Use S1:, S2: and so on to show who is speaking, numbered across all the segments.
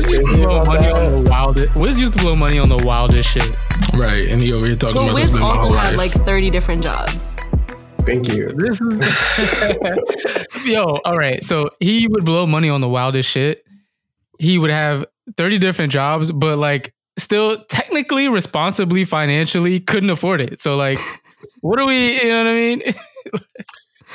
S1: blow
S2: about
S1: money
S2: that.
S1: on the wildest. Wiz used to blow money on the wildest shit.
S3: Right, and he over here talking
S4: But
S3: about this
S4: Wiz
S3: been my whole
S4: also had
S3: life.
S4: like 30 different jobs.
S2: Thank you.
S1: This is yo. All right, so he would blow money on the wildest shit. He would have thirty different jobs, but like still technically, responsibly, financially, couldn't afford it. So like, what do we? You know what I mean?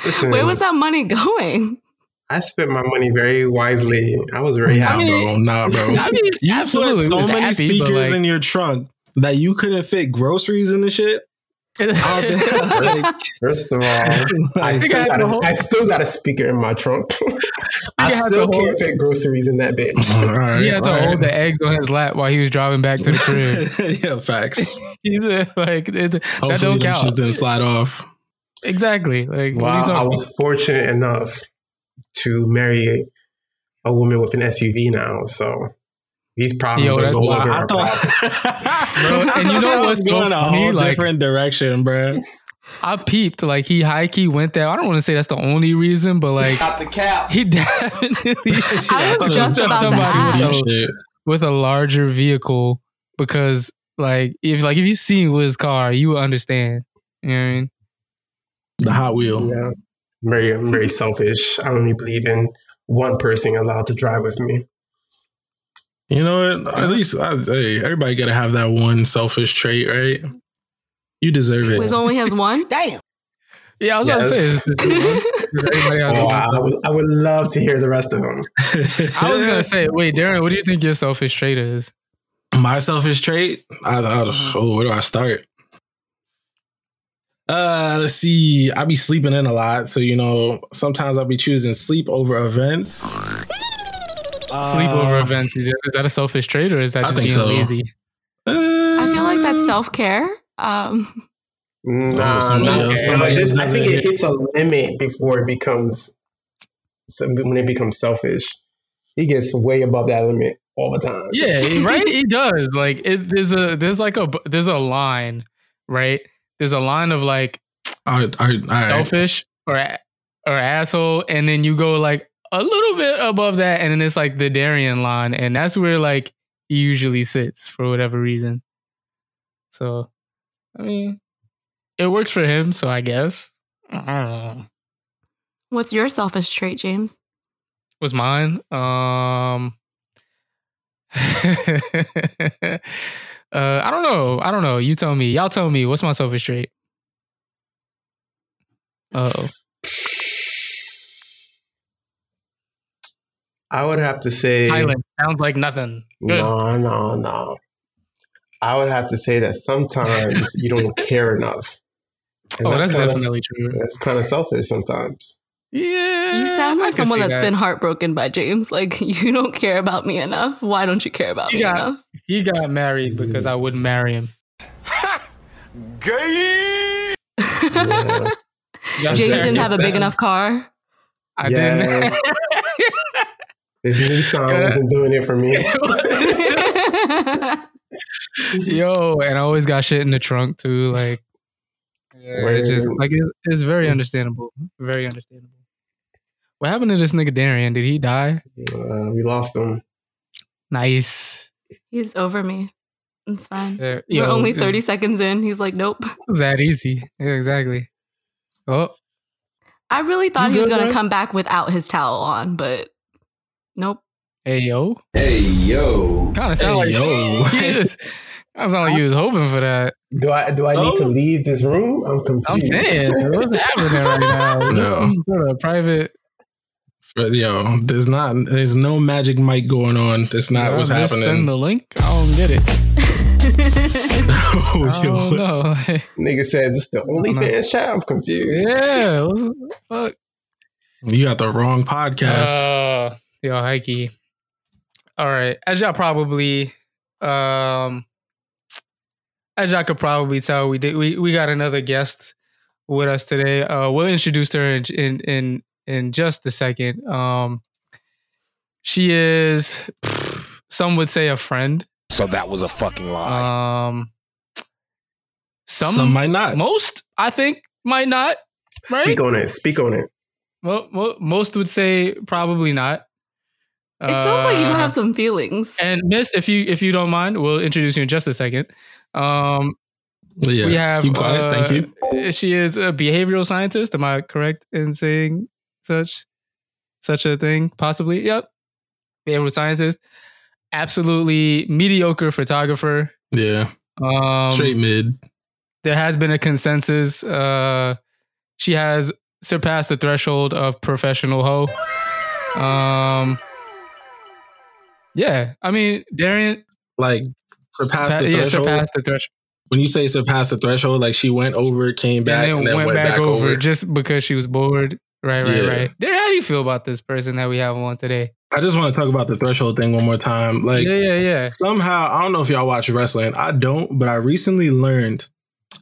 S2: Listen,
S4: Where was that money going?
S2: I spent my money very wisely. I was very
S3: nah,
S2: happy.
S3: bro, nah, bro.
S1: I mean,
S3: You
S1: absolutely.
S3: put
S1: it
S3: so
S1: was
S3: many
S1: happy, but
S3: speakers
S1: like,
S3: in your trunk that you couldn't fit groceries in the shit. I'll be- like,
S2: First of all, I
S1: think
S3: like,
S1: I
S2: still,
S1: had
S2: got
S1: the
S2: a,
S1: whole-
S2: I still got a speaker in my trunk.
S1: I
S2: I
S1: had
S2: still
S1: the whole-
S2: can't fit groceries in that bitch.
S3: all right,
S1: he had to
S3: all right.
S1: hold the eggs on his lap while he was driving back to the crib.
S3: yeah, facts.
S1: He's uh, like, it, that
S3: Hopefully,
S1: don't
S3: them
S1: count.
S3: shits didn't slide off.
S1: Exactly. Like, what are
S2: Wow,
S1: you
S2: I
S1: talking
S2: was fortunate enough to marry a woman with an SUV now. So these problems
S1: Yo,
S2: are
S1: that's
S2: no
S3: Wow,
S2: longer
S3: I
S2: our
S3: thought,
S2: problem.
S1: Bro,
S3: I
S1: and you
S3: thought
S1: know
S3: that
S1: what's
S3: was going
S1: so
S3: a
S1: funny,
S3: whole
S1: like-
S3: different direction, bro.
S1: I peeped like he high key went there. I don't want to say that's the only reason, but like
S5: Out the cap.
S1: he definitely
S4: I was
S1: I'm
S4: just about
S1: talking
S4: to ask.
S1: with, a,
S3: shit.
S1: with a larger vehicle because like if like if you seen Wiz car, you would understand. You know what I mean?
S3: The Hot Wheel.
S2: Yeah. I'm very, I'm very selfish. I only believe in one person allowed to drive with me.
S3: You know what? At least I, hey, everybody got to have that one selfish trait, right? You deserve it.
S4: Wiz only has one?
S5: Damn.
S1: Yeah, I was about to say.
S2: Yes.
S1: it's just- everybody out there.
S2: Oh, I, would, I would love to hear the rest of them.
S1: I was gonna say, wait, Darren, what do you think your selfish trait is?
S3: my selfish trait. I, I
S4: Uh-huh.
S3: oh, where do I start? Uh, let's see. I be sleeping in a lot, so you know sometimes I'll be choosing sleep over events.
S1: Sleepover
S3: Uh,
S1: events. Is that, is that a selfish trait or is that
S3: I
S1: just
S3: think
S1: being
S3: so.
S1: lazy?
S4: I feel like that's self care. Um,
S2: Nah,
S3: somebody
S2: not-
S3: else-
S2: no,
S3: somebody
S2: this-
S3: else
S2: I think
S3: does
S2: it
S3: it.
S2: hits a limit before it becomes so when it becomes selfish. He gets way above that limit all the time.
S1: Yeah, right. He does. Like it, there's a there's like a there's a line, right? There's a line of like
S3: All right, all right, all right.
S1: selfish or a- or asshole, and then you go like a little bit above that, and then it's like the Darien line, and that's where like he usually sits for whatever reason. So, I mean, it works for him, so I guess. I don't know.
S4: what's your selfish trait, James?
S1: was mine. Um, uh, I don't know. I don't know. You tell me. Y'all tell me. What's my selfish trait? Oh,
S2: I would have to say
S1: silent sounds like nothing. Good.
S2: No, no, no. I would have to say that sometimes you don't care enough. And
S1: oh, that's,
S2: kinda-
S1: definitely true.
S2: that's kind of selfish sometimes.
S1: Yeah,
S4: You sound
S1: Eh, I
S4: like
S1: can
S4: someone
S1: see
S4: that's
S1: that.
S4: been heartbroken by James. Like, you don't care about me enough. Why don't you care about
S1: You
S4: me
S1: got-
S4: enough?
S1: He got married because I wouldn't marry him.
S5: Gay.
S2: Yeah.
S1: You got
S4: James
S2: Exactly.
S4: didn't have a big
S2: Exactly.
S4: enough car.
S1: I
S2: Yeah. His Nissan wasn't doing it for me.
S1: didn't. Yo, and I always got shit in the trunk too. Like, yeah, it's just
S2: Word.
S1: like it's, it's very understandable. Very understandable. What happened to this nigga Darian? Did he die?
S2: Uh, we lost him.
S1: Nice.
S4: He's over me. It's fine.
S1: Yeah,
S4: We're
S1: yo,
S4: only
S1: it's-
S4: 30 seconds in. He's like, nope.
S1: It's that easy. Yeah, exactly. Oh,
S4: I really thought
S1: You
S4: he was
S1: good,
S4: going
S1: bro?
S4: to come back without his towel on, but nope.
S1: hey yo.
S5: Hey, yo.
S1: Kind of sound
S3: Hey,
S1: like
S3: yo.
S1: I sound like you was hoping for that.
S2: Do I do I need to
S3: Oh.
S2: leave this room? I'm
S1: I'm
S2: confused.
S1: saying what's happening right now.
S3: No.
S1: Some Sort of private.
S3: But yo, there's not, there's no magic mic going on. That's not
S1: Y'all
S3: what's
S1: just Send
S3: happening.
S1: the link. I don't get it. I
S3: Oh,
S1: don't
S3: Yo,
S1: know.
S2: Nigga said this is the only
S1: know.
S2: fan chat. I'm confused.
S1: yeah. What's, fuck.
S3: you got the wrong podcast.
S1: Uh, yo, hikey. All right. As y'all probably um as y'all could probably tell, we did we, we got another guest with us today. Uh we'll introduce her in in in, in just a second. Um she is pff, some would say a friend.
S5: So that was a fucking lie.
S1: Um some,
S3: Some might not.
S1: most I think might not. Right?
S2: Speak on it. Speak on it.
S1: Well, mo most would say probably not. Uh,
S4: It sounds like you have some feelings.
S1: And Miss, if you if you don't mind, we'll introduce you in just a second. Um,
S3: Yeah.
S1: we have. uh,
S3: Keep quiet. Thank you.
S1: you. She is a behavioral scientist. Am I correct in saying such such a thing? Possibly. Yep. Behavioral scientist. Absolutely mediocre photographer.
S3: Yeah.
S1: Um,
S3: Straight mid.
S1: there has been a consensus. Uh, she has surpassed the threshold of professional hoe. Um, yeah, I mean, Darian
S3: Like surpassed
S1: pa-
S3: the
S1: yeah,
S3: threshold.
S1: surpassed the threshold
S3: When you say surpassed the threshold, like she went over, came back,
S1: and then, went, back, over, just because she was bored. Right, right,
S3: Yeah.
S1: right. Darian, how do you feel about this person that we have on today?
S3: I just want to talk about the threshold thing one more time. Like
S1: yeah, yeah, yeah.
S3: somehow, I don't know if y'all watch wrestling. I don't, but I recently learned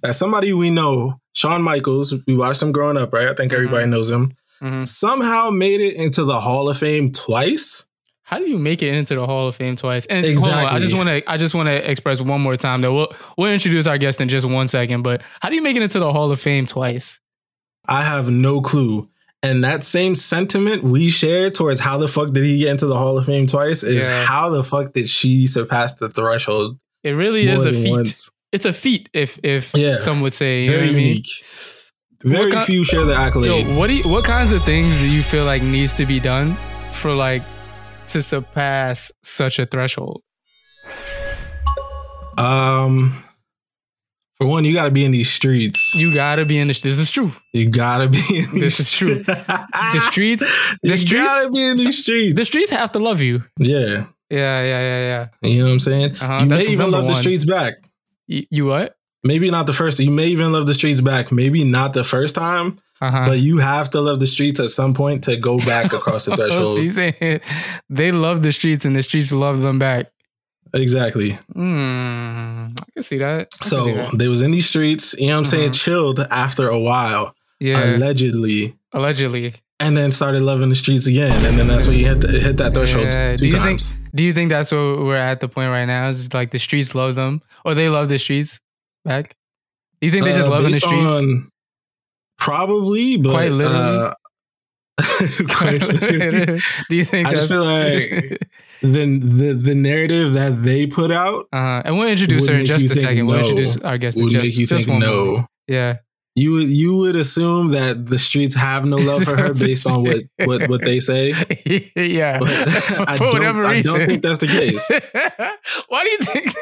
S3: that somebody we know, Shawn Michaels, we watched him growing up, right? I think
S1: Mhm.
S3: everybody knows him.
S1: Mhm.
S3: Somehow made it into the Hall of Fame twice.
S1: How do you make it into the Hall of Fame twice? And hold on, I
S3: Exactly.
S1: just want to, I just want to express one more time that we'll we'll introduce our guest in just one second. But how do you make it into the Hall of Fame twice?
S3: I have no clue. And that same sentiment we share towards how the fuck did he get into the Hall of Fame twice is
S1: Yeah.
S3: how the fuck did she surpass the threshold
S1: It really
S3: more
S1: is a
S3: than
S1: feat.
S3: once?
S1: It's a feat, if if
S3: Yeah.
S1: some would say. You know
S3: Very
S1: what I mean?
S3: unique. Very
S1: kind-
S3: few share the accolade.
S1: Yo, what do you, what kinds of things do you feel like needs to be done for like to surpass such a threshold?
S3: Um, for one, you got to be in these streets.
S1: You gotta be in the. This is true.
S3: you got to be in these
S1: This is true. The
S3: Ah.
S1: streets, the
S3: you gotta
S1: streets-
S3: be in these streets.
S1: the streets have to love you.
S3: Yeah,
S1: Yeah, yeah, yeah, yeah.
S3: you know what I'm saying.
S1: Uh-huh,
S3: You
S1: that's
S3: may even
S1: number
S3: love the
S1: one.
S3: streets back.
S1: You, you what?
S3: Maybe not the first. You may even love the streets back. Maybe not the first time,
S1: Uh huh.
S3: but you have to love the streets at some point to go back across the
S1: He's
S3: threshold.
S1: saying they love the streets and the streets love them back.
S3: exactly.
S1: Hmm. I can see that. I can see
S3: So
S1: that.
S3: they was in these streets. You know what I'm saying.
S1: Mhm.
S3: Chilled after a while,
S1: yeah,
S3: allegedly.
S1: allegedly.
S3: and then started loving the streets again, and then that's when you hit the, hit that threshold
S1: Yeah.
S3: two
S1: Do you think-
S3: times.
S1: Do you think that's where we're at the point right now? Is like the streets love them, or they love the streets back? You think they just
S3: Uh,
S1: love in the
S3: based
S1: streets?
S3: on- probably, but
S1: Quite literally.
S3: uh, quite literally.
S1: Do you think?
S3: I just feel
S1: that's-
S3: like the, the the narrative that they put out
S1: uh-huh. and we'll introduce
S3: would
S1: her in
S3: make
S1: just
S3: you
S1: a
S3: think
S1: second.
S3: no.
S1: We'll introduce our guest in
S3: would
S1: just,
S3: make you
S1: just one
S3: think no.
S1: moment. Yeah,
S3: You would you would assume that the streets have no love for her based on what what what they say.
S1: yeah.
S3: But I don't, I don't think that's the case.
S1: why do you think?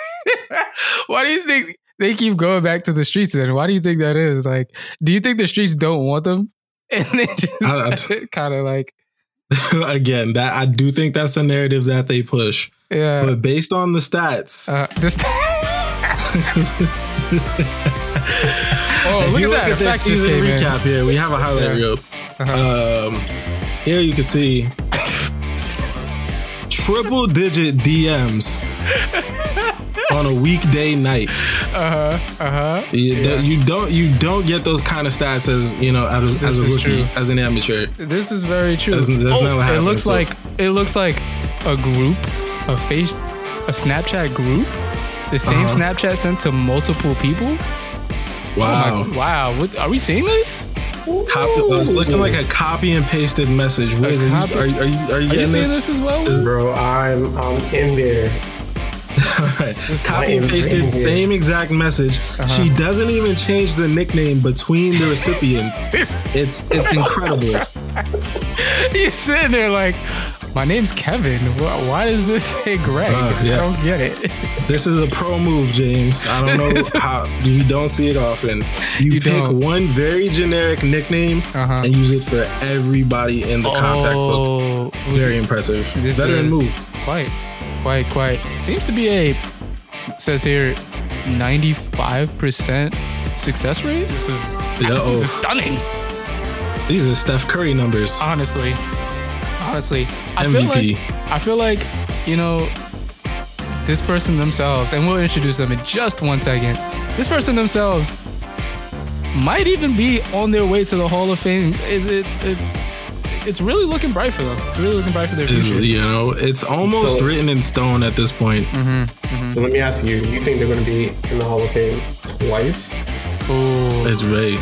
S1: why do you think they keep going back to the streets? Then why do you think that is? Like, do you think the streets don't want them, and they
S3: I
S1: just kind of like,
S3: Again, that I do think that's the narrative that they push.
S1: yeah,
S3: But based on the stats,
S1: uh, this. oh,
S3: If
S1: look
S3: you
S1: at that!
S3: look at their
S1: Fact just
S3: season
S1: came in.
S3: recap here, we have a highlight
S1: Yeah. Uh-huh.
S3: reel. Um, here you can see triple digit DMs on a weekday night.
S1: Uh huh. Uh huh.
S3: You, do- you don't you don't get those kind of stats as you know as, as a
S1: This is
S3: rookie
S1: true. Oh
S3: as an amateur.
S1: This is very true. Oh,
S3: That's- that's not what
S1: It
S3: happened,
S1: looks
S3: so-
S1: like it looks like a group, a face, a Snapchat group. The same
S3: Uh-huh.
S1: Snapchat sent to multiple people.
S3: Wow,
S1: Like, wow, what, are we seeing this?
S3: Copy- uh, it's looking like a copy and pasted message. What is it? You-
S1: copy-
S3: Are, you- are you are you
S1: Are you
S3: getting
S1: seeing
S3: this?
S1: this as well? Will?
S2: Bro, I'm I'm in there.
S3: Copy and
S2: is
S3: pasted,
S2: crazy.
S3: same exact message.
S1: Uh-huh.
S3: She doesn't even change the nickname between the recipients. it's it's incredible.
S1: He's sitting there like, my name's Kevin. Why, why does this say Greg?
S3: Uh, yeah.
S1: I don't get it.
S3: This is a pro move, James. I don't know how you don't see it often. You,
S1: You
S3: pick
S1: don't.
S3: one very generic nickname
S1: Uh-huh.
S3: and use it for everybody in the contact book.
S1: oh,
S3: Very impressive.
S1: This
S3: Veteran
S1: is-
S3: move.
S1: Quite, quite, quite. Seems to be a says here, ninety-five percent success rate. This is this is Ah.
S3: Uh-oh.
S1: stunning.
S3: oh, These are Steph Curry numbers.
S1: Honestly, honestly, I feel
S3: MVP.
S1: like I feel like you know this person themselves, and we'll introduce them in just one second. This person themselves might even be on their way to the Hall of Fame. It, it's it's it's really looking bright for them. Really looking bright for their
S3: Is-
S1: future.
S3: you know, it's almost
S2: So-
S3: written in stone at this point.
S2: So
S1: Hmm.
S2: let me ask you, you think they're gonna be in the Hall of Fame twice?
S1: Ooh.
S3: It's way.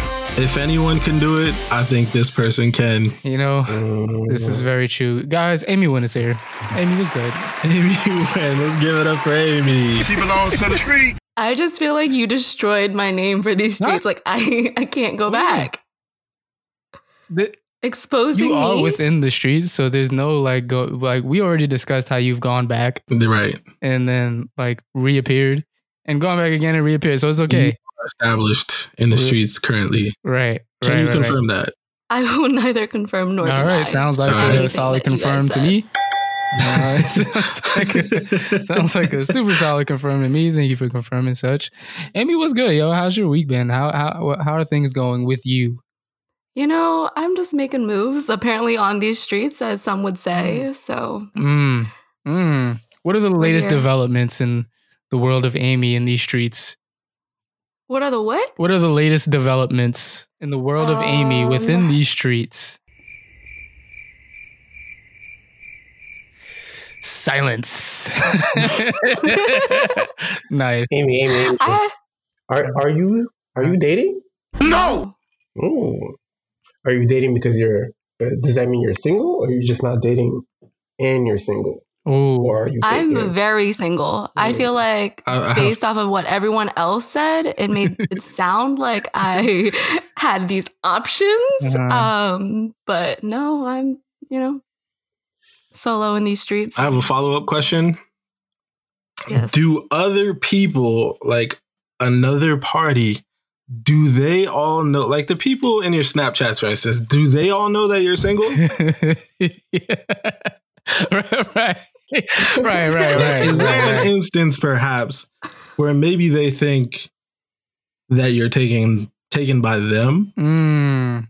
S3: If anyone can do it, I think this person can.
S1: You know, this
S3: Mm-hmm.
S1: is very true. Guys, Amy Wynn is here. Amy was good.
S3: Amy Wen, let's give it up for Amy.
S5: She belongs to the street.
S4: I just feel like you destroyed my name for these streets. Like I, I can't go back.
S1: The-
S4: Exposing
S1: you are
S4: me.
S1: within the streets, so there's no like go like we already discussed how you've gone back
S3: Right.
S1: and then like reappeared and gone back again and reappeared. So it's okay.
S3: Established in the
S1: Yeah.
S3: streets currently.
S1: Right.
S3: Can
S1: right,
S3: you
S1: right, right.
S3: confirm that?
S4: I will neither confirm nor
S1: All
S4: deny.
S1: right, sounds like
S3: Alright.
S1: a
S4: anything
S1: solid
S4: that you guys
S1: confirm to
S4: said.
S1: me. Uh, sounds, like a, sounds like a super solid confirm to me. Thank you for confirming such. Amy, what's good, yo? How's your week been? How how how are things going with you?
S4: You know, I'm just making moves. Apparently on these streets, as some would
S1: Hmm.
S4: say. So
S1: Mm, mm. What are the latest
S4: here.
S1: developments in the world of Amy in these streets?
S4: what are the what?
S1: What are the latest developments in the world of Amy within
S4: Um,
S1: these streets? Silence. nice.
S2: Amy, Amy, Amy.
S4: I
S2: Are are you are you dating?
S5: No.
S2: Ooh. Are you dating because you're? uh, Does that mean you're single, or you're just not dating, and you're single,
S1: Oh,
S2: or are you?
S4: I'm
S2: taking-
S4: very single. I
S2: Mm.
S4: feel like
S3: I- I have-
S4: based off of what everyone else said, it made it sound like I had these options.
S1: Uh-huh.
S4: Um, but no, I'm you know solo in these streets.
S3: I have a follow up question.
S4: Yes.
S3: Do other people like another party? Do they all know? Like the people in your Snapchats, for instance, do they all know that you're single?
S1: yeah. right, right, right, right, right.
S3: Is there an
S1: right.
S3: instance, perhaps, where maybe they think that you're taken taken by them?
S1: Mm.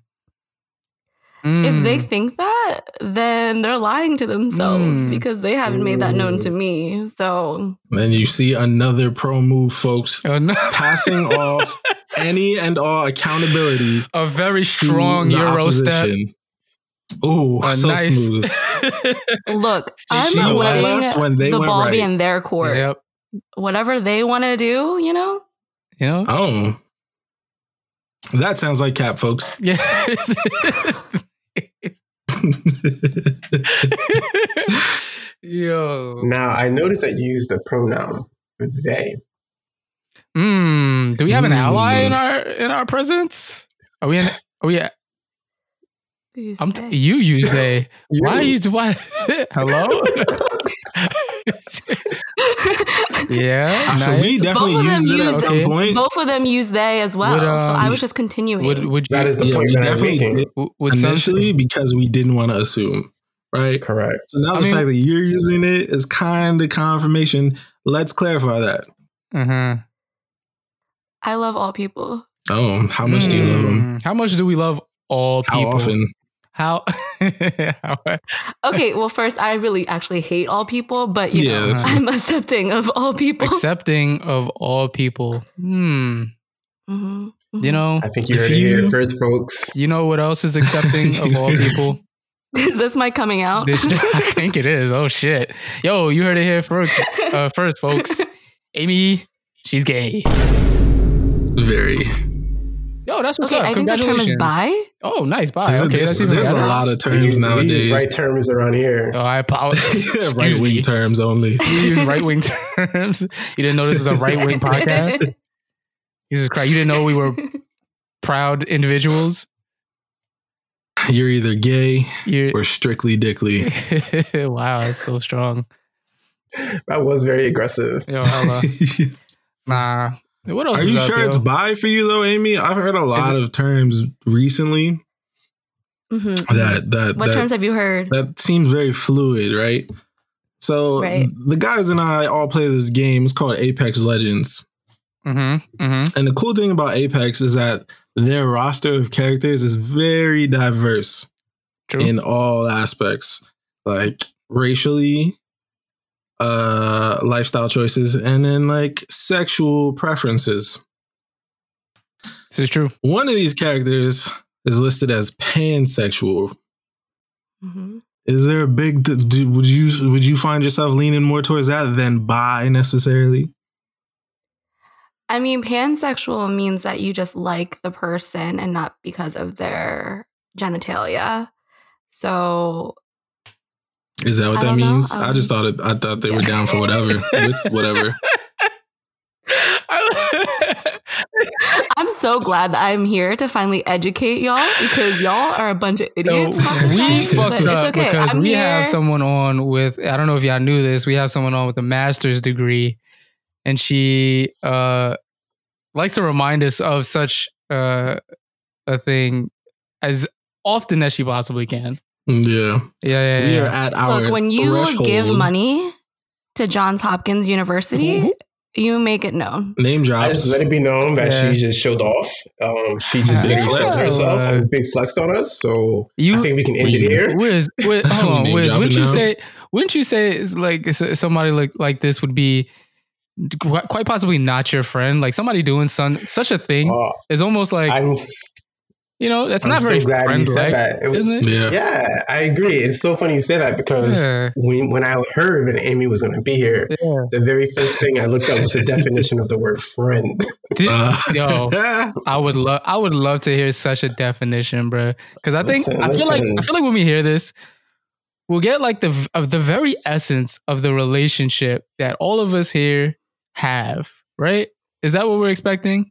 S4: if they
S1: Mm.
S4: think that, then they're lying to themselves
S1: Mm.
S4: because they haven't made that known to
S2: Ooh.
S4: me. So
S3: Then you see another pro move, folks,
S1: Oh, no.
S3: passing off any and all accountability.
S1: a very
S3: to
S1: strong
S3: the
S1: Euro step.
S3: opposition. Ooh,
S1: A
S3: so
S1: nice-
S3: smooth.
S4: look, I'm
S1: she
S4: not
S3: laughed
S4: letting
S3: when they
S4: the
S3: went
S4: ball be
S3: right.
S4: in their court.
S1: yep.
S4: Whatever they want to do, you know.
S1: You know?
S3: Oh. That sounds like cap, folks.
S1: Yeah. Yo.
S2: Now I noticed that you use the pronoun they.
S1: Mm, do we have an ally in
S3: Mm.
S1: our in our presence? Are we in Oh yeah.
S4: Who's
S1: I'm t-
S4: they?
S1: you use they. Why are
S2: You.
S1: you why hello? yeah.
S3: So we
S1: nice.
S3: definitely
S4: Both of
S3: used
S4: them
S3: it at
S4: used-
S3: some
S1: Okay.
S3: point.
S4: Both of them use they as well.
S1: Would,
S4: so
S1: um,
S4: I was just continuing.
S1: would would you
S2: That is the
S3: Yeah,
S2: point
S3: we
S2: that I'm
S3: definitely
S2: making.
S3: did
S1: w- would some-
S3: initially because we didn't want to assume, right?
S2: Correct.
S3: So now
S1: I
S3: the
S1: mean-
S3: fact that you're using it is kind of confirmation. Let's clarify that.
S1: Uh-huh.
S4: I love all people.
S3: Oh, how much do you love them?
S1: Mm, How much do we love all
S3: How
S1: people?
S3: often?
S1: How? How-
S4: Okay, well, first, I really actually hate all people, but you
S3: Yeah,
S4: know,
S3: that's-
S4: I'm accepting of all people.
S1: accepting of all people. Hmm.
S4: Mhm, mhm.
S1: You know.
S2: I think you
S3: If
S2: heard it here
S3: you-
S2: first, folks.
S1: You know what else is accepting of all people?
S4: mm-hmm. is this my coming out?
S1: This, I think it is. Oh shit! Yo, you heard it here first. Uh, first, folks. Amy, she's gay.
S3: Very.
S1: Yo, that's what's
S4: okay,
S1: up.
S4: I think the term
S1: Congratulations.
S4: is bi.
S1: Oh, nice. Bye.
S3: There's, a,
S1: Okay,
S3: there's,
S1: that's even
S3: there's a
S1: better.
S3: lot of
S2: We
S3: terms
S2: use- we use
S3: nowadays.
S2: right terms around here.
S1: Oh, I apologize.
S3: right wing terms only.
S1: We use right wing terms. You didn't know this was a right wing podcast. Jesus Christ! You didn't know we were proud individuals.
S3: You're either gay
S1: You're,
S3: or strictly dickly.
S1: wow, that's so strong.
S2: That was very aggressive.
S1: Yo, hella. Nah. What else?
S3: Are
S1: is
S3: you
S1: up,
S3: sure
S1: yo?
S3: it's bi for you though, Amy? I've heard a lot of terms recently
S4: Mhm.
S3: that that
S4: What
S3: that,
S4: terms have you heard?
S3: that seems very fluid, right? So
S4: Right.
S3: the guys and I all play this game. It's called Apex Legends,
S1: Mm-hmm. Mm-hmm.
S3: and the cool thing about Apex is that their roster of characters is very diverse
S1: True.
S3: in all aspects, like racially, uh, lifestyle choices, and then like sexual preferences.
S1: this is true.
S3: One of these characters is listed as pansexual.
S4: Mhm.
S3: Is there a big? Do, would you would you find yourself leaning more towards that than bi necessarily?
S4: I mean, pansexual means that you just like the person and not because of their genitalia. So
S3: Is that what
S4: I
S3: that
S4: don't know,
S3: means? I
S4: um,
S3: just thought it, I thought they were
S4: yeah.
S3: down for whatever with whatever.
S4: I'm so glad that I'm here to finally educate y'all because y'all are a bunch of
S1: So
S4: idiots. half the
S1: we
S4: time,
S1: fucked
S4: but it's
S1: up
S4: okay.
S1: because
S4: I'm
S1: we
S4: here.
S1: have someone on with I don't know if y'all knew this. We have someone on with a master's degree, and she uh, likes to remind us of such uh, a thing as often as she possibly can.
S3: Yeah.
S1: Yeah, yeah,
S3: we are
S1: yeah.
S3: at our
S4: Look, when you
S3: threshold.
S4: give money to Johns Hopkins University, you make it known.
S3: name
S2: I just
S3: drops.
S2: let it be known that
S1: Yeah.
S2: she just showed off. Um, she just
S1: Big
S2: big
S3: flex.
S2: flexed herself,
S1: Uh,
S2: and big flexed on us. So
S1: You
S2: I think we can end it
S3: we-
S2: here.
S1: Wiz, Wiz hold on,
S3: Name
S1: Wiz. Wouldn't
S3: dropping
S1: you
S3: now.
S1: say? Wouldn't you say it's like s- somebody like like this would be qu- quite possibly not your friend? Like somebody doing some such a thing
S2: Uh,
S1: is almost like
S2: I'm,
S1: you know that's
S2: I'm
S1: not
S2: so
S1: very
S2: glad
S1: friend
S2: you said
S1: like,
S2: that. It was,
S1: isn't it?
S3: Yeah.
S2: yeah, I agree. It's so funny you say that because
S1: Yeah,
S2: when when I heard that Amy was going to be here,
S1: yeah.
S2: the very first thing I looked up was the definition of the word friend.
S1: Did-
S3: Uh,
S1: Yo, I would love, I would love to hear such a definition, bro. Because I think
S2: Listen,
S1: I feel like I
S2: listen.
S1: feel like when we hear this, we'll get like the v- of the very essence of the relationship that all of us here have. Right? Is that what we're expecting?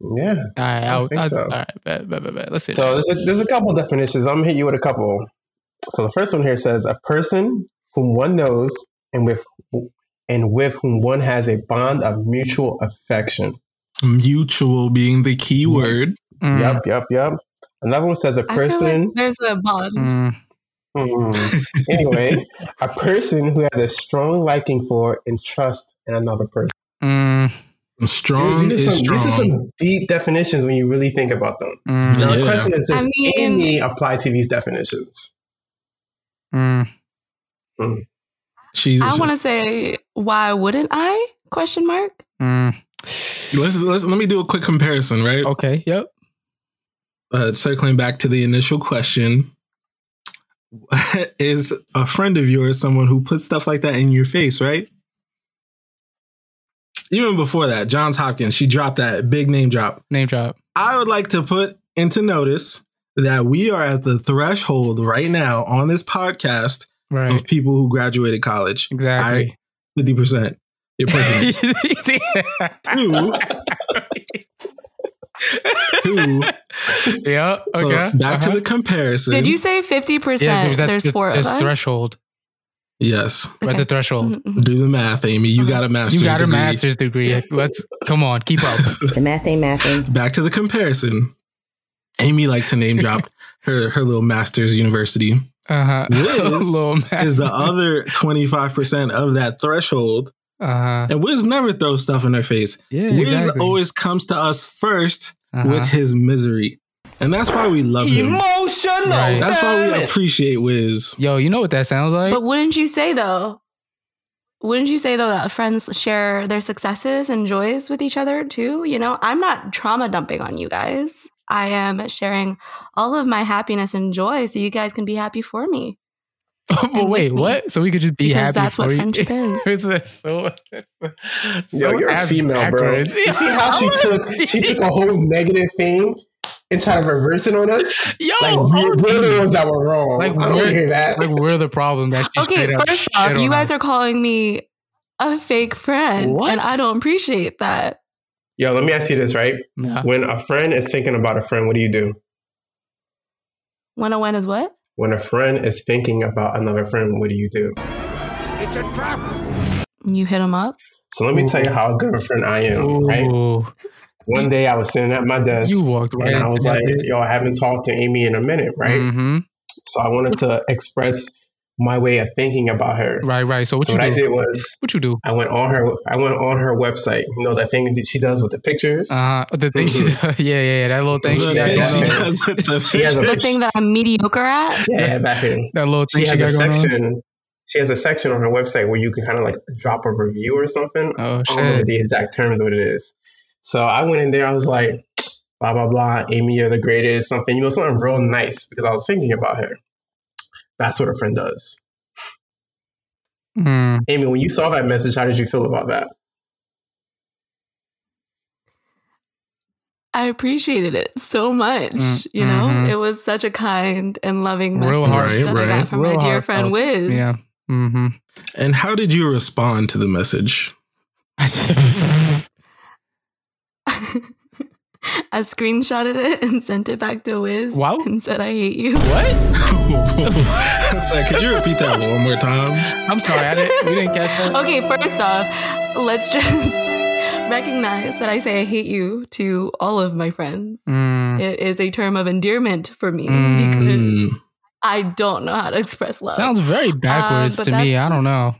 S2: yeah.
S1: All right, I,
S2: I
S1: I,
S2: think so.
S1: all right, bet, bet, bet, bet. Let's see.
S2: So
S1: that.
S2: there's a, there's a couple definitions. I'm gonna hit you with a couple. So the first one here says a person whom one knows and with and with whom one has a bond of mutual affection.
S3: mutual being the key word.
S1: Mm,
S2: Yep, yep, yep. Another one says a
S4: I feel like
S2: person.
S4: there's a bond.
S1: mm.
S2: Mm. anyway, a person who has a strong liking for and trust in another person.
S1: Mm,
S3: Strong
S2: these,
S3: is
S2: are some,
S3: strong.
S2: these are some deep definitions when you really think about them.
S1: mm,
S2: Now the
S3: Yeah.
S2: question is, does
S4: I mean-
S2: Amy apply to these definitions?
S1: mm.
S3: She's
S4: I want to say, why wouldn't I? Question mark.
S1: Mm.
S3: let's, let's let me do a quick comparison, right?
S1: Okay. Yep.
S3: Uh, circling back to the initial question. Is a friend of yours someone who puts stuff like that in your face, right? Even before that, Johns Hopkins, she dropped that big name drop.
S1: Name drop.
S3: I would like to put into notice that we are at the threshold right now on this podcast
S1: Right.
S3: of people who graduated college.
S1: Exactly.
S3: 50%. You're pushing it. Two. Two.
S1: yep. Okay.
S3: So back to
S1: Uh-huh.
S3: the comparison.
S4: Did you say 50%?
S1: Yeah, because that's-
S4: there's
S1: that's-
S4: four of
S1: that's
S4: us. Mm.
S1: threshold.
S3: Yes.
S1: We're at the threshold.
S4: Mm-mm.
S3: Do the math, Amy. You got a master's.
S1: you got
S3: degree.
S1: a master's degree. Let's come on. Keep up.
S6: The math ain't mathing.
S3: Back to the comparison. Amy liked to name drop her, her little master's university.
S1: Uh huh.
S3: Liz Is the other 25% of that threshold.
S1: Uh huh.
S3: And Wiz never throws stuff in her face.
S1: Yeah.
S3: Wiz
S1: exactly.
S3: always comes to us 1st
S1: Uh-huh.
S3: with his misery. And that's why we love him.
S5: Emotional.
S1: Right.
S3: That's why we appreciate Wiz.
S1: Yo, you know what that sounds like?
S4: But wouldn't you say though? Wouldn't you say though that friends share their successes and joys with each other too? You know, I'm not trauma dumping on you guys. I am sharing all of my happiness and joy so you guys can be happy for me.
S1: but
S4: and
S1: wait,
S4: with me.
S1: what? So we could just be
S4: Because
S1: happy
S4: that's
S1: for
S4: what
S1: you.
S4: friendship is.
S1: it's a, so, so
S2: Yo, you're a
S1: ass
S2: female,
S1: backwards.
S2: bro. You see how she took she took a whole negative thing and tried to reverse it on us?
S1: Yo,
S2: Like
S1: OD.
S2: we're, we're the ones that were wrong.
S1: Like,
S2: I
S1: we're-
S2: don't hear that.
S1: Like, we're the problem. That she
S4: okay,
S1: straight up
S4: first
S1: shit
S4: off, you
S1: on
S4: guys
S1: us.
S4: are calling me a fake friend,
S1: What?
S4: and I don't appreciate that.
S2: Yo, let me ask you this, right?
S1: Yeah.
S2: When a friend is thinking about a friend, what do you do?
S4: When a when oh is what?
S2: When a friend is thinking about another friend, what do you do?
S5: It's a trap.
S4: You hit them up.
S2: So let me tell you how good of a friend I am, right?
S1: Ooh,
S2: One day I was sitting at my desk
S1: you walked right.
S2: and I was like, yo, I haven't talked to Amy in a minute, right?
S1: hmm
S2: So I wanted to express my way of thinking about her.
S1: right, right. So what
S2: so
S1: you
S2: what
S1: do?
S2: I did was
S1: What you do?
S2: I went on her I went on her website. You know that thing that she does with the pictures.
S1: Uh, the thing she, yeah, yeah, yeah, that little thing she
S3: The
S1: got,
S2: Yeah, yeah.
S1: that,
S3: thing she
S1: little,
S3: does with the
S2: She has a-
S4: The thing that I'm mediocre at.
S2: Yeah, back here.
S1: that little
S2: She
S1: thing she,
S2: has a
S1: got going on.
S2: section. She has a section on her website where you can kind of like drop a review or something.
S1: Oh
S2: I don't remember
S1: shit!
S2: the exact terms of what it is. So I went in there. I was like, blah blah blah. Amy, you're the greatest. Something you know, something real nice because I was thinking about her. That's what a friend does.
S1: Mm.
S2: Amy, when you saw that message, how did you feel about that?
S4: I appreciated it so much.
S1: Mm,
S4: you know,
S1: mhm.
S4: it was such a kind and loving message
S1: Real
S3: heart-
S4: that I
S3: right,
S4: got from
S1: real
S4: my dear friend
S1: heartfelt.
S4: Wiz.
S1: Yeah. Mm-hmm.
S3: And how did you respond to the message?
S4: I screenshotted it and sent it back to Wiz.
S1: Wow.
S4: And said, I hate you.
S1: what?
S3: Sorry, could you repeat that one more time?
S1: I'm sorry. I didn't, we didn't catch that.
S4: Okay, first off, let's just recognize that I say I hate you to all of my friends.
S1: Mm,
S4: It is a term of endearment for me
S1: Mm.
S4: because
S3: Mm,
S4: I don't know how to express love.
S1: sounds very backwards
S4: Um, but
S1: to me.
S4: that's-
S1: I don't know.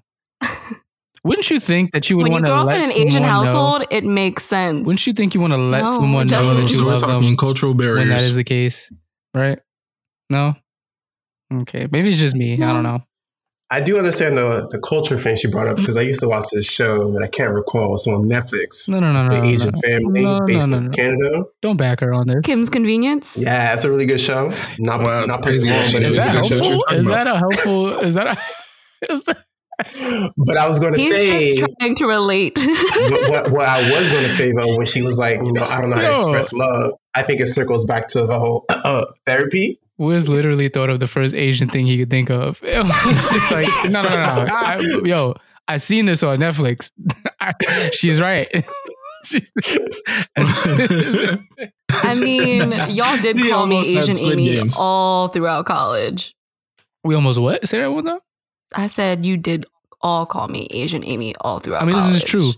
S1: Wouldn't you think that you would
S4: when you
S1: want
S4: grow
S1: to
S4: up
S1: let
S4: in an Asian
S1: someone know-
S4: household, it makes sense.
S1: Wouldn't you think you want to let
S4: No,
S1: someone
S4: it
S1: know
S4: doesn't.
S1: that you
S3: so we're
S1: love
S3: talking
S1: them
S3: cultural
S1: when
S3: barriers.
S1: that is the case, right? No. Okay, maybe it's just me. I don't know.
S2: I do understand the the culture thing she brought up because I used to watch this show that I can't recall. It's on Netflix.
S1: No, no, no,
S2: the
S1: no, no,
S2: Asian
S1: no.
S2: family
S1: No, no,
S2: based
S1: no,
S2: in
S1: no.
S2: Canada.
S1: Don't back her on this.
S4: Kim's convenience?
S2: Yeah, it's a really good show. Not
S3: Wow, it's
S2: not
S3: crazy
S2: crazy,
S3: that she
S2: but
S1: Is
S3: knows
S2: it's
S1: that
S2: a
S3: what
S2: good
S3: you're
S1: helpful?
S3: talking
S1: Is
S3: about.
S1: that a helpful? Is that a? Is that,
S2: show. But I was going to
S4: He's
S2: say.
S4: just trying to relate.
S2: what, what, what I was going to say though, when she was like, you know, I don't know how to
S1: No.
S2: express love, I think it circles back to the whole uh, therapy.
S1: Wiz literally thought of the first Asian thing he could think of. It's just like no, no, no. no. I, yo, I seen this on Netflix. I- she's right. She's-
S4: I mean, y'all did
S3: He
S4: call me
S3: almost said
S4: Asian
S3: Squid
S4: Amy
S3: Games.
S4: all throughout college.
S1: we almost what? Say that one time.
S4: I said you did all call me Asian Amy all throughout.
S1: I mean, this is
S4: college.
S1: true.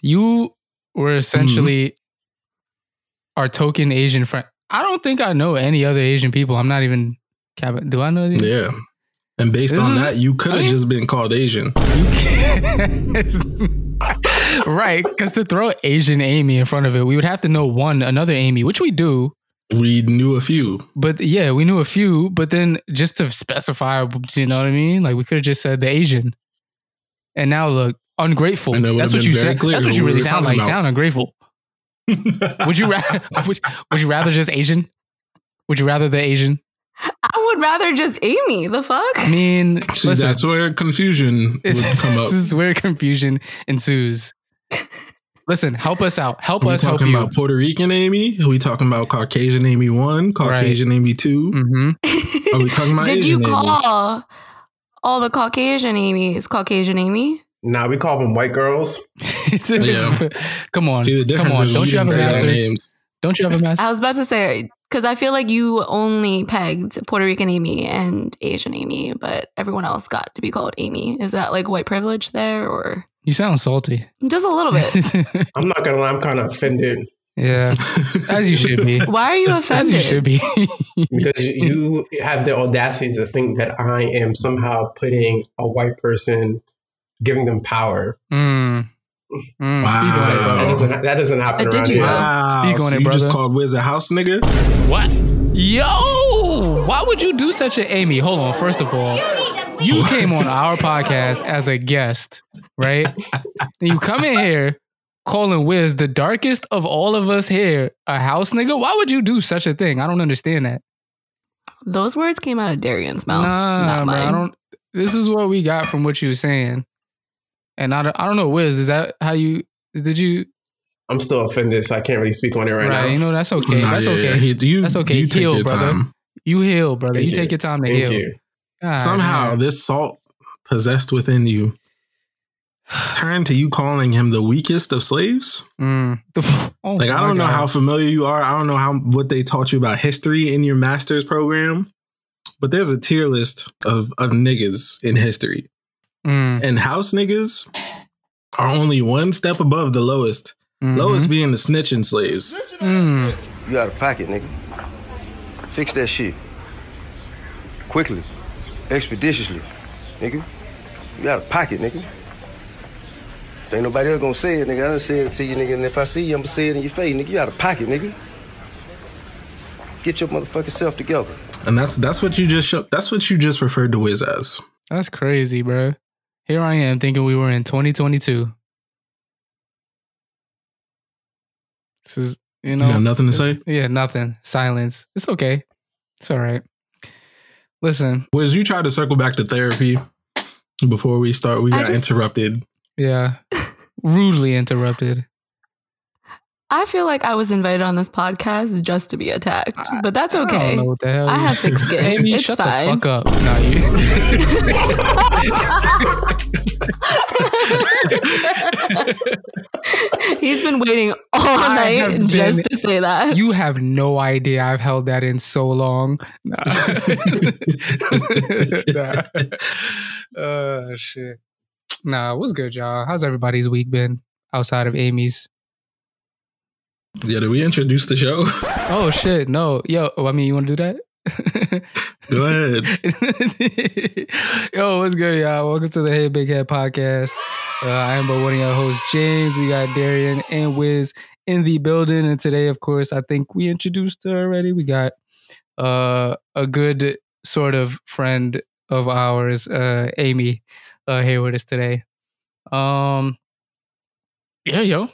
S1: You were essentially our token Asian friend. I don't think I know any other Asian people. I'm not even. cap- Do I know these?
S3: yeah. And based
S1: This
S3: on
S1: is-
S3: that, you could have
S1: I mean-
S3: just been called Asian.
S1: right, because to throw Asian Amy in front of it, we would have to know one another Amy, which we do.
S3: We knew a few.
S1: But yeah, we knew a few. But then just to specify, you know what I mean? Like we could have just said the Asian, and now look ungrateful.
S3: And it would
S1: That's
S3: have
S1: what
S3: been
S1: you
S3: very
S1: said.
S3: clear
S1: That's what
S3: who
S1: you
S3: we
S1: really
S3: were
S1: sound like. You
S3: talking about.
S1: Sound ungrateful. Would you rather? would, would you rather just Asian? Would you rather the Asian?
S4: I would rather just Amy. The fuck?
S1: I mean,
S3: See,
S1: listen,
S3: that's where confusion would
S1: it's,
S3: come up.
S1: this is where confusion ensues. Listen, help us out. Help
S3: Are we
S1: us help
S3: talking
S1: you.
S3: about Puerto Rican Amy? Are we talking about Caucasian Amy one? Caucasian Amy two?
S1: hmm
S3: Are we talking about
S4: did
S3: Asian
S4: you
S3: Amy?
S4: call all the Caucasian Amy's Caucasian Amy?
S2: Now we call them white girls.
S3: Yeah.
S1: Come on.
S3: See the
S1: Come
S3: difference
S1: on.
S3: is
S1: Don't
S3: we
S1: you have
S3: didn't
S1: a
S3: say their
S1: master's?
S3: names.
S1: Don't you have a master's?
S4: I was about to say because I feel like you only pegged Puerto Rican Amy and Asian Amy, but everyone else got to be called Amy. Is that like white privilege there, or
S1: You sound salty.
S4: just a little bit?
S2: I'm not gonna lie, I'm kind of offended
S1: yeah. As you should be.
S4: Why are you offended?
S1: As you should be.
S2: because you you have the audacity to think that I am somehow putting a white person, giving them power.
S1: Mm.
S2: That
S1: Mm,
S3: Wow.
S1: Speak on it,
S2: doesn't, that doesn't happen
S4: But did
S2: around
S4: you-
S2: here.
S3: Wow.
S1: Speak on
S3: so
S1: it,
S3: you just
S1: brother.
S3: called Wiz a house nigga?
S1: brother. What? Yo! Why would you do such an Amy? Hold on. First of all, you came on our podcast as a guest, right? you come in here calling Wiz the darkest of all of us here a house nigga. Why would you do such a thing? I don't understand that.
S4: Those words came out of Darian's mouth.
S1: nah,
S4: not
S1: man.
S4: mine.
S1: I don't. This is what we got from what you were saying, and I don't, I don't know, Wiz. Is that how you did you?
S2: I'm still offended, so I can't really speak on it right, now.
S1: Right, you know that's okay.
S3: Nah,
S1: Mm, that's
S3: yeah, yeah.
S1: okay.
S3: He- you,
S1: That's okay.
S3: You take
S1: Heal,
S3: your
S1: brother.
S3: time.
S1: You heal, brother.
S2: Thank
S1: you
S2: you.
S1: take your time to
S2: Thank
S1: heal.
S2: you.
S1: God,
S3: Somehow
S1: man.
S3: this salt possessed within you turned to you calling him the weakest of slaves.
S1: Mm. The- oh
S3: Like I
S1: my
S3: don't know
S1: God.
S3: how familiar you are. I don't know how what they taught you about history in your master's program. But there's a tier list of, of niggas in history.
S1: Mm,
S3: And house niggas are only one step above the lowest.
S1: mhm,
S3: Lowest being the snitching slaves.
S1: mm.
S6: You out of pocket, nigga. Fix that shit. Quickly. Expeditiously. Nigga. You out of pocket, nigga. Ain't nobody else gonna say it, nigga. I done said it to you, nigga. And if I see you, I'ma say it in your face, nigga. You out of pocket, nigga. Get your motherfucking self together.
S3: And that's that's what you just sho- that's what you just referred to Wiz as.
S1: That's crazy, bro. Here I am thinking we were in 2022. This is you know
S3: you got nothing to say?
S1: Yeah, nothing. Silence. It's okay. It's all right. Listen,
S3: Wiz, you tried to circle back to therapy before we start. We
S4: I
S3: got
S4: just-
S3: interrupted.
S1: yeah. Rudely interrupted.
S4: I feel like I was invited on this podcast just to be attacked, but that's
S1: I don't
S4: okay.
S1: know what the hell.
S4: I
S1: you-
S4: have thick skin.
S1: Amy,
S4: it's
S1: shut
S4: fine.
S1: the fuck up. No, you.
S4: He's been waiting all
S1: I have
S4: night
S1: been-
S4: just to say that.
S1: you have no idea. I've held that in so long. Nah. nah. Oh shit. Nah, what's good, y'all? How's everybody's week been outside of Amy's?
S3: Yeah, did we introduce the show?
S1: Oh shit, no. Yo, I mean, you want to do that?
S3: Go ahead.
S1: Yo, what's good, y'all? Welcome to the Hey Big Head podcast. Uh, I am but one of your hosts, James. We got Darian and Wiz in the building, and today, of course, I think we introduced her already. We got uh, a good sort of friend of ours, uh, Amy, uh, here with us today. Um, yeah, yo,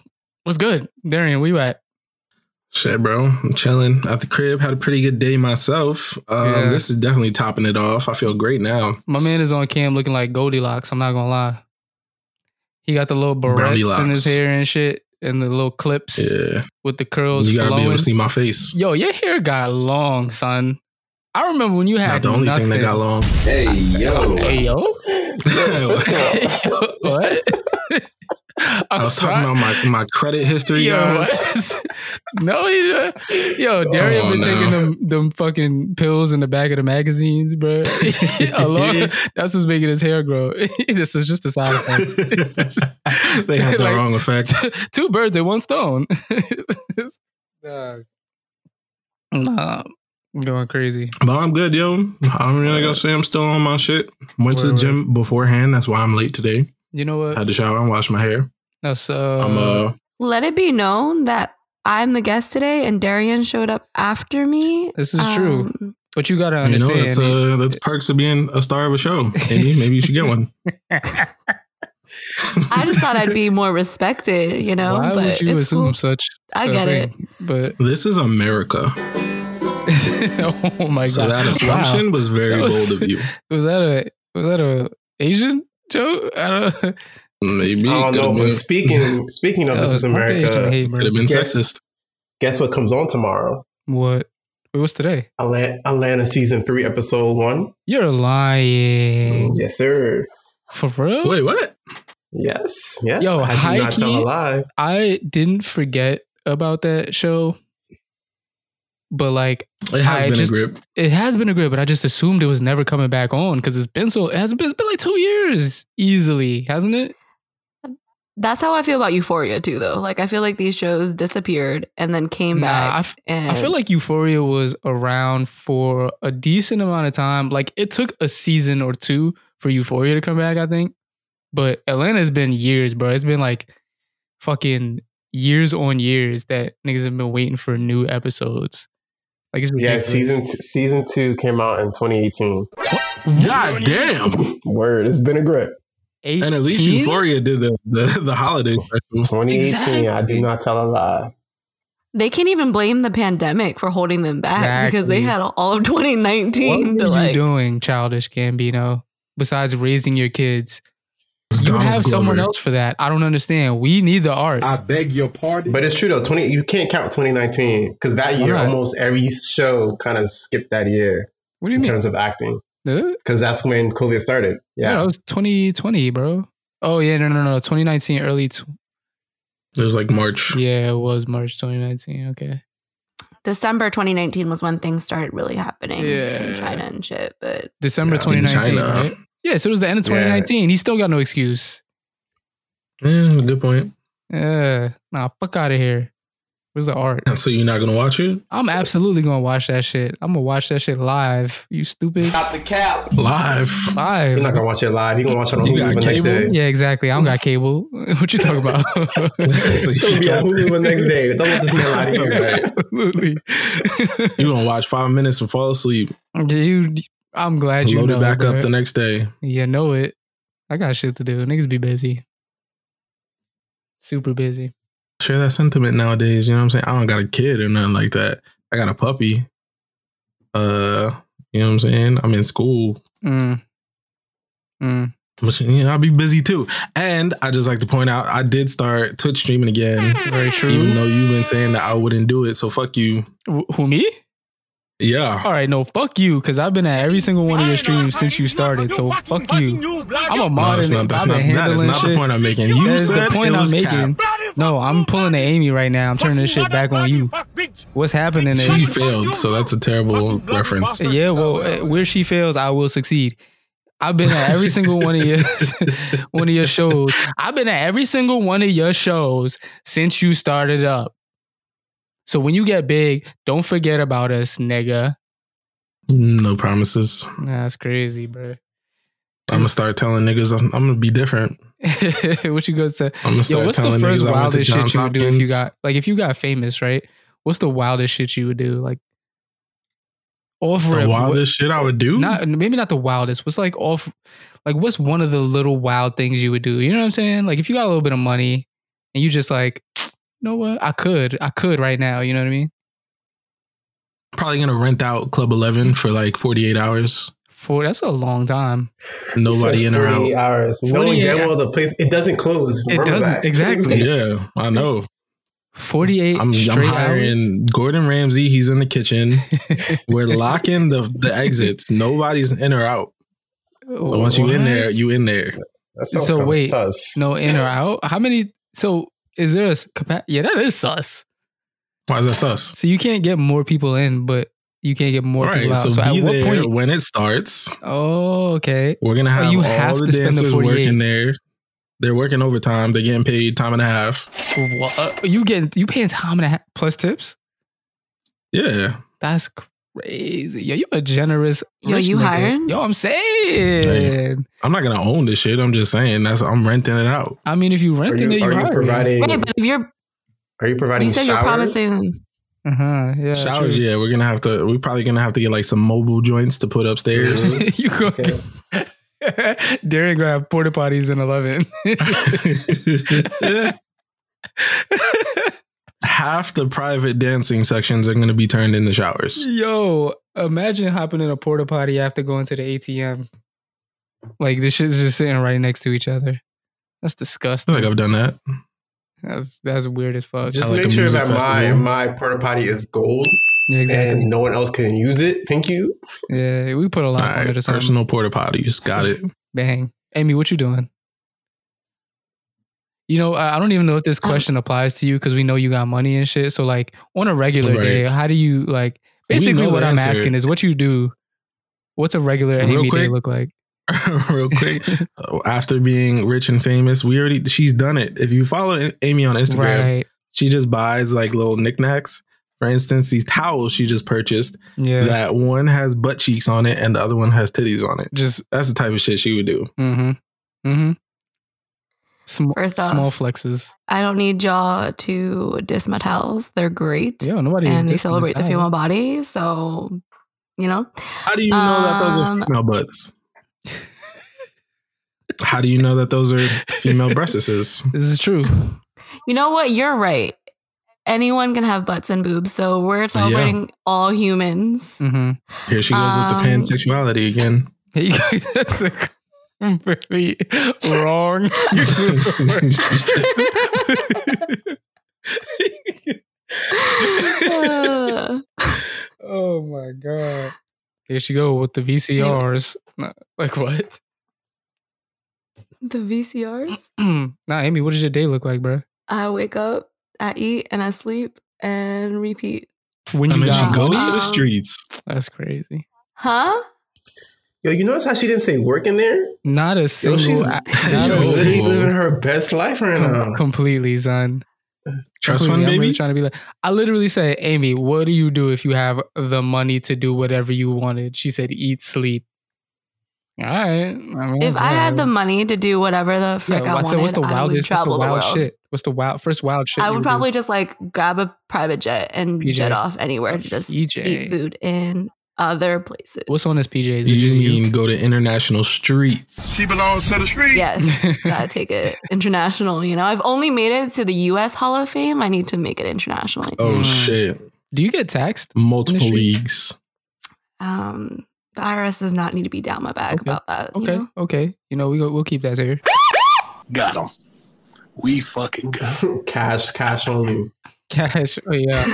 S1: what's good, Darian? Where you at?
S3: Shit, bro. I'm chilling at the crib. Had a pretty good day myself. Um,
S1: Yeah.
S3: This is definitely topping it off. I feel great now.
S1: My man is on cam looking like Goldilocks. I'm not gonna lie. He got the little barrettes in his
S3: Goldilocks.
S1: hair and shit, and the little clips
S3: Yeah.
S1: with the curls
S3: You gotta be
S1: flowing.
S3: able to see my face.
S1: Yo, your hair got long, son. I remember when you had
S3: Not the only
S1: nothing.
S3: thing that got long.
S7: Hey yo,
S1: Hey yo, what?
S3: I was talking about my, my credit history,
S1: Yo,
S3: guys.
S1: what? no, he, uh, yo, Darian
S3: on
S1: been taking
S3: now.
S1: them them fucking pills in the back of the magazines, bro. Alone, that's what's making his hair grow. this is just a side effect.
S3: they had the
S1: Like-
S3: wrong effect.
S1: two birds at one stone. Dog. Nah, I'm going crazy.
S3: But I'm good, yo. I'm really gonna say I'm still on my shit. Went to the
S1: Word,
S3: gym beforehand. That's why I'm late today.
S1: You know what?
S3: Had to shower and wash my hair.
S1: That's uh,
S3: I'm uh,
S4: Let it be known that I'm the guest today and Darian showed up after me.
S1: This is true.
S4: Um,
S1: but you gotta
S3: you know,
S1: understand.
S3: that's uh, that's perks of being a star of a show. Maybe maybe you should get one.
S4: I just thought I'd be more respected, you know?
S1: why
S4: but
S1: would you
S4: it's
S1: assume
S4: cool.
S1: such?
S4: I
S1: a
S4: get it.
S1: thing? But
S3: This is America,
S1: oh my
S3: so
S1: god,
S3: that
S1: Wow.
S3: assumption was very
S1: That was-
S3: bold of you.
S1: was that a was that a Asian joke? I don't. know.
S3: Maybe
S2: I don't
S3: it could've
S2: know, but
S3: been,
S2: speaking speaking of
S1: That
S2: this
S1: was
S2: is
S1: not the Asian
S2: America,
S1: hate,
S3: could have
S1: bro.
S3: been
S2: Yes.
S3: sexist.
S2: guess what comes on tomorrow?
S1: What? Wait, what's today?
S2: Atlanta, Atlanta season three, episode one. Mm,
S1: You're lying.
S2: Yes, sir.
S1: For real?
S3: Wait, what?
S2: Yes, yes.
S1: Yo,
S2: I did not tell
S1: high-key-
S2: a lie.
S1: I didn't forget about that show, but like
S3: It has
S1: I
S3: been
S1: just-
S3: a grip.
S1: it has been a great, but I just assumed it was never coming back on because it's been so it has been, it's been like two years easily, hasn't it?
S4: That's how I feel about Euphoria too, though. Like I feel like these shows disappeared and then came back.
S1: I, f-
S4: and
S1: I feel like Euphoria was around for a decent amount of time. Like it took a season or two for Euphoria to come back, I think. But Atlanta's been years, bro. It's been like fucking years on years that niggas have been waiting for new episodes. Like it's
S2: Yeah,
S1: ridiculous.
S2: season two, season two came out in 2018.
S3: God damn!
S2: Word, it's been a grip.
S1: 18?
S3: And at least Euphoria did the the, the holiday special.
S2: 2018. I
S1: Exactly.
S2: do not tell a lie.
S4: they can't even blame the pandemic for holding them back because they had
S1: Exactly.
S4: all of 2019
S1: What
S4: to
S1: are you
S4: like.
S1: doing, childish Gambino? Besides raising your kids, you
S3: Donald
S1: have someone
S3: Glover.
S1: else for that. I don't understand. We need the art.
S7: I beg your pardon.
S2: But it's true though. 20 you can't count 2019 because that
S1: Why
S2: year
S1: not?
S2: almost every show kind of skipped that year
S1: what do you
S2: in
S1: mean?
S2: terms of acting
S1: Huh?
S2: because that's when COVID started.
S1: Yeah,
S2: Yeah,
S1: that was 2020, bro. Oh yeah, no, no, no, 2019, early. Tw-
S3: It was like March.
S1: yeah, it was March 2019. Okay,
S4: December 2019 was when things started really happening
S1: Yeah.
S4: in China and shit. But
S1: December
S3: Yeah, in
S1: 2019.
S3: China.
S1: Right? Yeah, so it was the end of
S2: Yeah.
S1: 2019. He still got no excuse.
S3: Yeah, Mm, good point.
S1: Yeah, nah, fuck out of here. Where's the art?
S3: So you're not gonna watch it
S1: I'm absolutely gonna watch that shit. I'm gonna watch that shit live. You stupid.
S3: live?
S1: Live.
S2: you're not gonna watch it live. You gonna watch it on
S3: You
S2: Hulu
S3: got
S2: the next
S3: cable?
S2: day.
S1: Yeah, exactly. I don't got cable. What you talking about?
S3: So
S2: It's gonna
S3: you
S2: be on
S3: can't-
S2: Hulu the next day. Don't let this man lie to you. Right?
S1: Absolutely.
S3: you gonna watch five minutes and fall asleep.
S1: Dude, I'm glad you
S3: load
S1: know.
S3: it back
S1: bruh.
S3: up the next day.
S1: you know it. I got shit to do. Niggas be busy. Super busy.
S3: Share that sentiment nowadays. You know what I'm saying? I don't got a kid or nothing like that. I got a puppy. Uh, you know what I'm saying? I'm in school.
S1: Mm. Mm.
S3: But, you know, I'll be busy too. And I just like to point out, I did start Twitch streaming again,
S1: Very
S3: even
S1: true.
S3: though you've been saying that I wouldn't do it. So fuck you.
S1: Wh- Who me?
S3: Yeah.
S1: All right, no, fuck you, because I've been at every single one of your streams since you started. So fuck you. I'm a
S3: No,
S1: mod
S3: that's
S1: and
S3: not, that's
S1: I've
S3: not,
S1: been
S3: that is
S1: handling
S3: not the
S1: shit.
S3: point I'm making. You
S1: That is the
S3: said
S1: point
S3: it
S1: I'm
S3: was
S1: making.
S3: cap.
S1: No, I'm pulling at Amy right now. I'm turning this shit back on you. What's happening is
S3: She failed, so that's a terrible reference.
S1: Yeah, well, uh, where she fails, I will succeed. I've been at every single one of your one of your shows. I've been at every single one of your shows since you started up. So when you get big, don't forget about us, nigga.
S3: No promises.
S1: Nah, That's crazy, bro.
S3: I'm gonna start telling niggas I'm, I'm gonna be different.
S1: what you go to?
S3: I'm gonna start
S1: Yo, what's
S3: telling
S1: the first
S3: niggas I went to
S1: wildest
S3: Johns
S1: shit you would do if you
S3: Hopkins.
S1: got like if you got famous, right? What's the wildest shit you would do? Like off
S3: the
S1: rip, what-
S3: wildest shit I would do.
S1: not maybe not the wildest. What's like off like what's one of the little wild things you would do? You know what I'm saying? Like if you got a little bit of money and you just like, you know what? I could. I could right now, you know what I mean?
S3: Probably gonna rent out Club Eleven for like 48 hours.
S1: For that's a long time.
S3: Nobody in or
S2: Forty
S3: out.
S2: hours. Knowing
S1: 48
S2: damn well the place it doesn't close.
S1: It
S2: Remember
S1: doesn't-
S2: that.
S1: exactly.
S3: Yeah, I know.
S1: 48
S3: I'm, I'm
S1: straight hours.
S3: hiring Gordon Ramsay. He's in the kitchen. We're locking the the exits. Nobody's in or out. So once you in there,
S1: What?
S3: you in there.
S2: That sounds
S1: So
S2: kinda
S1: wait.
S2: sus.
S1: no in or out. How many so is there a s- capa- yeah, that is sus.
S3: Why is that sus?
S1: So you can't get more people in, but you can't get more
S3: All right,
S1: people out.
S3: so,
S1: So, at
S3: be
S1: what
S3: there
S1: point?
S3: when it starts.
S1: Oh, okay.
S3: We're gonna have
S1: you
S3: all
S1: have
S3: the
S1: to spend the
S3: dancers
S1: 48.
S3: working there. They're working overtime. They're getting paid time and a half.
S1: What? You getting you paying time and a half plus tips?
S3: Yeah,
S1: That's crazy. Yo, you a generous.
S4: Yo,
S1: rich
S4: you
S1: nigga.
S4: hiring?
S1: Yo, I'm saying.
S3: I'm not gonna own this shit. I'm just saying that's I'm renting it out.
S1: I mean, if you
S2: Are
S1: renting it,
S2: you,
S1: you
S2: are you
S1: hiring.
S2: providing?
S4: Wait, but if you're,
S2: Are you providing?
S4: you said you're
S2: showers?
S4: promising.
S1: Uh-huh, yeah,
S3: Showers,
S1: true.
S3: yeah, we're gonna have to. We're probably gonna have to get like some mobile joints to put upstairs.
S1: you go.
S2: Okay.
S1: Darren gonna have porta potties in eleven.
S3: Half the private dancing sections are gonna be turned into showers.
S1: Yo, imagine hopping in a porta potty after going to the ATM. Like this shit's just sitting right next to each other. That's
S3: I
S1: disgusting.
S3: feel like I've done that.
S1: that's that's weird as fuck.
S2: Just
S3: I like
S2: make
S3: a
S2: sure
S3: music
S2: that my
S3: festival.
S2: my porta potty is gold
S1: Yeah, exactly.
S2: and no one else can use it. Thank you.
S1: yeah, we put a lot
S3: All
S1: on
S3: right,
S1: it or something.
S3: personal porta potties. Got it.
S1: Bang. Amy, what you doing? You know, I I don't even know if this
S4: Um,
S1: question applies to you because we know you got money and shit. So, like, on a regular
S3: Right.
S1: day, how do you like?
S3: We
S1: Basically,
S3: know the
S1: what I'm
S3: answer.
S1: asking is what you do. What's a regular
S3: Real
S1: Amy day
S3: quick.
S1: look like?
S3: Real quick, after being rich and famous, we already she's done it. If you follow Amy on Instagram,
S1: Right.
S3: she just buys like little knickknacks. For instance, these towels she just purchased
S1: Yeah.
S3: that one has butt cheeks on it and the other one has titties on it.
S1: Just.
S3: That's the type of shit she would do.
S1: Mm-hmm. Mm-hmm. Small.
S4: First off,
S1: small flexes.
S4: I don't need y'all to diss my towels. They're great.
S1: Yeah. Nobody.
S4: and they
S1: dissing
S4: celebrate the
S1: towels.
S4: female body. So, you know,
S3: How do you know that those
S4: Um,
S3: are female butts? How do you know that those are female breastises?
S1: This is true.
S4: you know what? You're right. Anyone can have butts and boobs. So we're celebrating all humans.
S1: Mm-hmm.
S3: Here she goes with
S4: Um,
S3: the pansexuality again.
S1: Hey, you guys, that's a completely wrong. use of words.
S4: Uh,
S1: oh my god! Here she go with the VCRs. Nah, Like what?
S4: the VCRs.
S1: nah, Amy, what does your day look like, bro?
S4: I wake up, I eat, and I sleep and repeat.
S1: When
S3: I
S1: you
S3: mean,
S1: got
S3: she
S1: money?
S3: goes to the
S4: Um,
S3: streets.
S1: That's crazy. Oh,
S4: Huh?
S2: Yo, you notice how she didn't say work in there?
S1: Not a
S2: Yo, she's
S1: single. a- not
S3: yo.
S1: a
S2: she's literally
S1: single.
S2: living her best life right now.
S1: Completely, son.
S3: Trust
S1: Completely.
S3: fund,
S1: I'm really
S3: baby.
S1: trying to be like. I literally said, Amy, what do you do if you have the money to do whatever you wanted? She said, eat, sleep. All right. I mean,
S4: If I had the money to do whatever the frick I
S1: so
S4: wanted,
S1: what's the
S4: I would
S1: wildest? What's the
S4: travel the,
S1: wild
S4: world.
S1: shit? What's the wild first wild shit?
S4: I
S1: you
S4: would
S1: do?
S4: probably just like grab a private jet and
S1: PJ.
S4: jet off anywhere to just
S1: PJ.
S4: eat food in other places.
S1: What's on this PJ? Is it
S3: You
S1: just you?
S3: mean go to international streets?
S5: She belongs to the street.
S4: Yes, gotta take it international. You know, I've only made it to the U.S. Hall of Fame. I need to make it internationally.
S3: Oh
S1: Mm.
S3: shit!
S1: Do you get taxed?
S3: Multiple
S1: Industry.
S3: leagues.
S4: Um, The IRS does not need to be down my bag
S1: Okay.
S4: about that. you
S1: Okay,
S4: know?
S1: okay. You know, we go, we'll keep that here.
S8: Got him. We fucking got 'em.
S2: cash, cash only.
S1: Cash. Oh, yeah.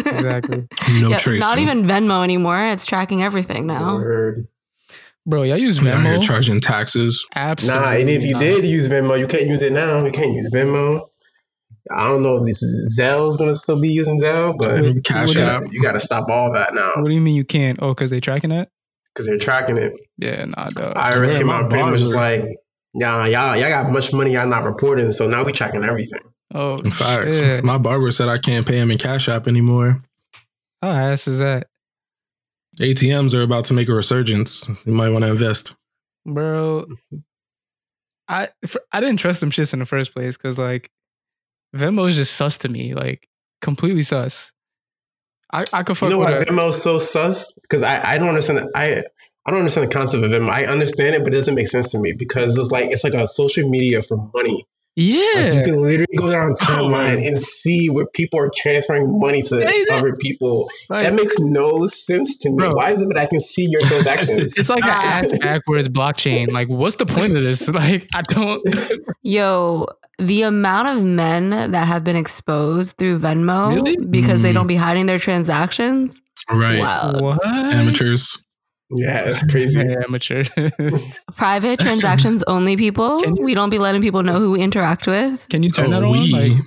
S1: Exactly.
S3: No
S4: Yeah,
S3: tracing.
S4: not even Venmo anymore. It's tracking everything now.
S2: Word.
S1: Bro, y'all use
S3: Now you're
S1: Venmo?
S3: charging taxes.
S1: Absolutely.
S2: Nah, and if you
S1: not.
S2: did use Venmo, you can't use it now. You can't use Venmo. I don't know if this Zell's gonna still be using Zelle, but you
S3: Cash
S1: what
S3: app.
S2: gotta, you gotta stop all that now
S1: What do you mean you can't? Oh, because they tracking that?
S2: because they're tracking it.
S1: Yeah, nah, dog.
S2: IRS
S3: Yeah,
S2: came
S3: my
S2: out pretty much
S3: barber.
S2: like, y'all, y'all, y'all got much money y'all not reporting, so now we tracking everything.
S1: Oh,
S3: Facts.
S1: shit.
S3: My barber said I can't pay him in Cash App anymore.
S1: How ass is that?
S3: ATMs are about to make a resurgence. You might want to invest.
S1: bro. I fr- I didn't trust them shits in the first place because like Venmo is just sus to me, like completely sus. I I could
S2: You
S1: fuck
S2: know
S1: with
S2: why
S1: a,
S2: Venmo's so sus? Because I, I don't understand I I don't understand the concept of Venmo. I understand it, but it doesn't make sense to me because it's like it's like a social media for money. Like, you
S1: yeah.
S2: can literally go down timeline
S3: man.
S2: and see where people are transferring money to
S1: Yeah, yeah.
S2: other people.
S1: Like,
S2: that makes no sense to me.
S1: Bro.
S2: Why is it that I can see your transactions?
S1: it's like an
S4: Ah.
S1: ass backwards blockchain. Like, what's the point of this? Like, I don't.
S4: Yo, the amount of men that have been exposed through Venmo
S1: Really?
S4: because they
S3: Mm.
S4: don't be hiding their transactions.
S3: Right.
S4: Wow.
S1: What?
S3: Amateurs.
S2: yeah, it's crazy.
S1: Yeah, amateur.
S4: Private transactions only people.
S1: Can you-
S4: we don't be letting people know who we interact with.
S1: Can you turn that
S3: Oh,
S1: on?
S3: we.
S1: Like,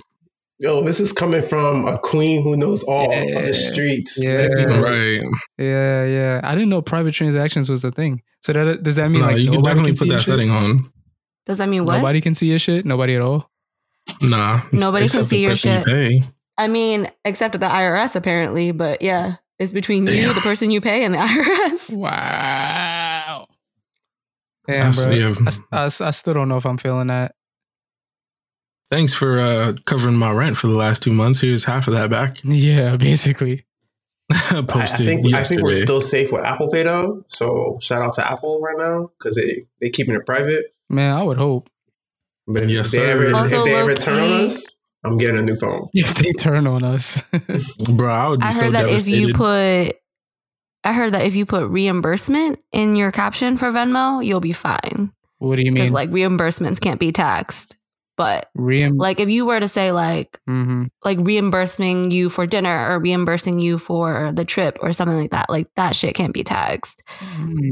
S2: Yo, this is coming from a queen who knows all of
S1: Yeah.
S2: the streets.
S1: Yeah.
S2: Like,
S3: right.
S1: yeah, yeah. I didn't know private transactions was a thing. So does does that mean
S3: no,
S1: like
S3: you can
S1: nobody
S3: definitely
S1: can see
S3: put
S1: your
S3: that
S1: shit?
S3: setting on.
S4: Does that mean what?
S1: Nobody can see your shit. Nobody at all.
S3: Nah.
S4: Nobody can
S3: except
S4: see
S3: the
S4: your
S3: person
S4: shit.
S3: You pay.
S4: I mean, except at the IRS apparently, but yeah, it's between you,
S3: Damn.
S4: the person you pay, and the IRS.
S1: Wow. Damn,
S3: That's- um,
S1: bro.
S3: yeah.
S1: I, s- I s- I still don't know if I'm feeling that.
S3: Thanks for uh, covering my rent for the last two months. Here's half of that back.
S1: Yeah, basically.
S3: Posted
S2: I, I think
S3: yesterday.
S2: I think we're still safe with Apple Pay though. So shout out to Apple right now because they they keeping it private.
S1: Man, I would hope
S2: But if
S3: Yes,
S2: they
S3: sir.
S2: ever
S4: Also
S2: if they ever
S4: low
S2: turn on
S4: key-
S2: us, I'm getting a new phone.
S1: if they turn on us.
S3: Bro, I would be
S4: I heard
S3: so
S4: that if
S3: devastated.
S4: you put I heard that if you put reimbursement in your caption for Venmo, you'll be fine.
S1: what do you
S4: Because
S1: mean?
S4: like reimbursements can't be taxed. But
S1: Reim-
S4: like if you were to say like
S1: Mhm.
S4: like reimbursing you for dinner or reimbursing you for the trip or something like that, like that shit can't be taxed.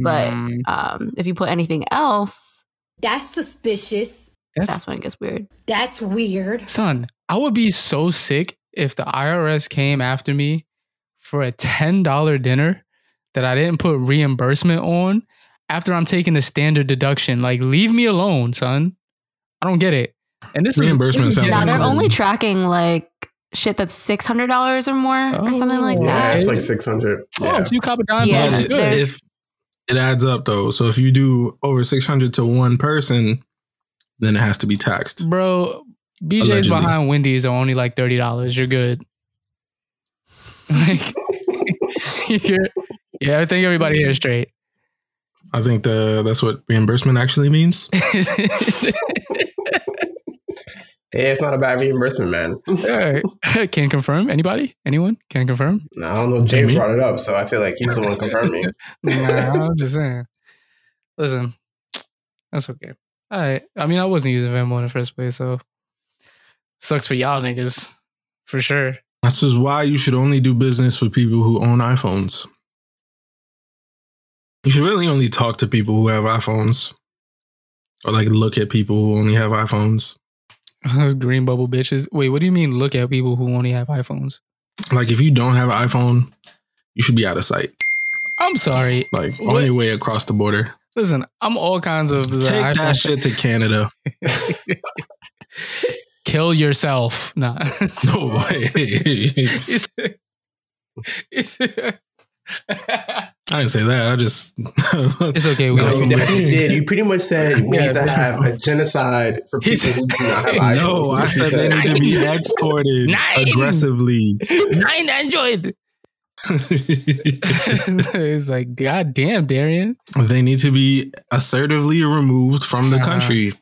S4: But-
S1: Mm,
S4: Um if you put anything else,
S9: That's suspicious.
S1: that's
S4: that's when it gets weird.
S9: That's weird.
S1: son, I would be so sick if the IRS came after me for a ten dollar dinner that I didn't put reimbursement on after I'm taking the standard deduction. Like, leave me alone, son. I don't get it. And this is-
S3: Reimbursement
S1: this is
S3: sounds
S4: Now
S3: like
S1: getting-
S4: they're
S3: cool.
S4: only tracking like shit that's six hundred dollars or more or something like
S1: Oh.
S2: Yeah,
S4: that.
S2: it's like six hundred.
S1: Oh,
S2: Yeah.
S1: so you cop a dime.
S4: Yeah,
S1: for
S3: But
S1: it.
S3: it,
S1: Good.
S4: there's-
S3: if it adds up though, so if you do over six hundred to one person, then it has to be taxed.
S4: Mm.
S1: Bro, BJ's
S3: Allegedly.
S1: behind Wendy's are only like thirty dollars. You're good. Like, you're, yeah, I think everybody here is straight.
S3: I think the that's what reimbursement actually means.
S2: Yeah, it's not a bad reimbursement, man.
S1: Alright. Can confirm. Anybody? Anyone? Can confirm?
S2: No, I don't know. if James
S3: Mhm.
S2: brought it up, so I feel like he's the one confirming.
S1: Nah, I'm just saying. Listen, that's okay. All right. I mean, I wasn't using Venmo in the first place, so sucks for y'all niggas for sure.
S3: This is why you should only do business with people who own iPhones. You should really only talk to people who have iPhones. Or like look at people who only have iPhones.
S1: Green bubble bitches. Wait, what do you mean? Look at people who only have iPhones.
S3: Like if you don't have an iPhone, you should be out of sight.
S1: I'm sorry.
S3: Like
S1: What?
S3: on your way across the border.
S1: Listen, I'm all kinds of the
S3: Take
S1: iPhone.
S3: that shit to Canada.
S1: Kill yourself. Nah.
S3: No way.
S1: it's
S3: I didn't say that. I just
S1: It's okay. We
S3: No,
S2: No,
S1: don't-
S2: you
S3: somebody-
S2: definitely did. You pretty much said we
S1: Yeah.
S2: need to have a genocide for
S1: He
S2: people who do not have
S1: said-
S2: iPhones.
S3: no. I
S2: That's what
S3: said they
S2: you
S3: need to be exported
S1: Nine.
S3: aggressively.
S1: Nine Android. it's like, God damn, Darian.
S3: they need to be assertively removed from the
S1: Uh-huh.
S3: country.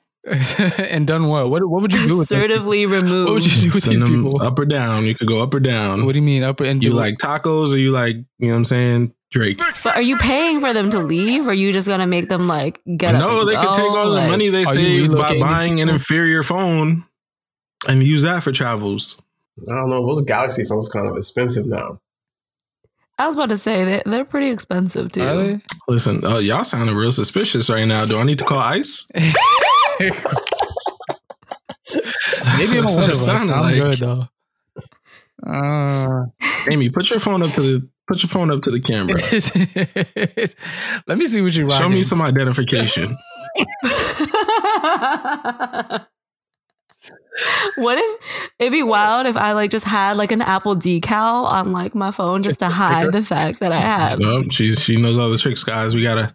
S1: and done what? What, what would you do with them?
S4: Assertively removed.
S1: What would you do with
S3: Send
S1: these
S3: them
S1: people?
S3: up or down. You could go up or down.
S1: What do you mean? Up and
S3: you
S1: do-
S3: like tacos or you like you know what I'm saying Drake.
S4: But are you paying for them to leave, or are you just gonna make them like get? up
S3: No,
S4: and
S3: they could
S4: go?
S3: take all the
S4: Like,
S3: money they
S1: are you
S3: saved by
S1: relocating
S3: buying an
S1: people?
S3: inferior phone and use that for travels.
S2: I don't know. Those Galaxy phones kind of expensive now.
S4: I was about to say they they're pretty expensive too.
S1: Are they?
S3: Listen, oh, y'all sounding real suspicious right now. Do I need to call ICE?
S1: Maybe I'm
S3: That's
S1: one
S3: what
S1: of
S3: it
S1: us. I'm
S3: sounded like.
S1: good though. Uh,
S3: Amy, put your phone up to the put your phone up to the camera.
S1: Uh, let me see what you rocking.
S3: Show me some identification.
S4: what if it'd be wild if I like just had like an Apple decal on like my phone just to hide the fact that I have
S3: Nope, she's she knows all the tricks, guys. We gotta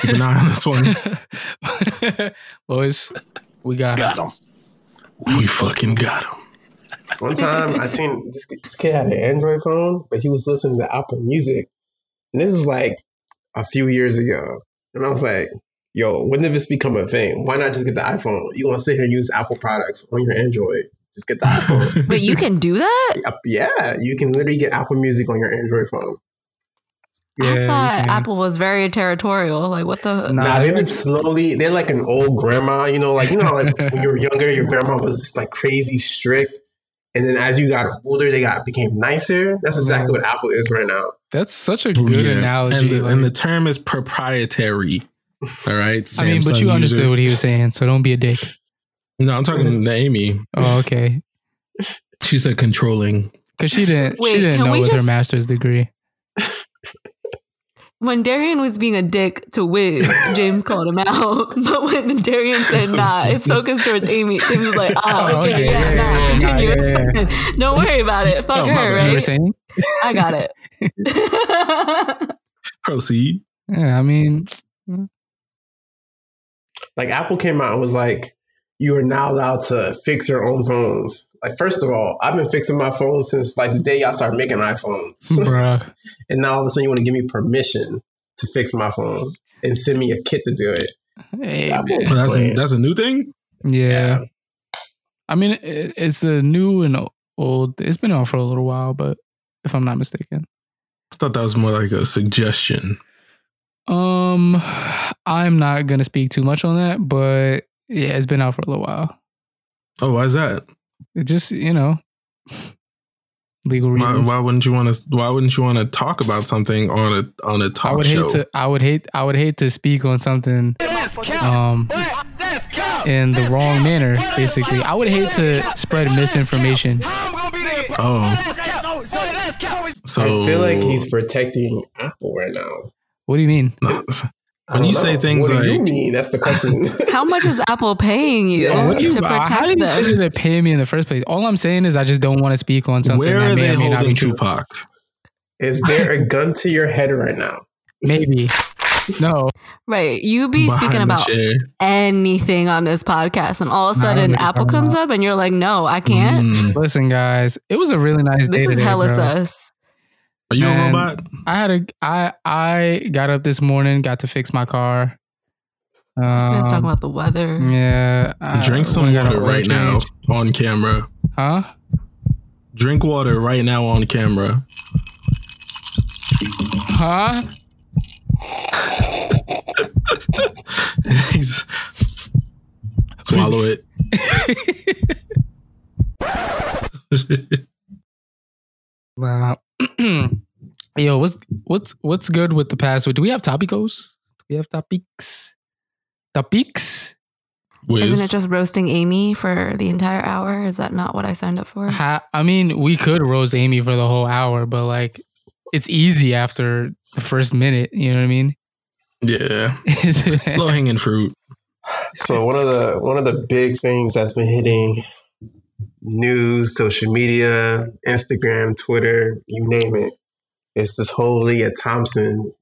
S3: keep an eye on this one.
S1: Boys, we got
S8: Got him.
S3: We fucking got him.
S2: One time I seen this, this kid had an Android phone, but he was listening to Apple Music. And this is like a few years ago. And I was like, yo, when did this become a thing? Why not just get the iPhone? You want to sit here and use Apple products on your Android? Just get the iPhone.
S4: But you can do that?
S2: Yup, yeah, you can literally get Apple Music on your Android phone.
S1: Yeah,
S4: I
S1: you
S4: thought
S1: can.
S4: Apple was very territorial. Like what the
S1: Nah,
S2: Nah,
S1: they
S2: they've been
S1: like-
S2: slowly. They're like an old grandma, you know, like you know, like when you were younger, your grandma was just like crazy strict, and then as you got older, they got became nicer. That's exactly what Apple is right now.
S1: That's such a good
S3: Yeah.
S1: analogy.
S3: And the,
S1: like-
S3: and the term is proprietary. All right.
S1: I mean, but
S3: Samsung
S1: you
S3: user.
S1: understood what he was saying, so don't be a dick.
S3: No, I'm talking to Amy.
S1: Oh, okay.
S3: She said controlling.
S1: Because she didn't.
S4: Wait,
S1: she didn't
S4: can
S1: know
S4: we
S1: with her
S4: just-
S1: master's degree.
S4: when Darian was being a dick to Wiz, James called him out. But when Darian said nah, it's focused towards Amy. Amy was like,
S1: Oh,
S4: oh, okay,
S1: okay,
S4: yeah,
S1: yeah, yeah,
S4: nah,
S1: yeah,
S4: continue.
S1: nah,
S4: it's
S1: yeah, yeah.
S4: fine. Don't worry about it. Fuck
S3: No, my
S4: her,
S3: bad.
S1: You were
S4: right?
S1: saying?
S4: I got it.
S3: Proceed.
S1: Yeah, I mean,
S2: Like Apple came out and was like, "You are now allowed to fix your own phones." Like, first of all, I've been fixing my phone since like the day y'all started making iPhones,
S1: bruh.
S2: and now all of a sudden you want to give me permission to fix my phone and send me a kit to do it.
S1: Hey,
S2: Apple
S1: man.
S3: So that's a,
S2: playing.
S3: that's a new thing.
S1: Yeah. I mean, it, it's a new and old. It's been out for a little while, but if I'm not mistaken.
S3: I thought that was more like a suggestion.
S1: Um, I'm not gonna speak too much on that, but yeah, it's been out for a little while.
S3: Oh, why is that?
S1: It just you know, legal
S3: Why,
S1: reasons.
S3: why wouldn't you want to? Why wouldn't you want to talk about something on a on a talk
S1: I would
S3: show?
S1: hate to. I would hate. I would hate to speak on something. Um. In the wrong manner, basically. I would hate to spread misinformation.
S3: oh, so
S2: I feel like he's protecting Apple right now.
S1: What do you mean?
S2: I
S3: When
S2: don't
S3: you say things
S2: what do you
S3: like-
S2: mean? That's the question.
S4: How much is Apple paying you
S2: Yeah, what
S1: do you-
S4: to
S1: how do
S4: protect
S1: you
S4: them?
S1: consider that paying me in the first place? All I'm saying is I just don't want to speak on something
S3: where
S1: that
S3: are
S1: may
S3: they
S1: or may not be
S3: holding
S1: true.
S3: Tupac?
S2: Is there a gun to your head right now?
S1: Maybe. No.
S4: Right. You be speaking
S3: the
S4: about
S3: chair.
S4: anything on this podcast, and all of a
S1: Nah, I don't
S4: sudden
S1: know what you're
S4: Apple
S1: talking
S4: comes up, and you're like, no, I can't.
S3: Mm.
S1: Listen, guys, it was a really nice day
S4: This is
S1: today,
S4: hella
S1: bro.
S4: sus.
S3: Are you
S1: Man.
S3: a robot?
S1: I had a I I got up this morning, got to fix my car.
S4: This man's talking
S1: Um,
S4: about the weather.
S1: yeah. I-
S3: Drink some
S1: we got an
S3: water
S1: oil
S3: right now
S1: change.
S3: on camera.
S1: Huh?
S3: Drink water right now on camera.
S1: Huh?
S3: He's- Swallow it.
S1: Nah. Yo, what's what's what's good with the past? week? Do we have topicos? Do we have topics? Topics?
S3: Wiz.
S4: Isn't it just roasting Amy for the entire hour? Is that not what I signed up for?
S1: Ha- I mean, we could roast Amy for the whole hour, but like, it's easy after the first minute. You know what I mean?
S3: yeah. It's low hanging fruit.
S2: So one of the one of the big things that's been hitting news, social media, Instagram, Twitter, you name it, it's this whole Leah Thompson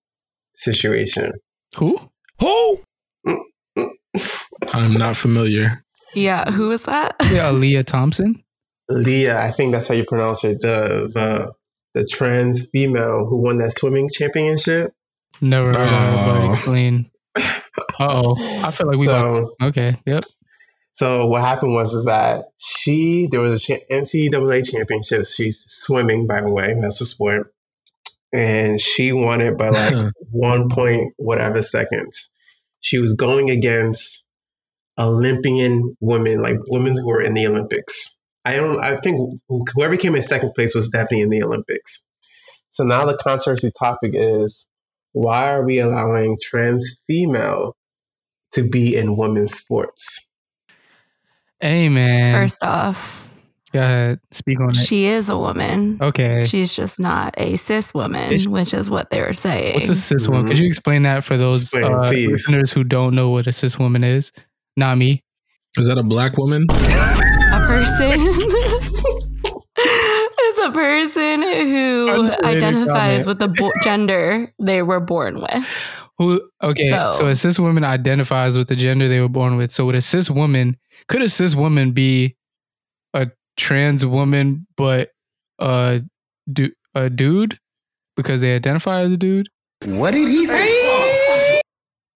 S2: situation.
S1: Who?
S3: I'm not familiar.
S4: Yeah, who is that?
S1: Yeah, Aaliyah Thompson.
S2: Leah, I think that's how you pronounce it, the the the trans female who won that swimming championship.
S1: Never heard of her,
S3: Oh.
S1: but explain. Uh oh. I feel like we. about-
S2: so
S1: okay. Yep.
S2: So what happened was is that she there was a cha- NCAA championship. She's swimming, by the way. That's a sport. and she won it by like one point whatever seconds. She was going against Olympian women, like women who were in the Olympics. I don't. I think wh- whoever came in second place was definitely in the Olympics. So now the controversy topic is why are we allowing trans female to be in women's sports?
S1: Hey man,
S4: First off,
S1: go ahead, speak on it.
S4: she is a woman.
S1: Okay,
S4: She's just not a cis woman,
S1: Is-
S4: which is what they were saying.
S1: what's a cis woman? Could you explain that for those
S2: Explain,
S1: uh,
S2: Mm-hmm. please.
S1: listeners who don't know what a cis woman is? Not me.
S3: Is that a black woman?
S4: a person is a person who
S1: Unrelated
S4: identifies
S1: comment.
S4: with the bo- gender they were born with.
S1: Who? Okay, so.
S4: So-
S1: a cis woman identifies with the gender they were born with. So would a cis woman? Could a cis woman be a trans woman, but a du- a dude because they identify as a dude?
S5: What did he say?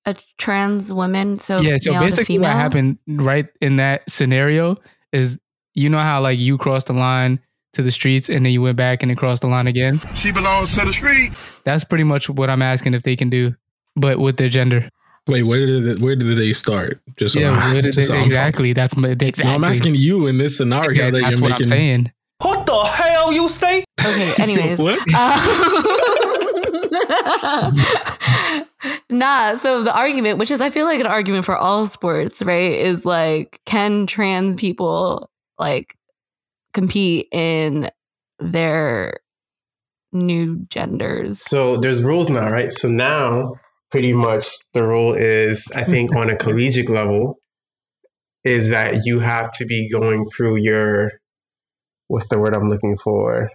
S4: A trans woman, so
S1: yeah. So
S4: male to
S1: basically,
S4: female.
S1: what happened right in that scenario is you know how like you crossed the line to the streets and then you went back and then crossed the line again.
S5: She belongs to the street.
S1: That's pretty much what I'm asking if they can do, but with their gender.
S3: Wait, where did it, where did they start? Just so I-
S1: Yeah, with-
S3: just so I'm-
S1: exactly. That's my exactly.
S3: No, I'm asking you in this scenario
S1: Yeah,
S3: that
S1: that's
S3: you're
S1: what I'm
S3: making.
S1: saying.
S5: What the hell you say?
S4: Okay, anyways. uh,
S3: What?
S4: Um, nah, so the argument, which is I feel like an argument for all sports, right, is like can trans people like compete in their new genders?
S2: So there's rules now, right? So now, pretty much the rule is, I think, on a collegiate level, is that you have to be going through your, what's the word I'm looking for,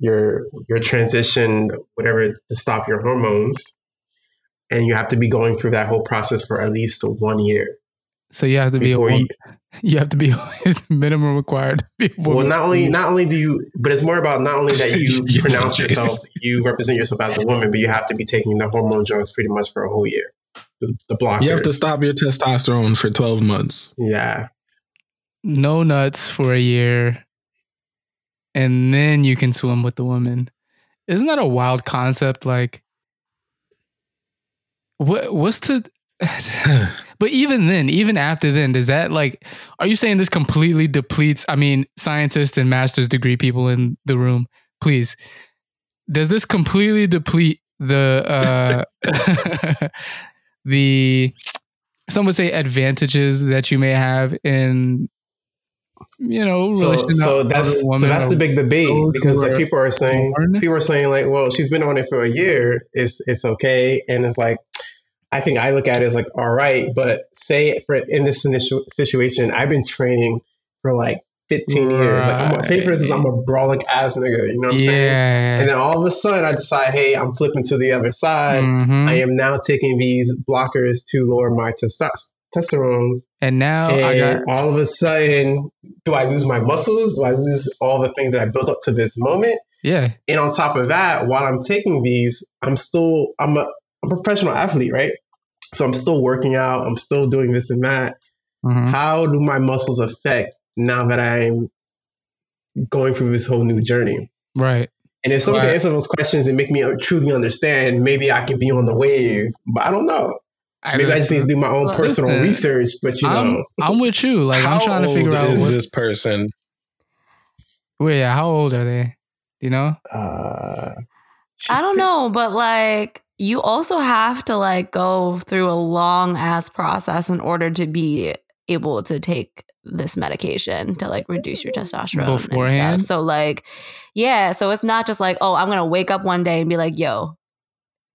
S2: your your transition, whatever to stop your hormones, and you have to be going through that whole process for at least one year
S1: So you have to be a
S2: before
S1: woman.
S2: you.
S1: You have to be it's minimum required to be a woman.
S2: Well, not only not only do you, but it's more about not only that you
S3: Yeah,
S2: pronounce
S3: geez.
S2: yourself, you represent yourself as a woman, but you have to be taking the hormone drugs pretty much for a whole year. The, the blockers.
S3: You have to stop your testosterone for 12 months.
S2: Yeah,
S1: no nuts for a year, and then you can swim with the woman. Isn't that a wild concept? Like, what what's to? but even then, even after then, does that like? Are you saying this completely depletes? I mean, scientists and master's degree people in the room, please. Does this completely deplete the uh, the some would say advantages that you may have in you know
S2: so,
S1: relation
S2: so
S1: to
S2: that's
S1: other
S2: so
S1: women
S2: that's
S1: or
S2: the big debate
S1: those
S2: because
S1: who
S2: like
S1: are
S2: people are saying
S1: born?
S2: people are saying like, well, she's been on it for a year, it's it's okay, and it's like, I think I look at it as like, all right, but say for in this initial situation, I've been training for like. 15 years. Like, I'm a, say for instance, I'm a brawling ass nigga. You know what I'm saying?
S1: yeah.
S2: And then all of a sudden, I decide, hey, I'm flipping to the other side.
S1: Mhm.
S2: I am now taking these blockers to lower my testos- testosterones.
S1: and now
S2: and
S1: Oh, I got
S2: all of a sudden, do I lose my muscles? Do I lose all the things that I built up to this moment?
S1: yeah.
S2: And on top of that, while I'm taking these, I'm still I'm a, I'm a professional athlete, right? So I'm still working out. I'm still doing this and that.
S1: Mhm.
S2: How do my muscles affect now that I'm going through this whole new journey?
S1: Right.
S2: And if someone
S1: Right.
S2: can answer those questions and make me uh, truly understand, maybe I can be on the wave. But I don't know. Maybe I just need to do my own
S4: Well,
S2: personal
S1: listen,
S2: research. But you
S1: I'm,
S2: know,
S1: I'm with you. Like I'm trying to figure out
S3: is
S1: what,
S3: this person.
S1: well, yeah, how old are they? You know?
S2: uh,
S4: I don't know, but like you also have to like go through a long ass process in order to be able to take this medication to like reduce your testosterone
S1: Beforehand?
S4: and stuff. So like yeah, so it's not just like, oh, I'm going to wake up one day and be like, yo,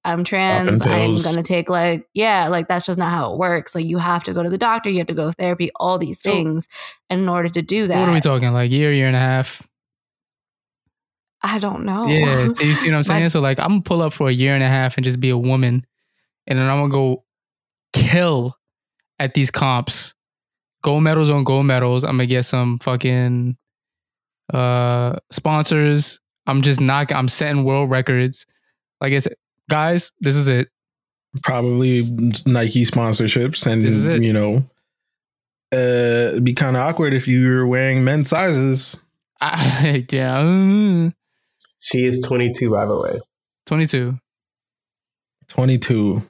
S4: I'm trans,
S3: Popping
S4: I'm
S3: pills.
S4: going to take like yeah, like that's just not how it works. Like you have to go to the doctor, you have to go to therapy, all these
S1: So-
S4: things in order to do that.
S1: What are we talking? Like year, year and a half?
S4: I don't know.
S1: Yeah. So you see what I'm saying?
S4: Oh. My-
S1: so like I'm gonna pull up for a year and a half and just be a woman, and then I'm gonna go kill at these comps. Gold medals on gold medals. I'm gonna get some fucking uh sponsors. I'm just not. I'm setting world records. Like it's guys. This is it.
S3: Probably Nike sponsorships, and
S1: This is it.
S3: you know, uh, it'd be kind of awkward if you were wearing men's sizes.
S1: I, yeah. mm.
S2: she is 22, by the way.
S1: 22.
S3: 22.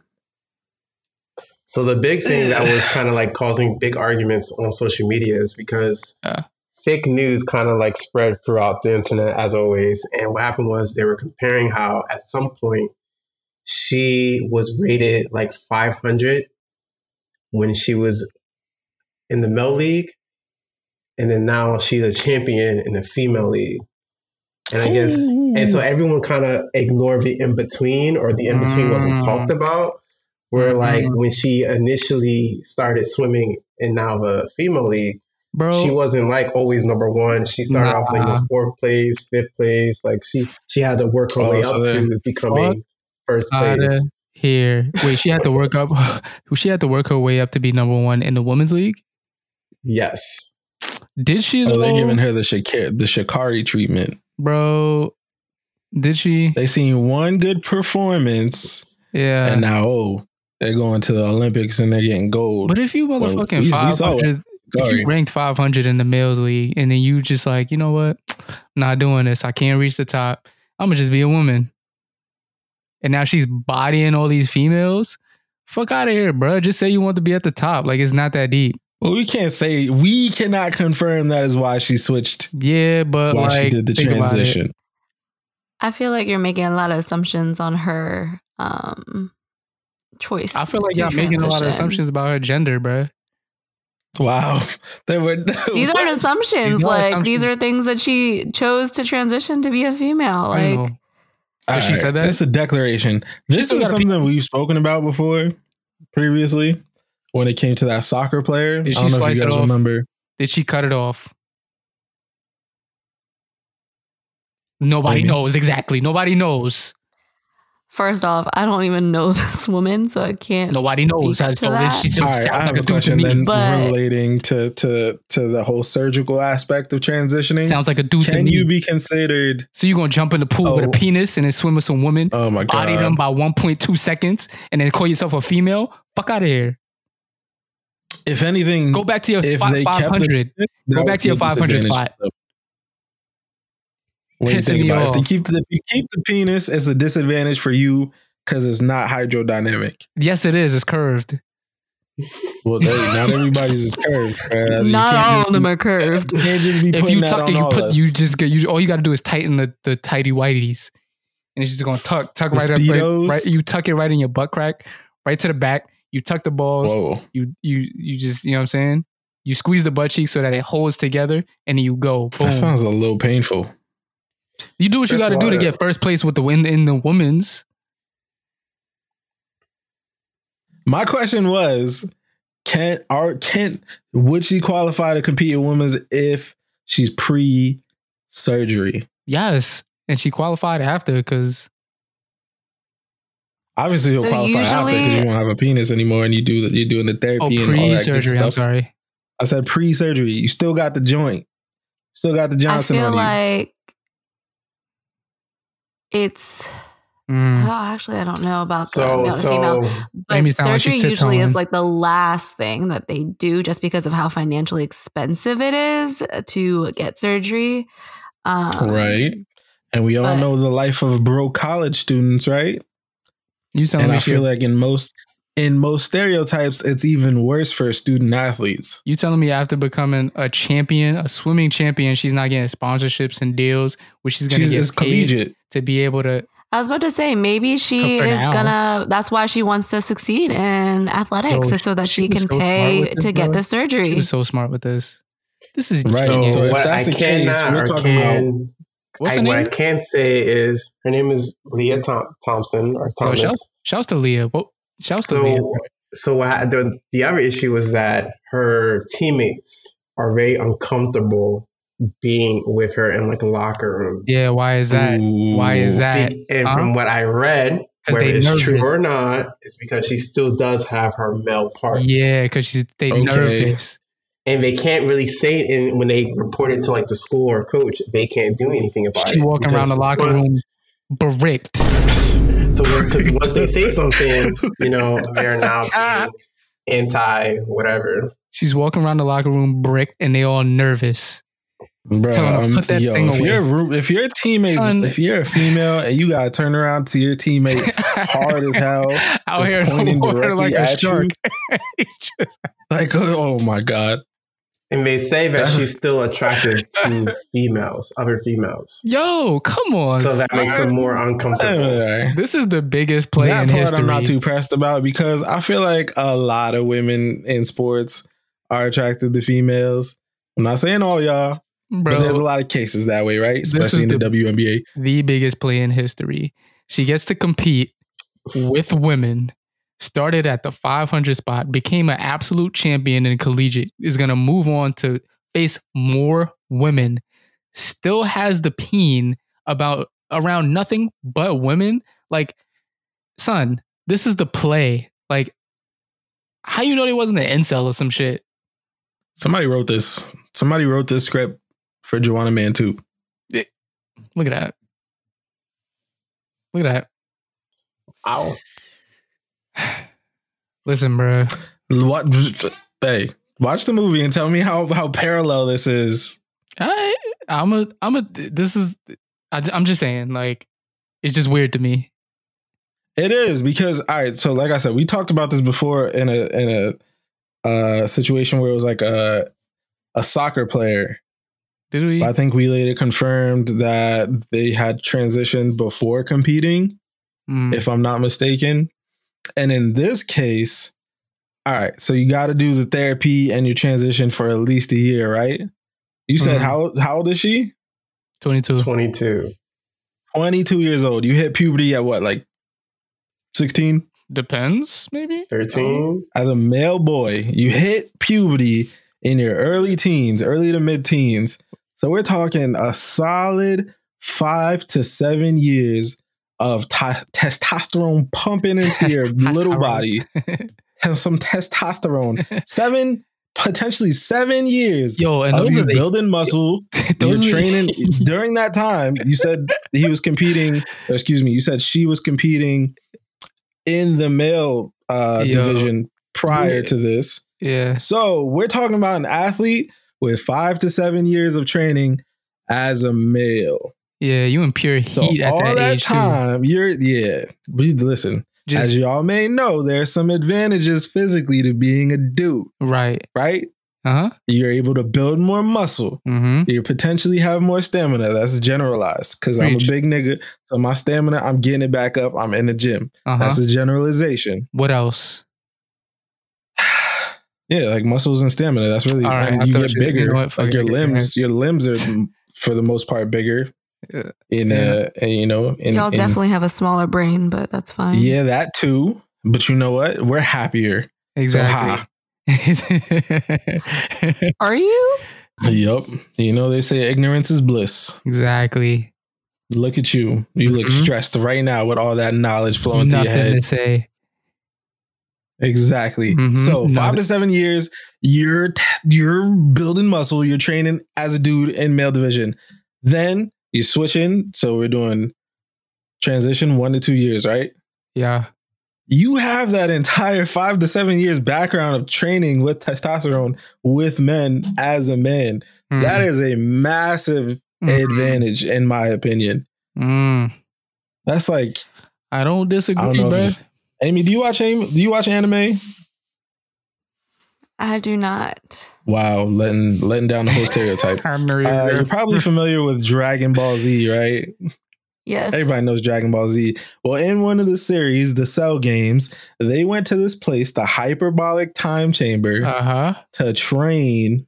S2: So the big thing that was kind of like causing big arguments on social media is because
S1: Yeah.
S2: fake news kind of like spread throughout the internet as always. And what happened was they were comparing how at some point she was rated like 500 when she was in the male league, and then now she's a champion in the female league. And I guess, and so everyone kind of ignored the in between, or the in between wasn't
S1: Mm.
S2: talked about.
S1: Mm-hmm.
S2: Where like when she initially started swimming in now the female league,
S1: Bro,
S2: she wasn't like always number one. She started off like
S1: Nah.
S2: in fourth place, fifth place. Like she she had to work her
S3: Oh,
S2: way
S3: so
S2: up
S3: then-
S2: to becoming first place.
S1: outta here. Wait, she had to work up. She had to work her way up to be number one in the women's league.
S2: Yes,
S1: Did she?
S3: Oh, they're
S1: though?
S3: giving her the Shakari, the Shikari treatment.
S1: bro. Did she?
S3: They seen one good performance,
S1: Yeah.
S3: and now oh, they're going to the Olympics and they're getting gold.
S1: But if you
S3: Well, we-
S1: motherfucking
S3: we saw
S1: five hundred, if
S3: Sorry.
S1: you ranked five hundred in the males league, and then you just like, you know what? Not doing this. I can't reach the top. I'm gonna just be a woman. And now she's bodying all these females. Fuck out of here, bro. Just say you want to be at the top. Like it's not that deep.
S3: Well, we can't say we cannot confirm that is why she switched.
S1: Yeah, but
S3: why
S1: like
S3: she did the
S1: think about it.
S3: transition.
S4: I feel like you're making a lot of assumptions on her um choice.
S1: I feel like
S4: to
S1: y'all making a lot of
S4: transition.
S1: assumptions about her gender, bro.
S3: Wow, they were.
S4: These
S3: What?
S4: aren't assumptions.
S1: These are
S4: like
S1: assumptions.
S4: these are things that she chose to transition to be a female.
S1: I don't
S4: Like
S1: know. But she
S3: Alright,
S1: said that?
S3: It's a declaration. This
S1: still
S3: is
S1: gotta be-
S3: something we've spoken about before, previously, when it came to that soccer player.
S1: Did
S3: I
S1: she
S3: don't know if
S1: slice
S3: you
S1: it
S3: guys
S1: off?
S3: remember.
S1: Did she cut it off? Nobody
S3: Maybe.
S1: knows exactly. Nobody knows.
S4: first off, I don't even know this woman, so I can't.
S1: Nobody knows.
S4: speak
S1: I
S4: to
S1: just know that
S4: that.
S1: she
S3: All
S1: just
S3: right,
S1: sounds
S3: I have
S1: like a
S3: a
S1: dude to
S3: question
S1: me.
S3: then
S4: But-
S3: relating to to to the whole surgical aspect of transitioning.
S1: sounds like a dude to
S3: Can
S1: me.
S3: you be considered?
S1: so you're gonna jump in the pool with a
S3: Oh.
S1: penis and then swim with some women,
S3: Oh my
S1: body
S3: god!
S1: them by 1.2 seconds, and then call yourself a female? Fuck out of here.
S3: If anything,
S1: Go back to your
S3: Mm, if
S1: fi-
S3: they kept the-
S1: 500.
S3: that
S1: Go back
S3: would
S1: to your
S3: be a
S1: 500
S3: disadvantage
S1: spot.
S3: to them. When you
S1: Pissing
S3: think
S1: me
S3: about it, if, they
S1: off.
S3: keep the, uh, if you keep the penis, it's a disadvantage for you because it's not hydrodynamic.
S1: Yes, it is. It's curved.
S3: Well, they, not everybody's is curved. bruh. You
S4: Not
S3: can't
S4: all
S3: just
S4: of them
S3: be-
S4: are curved.
S3: you can't just be
S1: If
S3: putting
S1: you
S3: that
S1: tuck
S3: on
S1: it, you
S3: all
S1: put
S3: us.
S1: you just get you all you gotta do is tighten the, the tighty whities. And it's just gonna tuck, tuck
S3: The
S1: right up right,
S3: Speedos?
S1: right- you tuck it right in your butt crack, right to the back, you tuck the balls,
S3: Whoa.
S1: you you you just you know what I'm saying? You squeeze the butt cheek so that it holds together and then you go. Boom.
S3: That sounds a little painful.
S1: you do what you
S2: that's
S1: gotta do to
S2: wild.
S1: get first place with the win in the women's.
S3: My question was, can are can would she qualify to compete in women's if she's pre surgery?
S1: Yes. And she qualified after because
S3: Obviously, you'll
S4: So
S3: qualify after because you
S4: usually-
S3: won't have a penis anymore, and you do you're doing the therapy
S1: oh
S3: and all
S1: pre
S3: that good
S1: surgery. I'm
S3: stuff.
S1: sorry.
S3: I said pre surgery. You still got the joint. Still got the Johnson
S4: I feel
S3: on
S4: like it's
S1: Mm.
S4: oh, actually I don't know about the
S2: So
S4: male to female,
S2: so
S1: Made me
S4: but
S1: sound like
S4: surgery
S1: she's
S4: usually
S1: tiptoeing.
S4: is like the last thing that they do, just because of how financially expensive it is to get surgery. Um,
S3: you, right? And we all
S4: but-
S3: know the life of broke college students, right?
S1: You sound
S3: And I
S1: like
S3: feel
S1: you're
S3: like in most in most stereotypes, it's even worse for student athletes.
S1: You telling me after becoming a champion, a swimming champion, she's not getting sponsorships and deals, which she's gonna
S3: She's
S1: get
S3: just
S1: paid
S3: collegiate.
S1: to be able to.
S4: I was about to say maybe she
S1: For
S4: is
S1: now.
S4: gonna. That's why she wants to succeed in athletics,
S1: Yo,
S4: is so that
S1: she
S4: she,
S1: was
S4: can
S1: so smart
S4: pay
S1: with
S4: to
S1: this,
S4: get
S1: bro.
S4: the
S1: She
S4: surgery.
S1: was so smart with this. This is
S3: Right.
S1: genius.
S3: So
S2: so
S3: if
S2: what
S3: that's
S2: I
S3: the case,
S2: cannot
S3: we're
S2: or
S3: talking about-
S2: can
S1: What's
S2: I,
S1: her
S2: What I
S1: name?
S2: can say is her name is Leah Thom- Thompson or
S1: Yo,
S2: Thomas.
S1: shout, shouts to Leah. What? Shouts to Leah.
S2: so so I, the the other issue is that her teammates are very uncomfortable being with her in like locker rooms.
S1: Yeah. Why is that? Why is
S3: Ooh.
S1: that?
S2: Be- and
S1: huh?
S2: from what I read,
S1: uh-huh. 'Cause
S2: whether
S1: they
S2: it's true
S1: nervous.
S2: or not, it's because she still does have her male part.
S1: Yeah, because she's they
S3: Okay.
S1: nervous.
S2: And they can't really say it and when they report it to like the school or coach, they can't do anything about it.
S1: She walking
S2: because
S1: around the locker
S2: once-
S1: room bricked.
S2: So when- 'cause once they say something, you know, they're now being anti whatever.
S1: She's walking around the locker room bricked, and they all nervous.
S3: Bro,
S1: Tell 'em to
S3: um,
S1: put that
S3: yo,
S1: thing
S3: if
S1: away.
S3: your room, if your teammates,
S1: Son.
S3: if you're a female and you gotta turn around to your teammate hard as hell,
S1: out
S3: just
S1: here in the
S3: pointing
S1: water
S3: directly
S1: like a
S3: at you.
S1: shark. He's just-
S3: like oh my god,
S2: And they say that
S3: That's-
S2: she's still attracted to females, other females.
S1: Yo, come on.
S2: So that makes
S1: son.
S2: them more uncomfortable.
S1: This is the biggest play
S3: that
S1: in
S3: part
S1: history.
S3: I'm not too pressed about because I feel like a lot of women in sports are attracted to females. I'm not saying all y'all, but there's a
S1: Bro,
S3: lot of cases that way, right?
S1: This
S3: Especially
S1: is
S3: in the,
S1: the-
S3: WNBA.
S1: the biggest play in history. She gets to compete with women. Started at the 500 spot, became an absolute champion in collegiate. Is going to move on to face more women. Still has the peen about around nothing but women. Like, son, this is the play. Like, how you know they wasn't an incel or some shit?
S3: Somebody wrote this. Somebody wrote this script for Joanna Mantu.
S1: Look at that. Look at that.
S2: Ow.
S1: Listen, bro.
S3: What? Hey, watch the movie and tell me how how parallel this is.
S1: I, I'm a, I'm a. This is, I, I'm just saying, like, it's just weird to me.
S3: It is because all right. So like I said, we talked about this before in a in a uh, situation where it was like a a soccer player.
S1: Did we?
S3: But I think we later confirmed that they had transitioned before competing,
S1: Mm,
S3: if I'm not mistaken. And in this case, all right. So you got to do the therapy and your transition for at least a year, right? You said
S1: Mhm.
S3: how how old is she?
S1: 22.
S2: 22.
S3: 22 years old. You hit puberty at what, like 16?
S1: Depends, maybe.
S2: 13.
S3: As a male boy, you hit puberty in your early teens, early to mid teens. So we're talking a solid five to seven years of ti- testosterone pumping into your little
S1: Testosterone.
S3: body. Have some testosterone. Seven, potentially seven years
S1: Yo, and
S3: of
S1: those
S3: you
S1: are the,
S3: building muscle
S1: those
S3: you're
S1: are the-
S3: training during that time. You said he was competing. Or excuse me. You said she was competing in the male uh,
S1: Yo.
S3: division prior to this.
S1: yeah.
S3: So we're talking about an athlete with five to seven years of training as a male.
S1: Yeah. You in pure
S3: So
S1: heat at
S3: all
S1: that,
S3: that,
S1: age,
S3: time, you're yeah. We listen.
S1: too. Just
S3: as y'all may know, there are some advantages physically to being a dude,
S1: right.
S3: right?
S1: Uh huh.
S3: You're able to build more muscle
S1: Mm
S3: you potentially have more stamina. That's generalized because I'm a
S1: Preach.
S3: big nigga. So my stamina, I'm getting it back up. I'm in the gym.
S1: hmm. Uh
S3: That's
S1: huh.
S3: a generalization.
S1: What else?
S3: Yeah, like muscles and stamina. That's really
S1: All right,
S3: and
S1: I
S3: you
S1: thought
S3: get
S1: you- you
S3: bigger.
S1: know what, fuck it,
S3: like your
S1: I get
S3: limbs, your limbs are mm, for the most part bigger.
S1: Yeah.
S3: In uh, and, you know, in,
S4: Y'all
S3: in-
S4: definitely have a smaller brain, but that's fine.
S3: yeah, that too. But you know what? We're happier.
S1: Exactly.
S4: Are you?
S3: Yup. You know they say ignorance is bliss.
S1: exactly.
S3: Look at you. You look
S1: Mhm.
S3: stressed right now with all that knowledge flowing through your head.
S1: Nothing to say.
S3: Exactly.
S1: Mhm.
S3: So
S1: No,
S3: five
S1: th-
S3: to seven years, you're t- you're building muscle. You're training as a dude in male division. Then you switch in. So we're doing transition one to two years, right?
S1: Yeah.
S3: You have that entire five to seven years background of training with testosterone with men as a man.
S1: Mm-hmm. Mm,
S3: That is a massive advantage, in my opinion.
S1: Mm.
S3: That's like
S1: I don't disagree,
S3: know if
S1: bro.
S3: it's- Amy. Do you watch Amy? Do you watch anime?
S4: I do not.
S3: Wow, letting letting down the whole stereotype.
S1: Primary
S3: Uh,
S1: ref-
S3: you're probably familiar with Dragon Ball Z, right?
S4: Yes.
S3: Everybody knows Dragon Ball Z. Well, in one of the series, the Cell games, they went to this place, the hyperbolic time chamber,
S1: Uh-huh.
S3: to train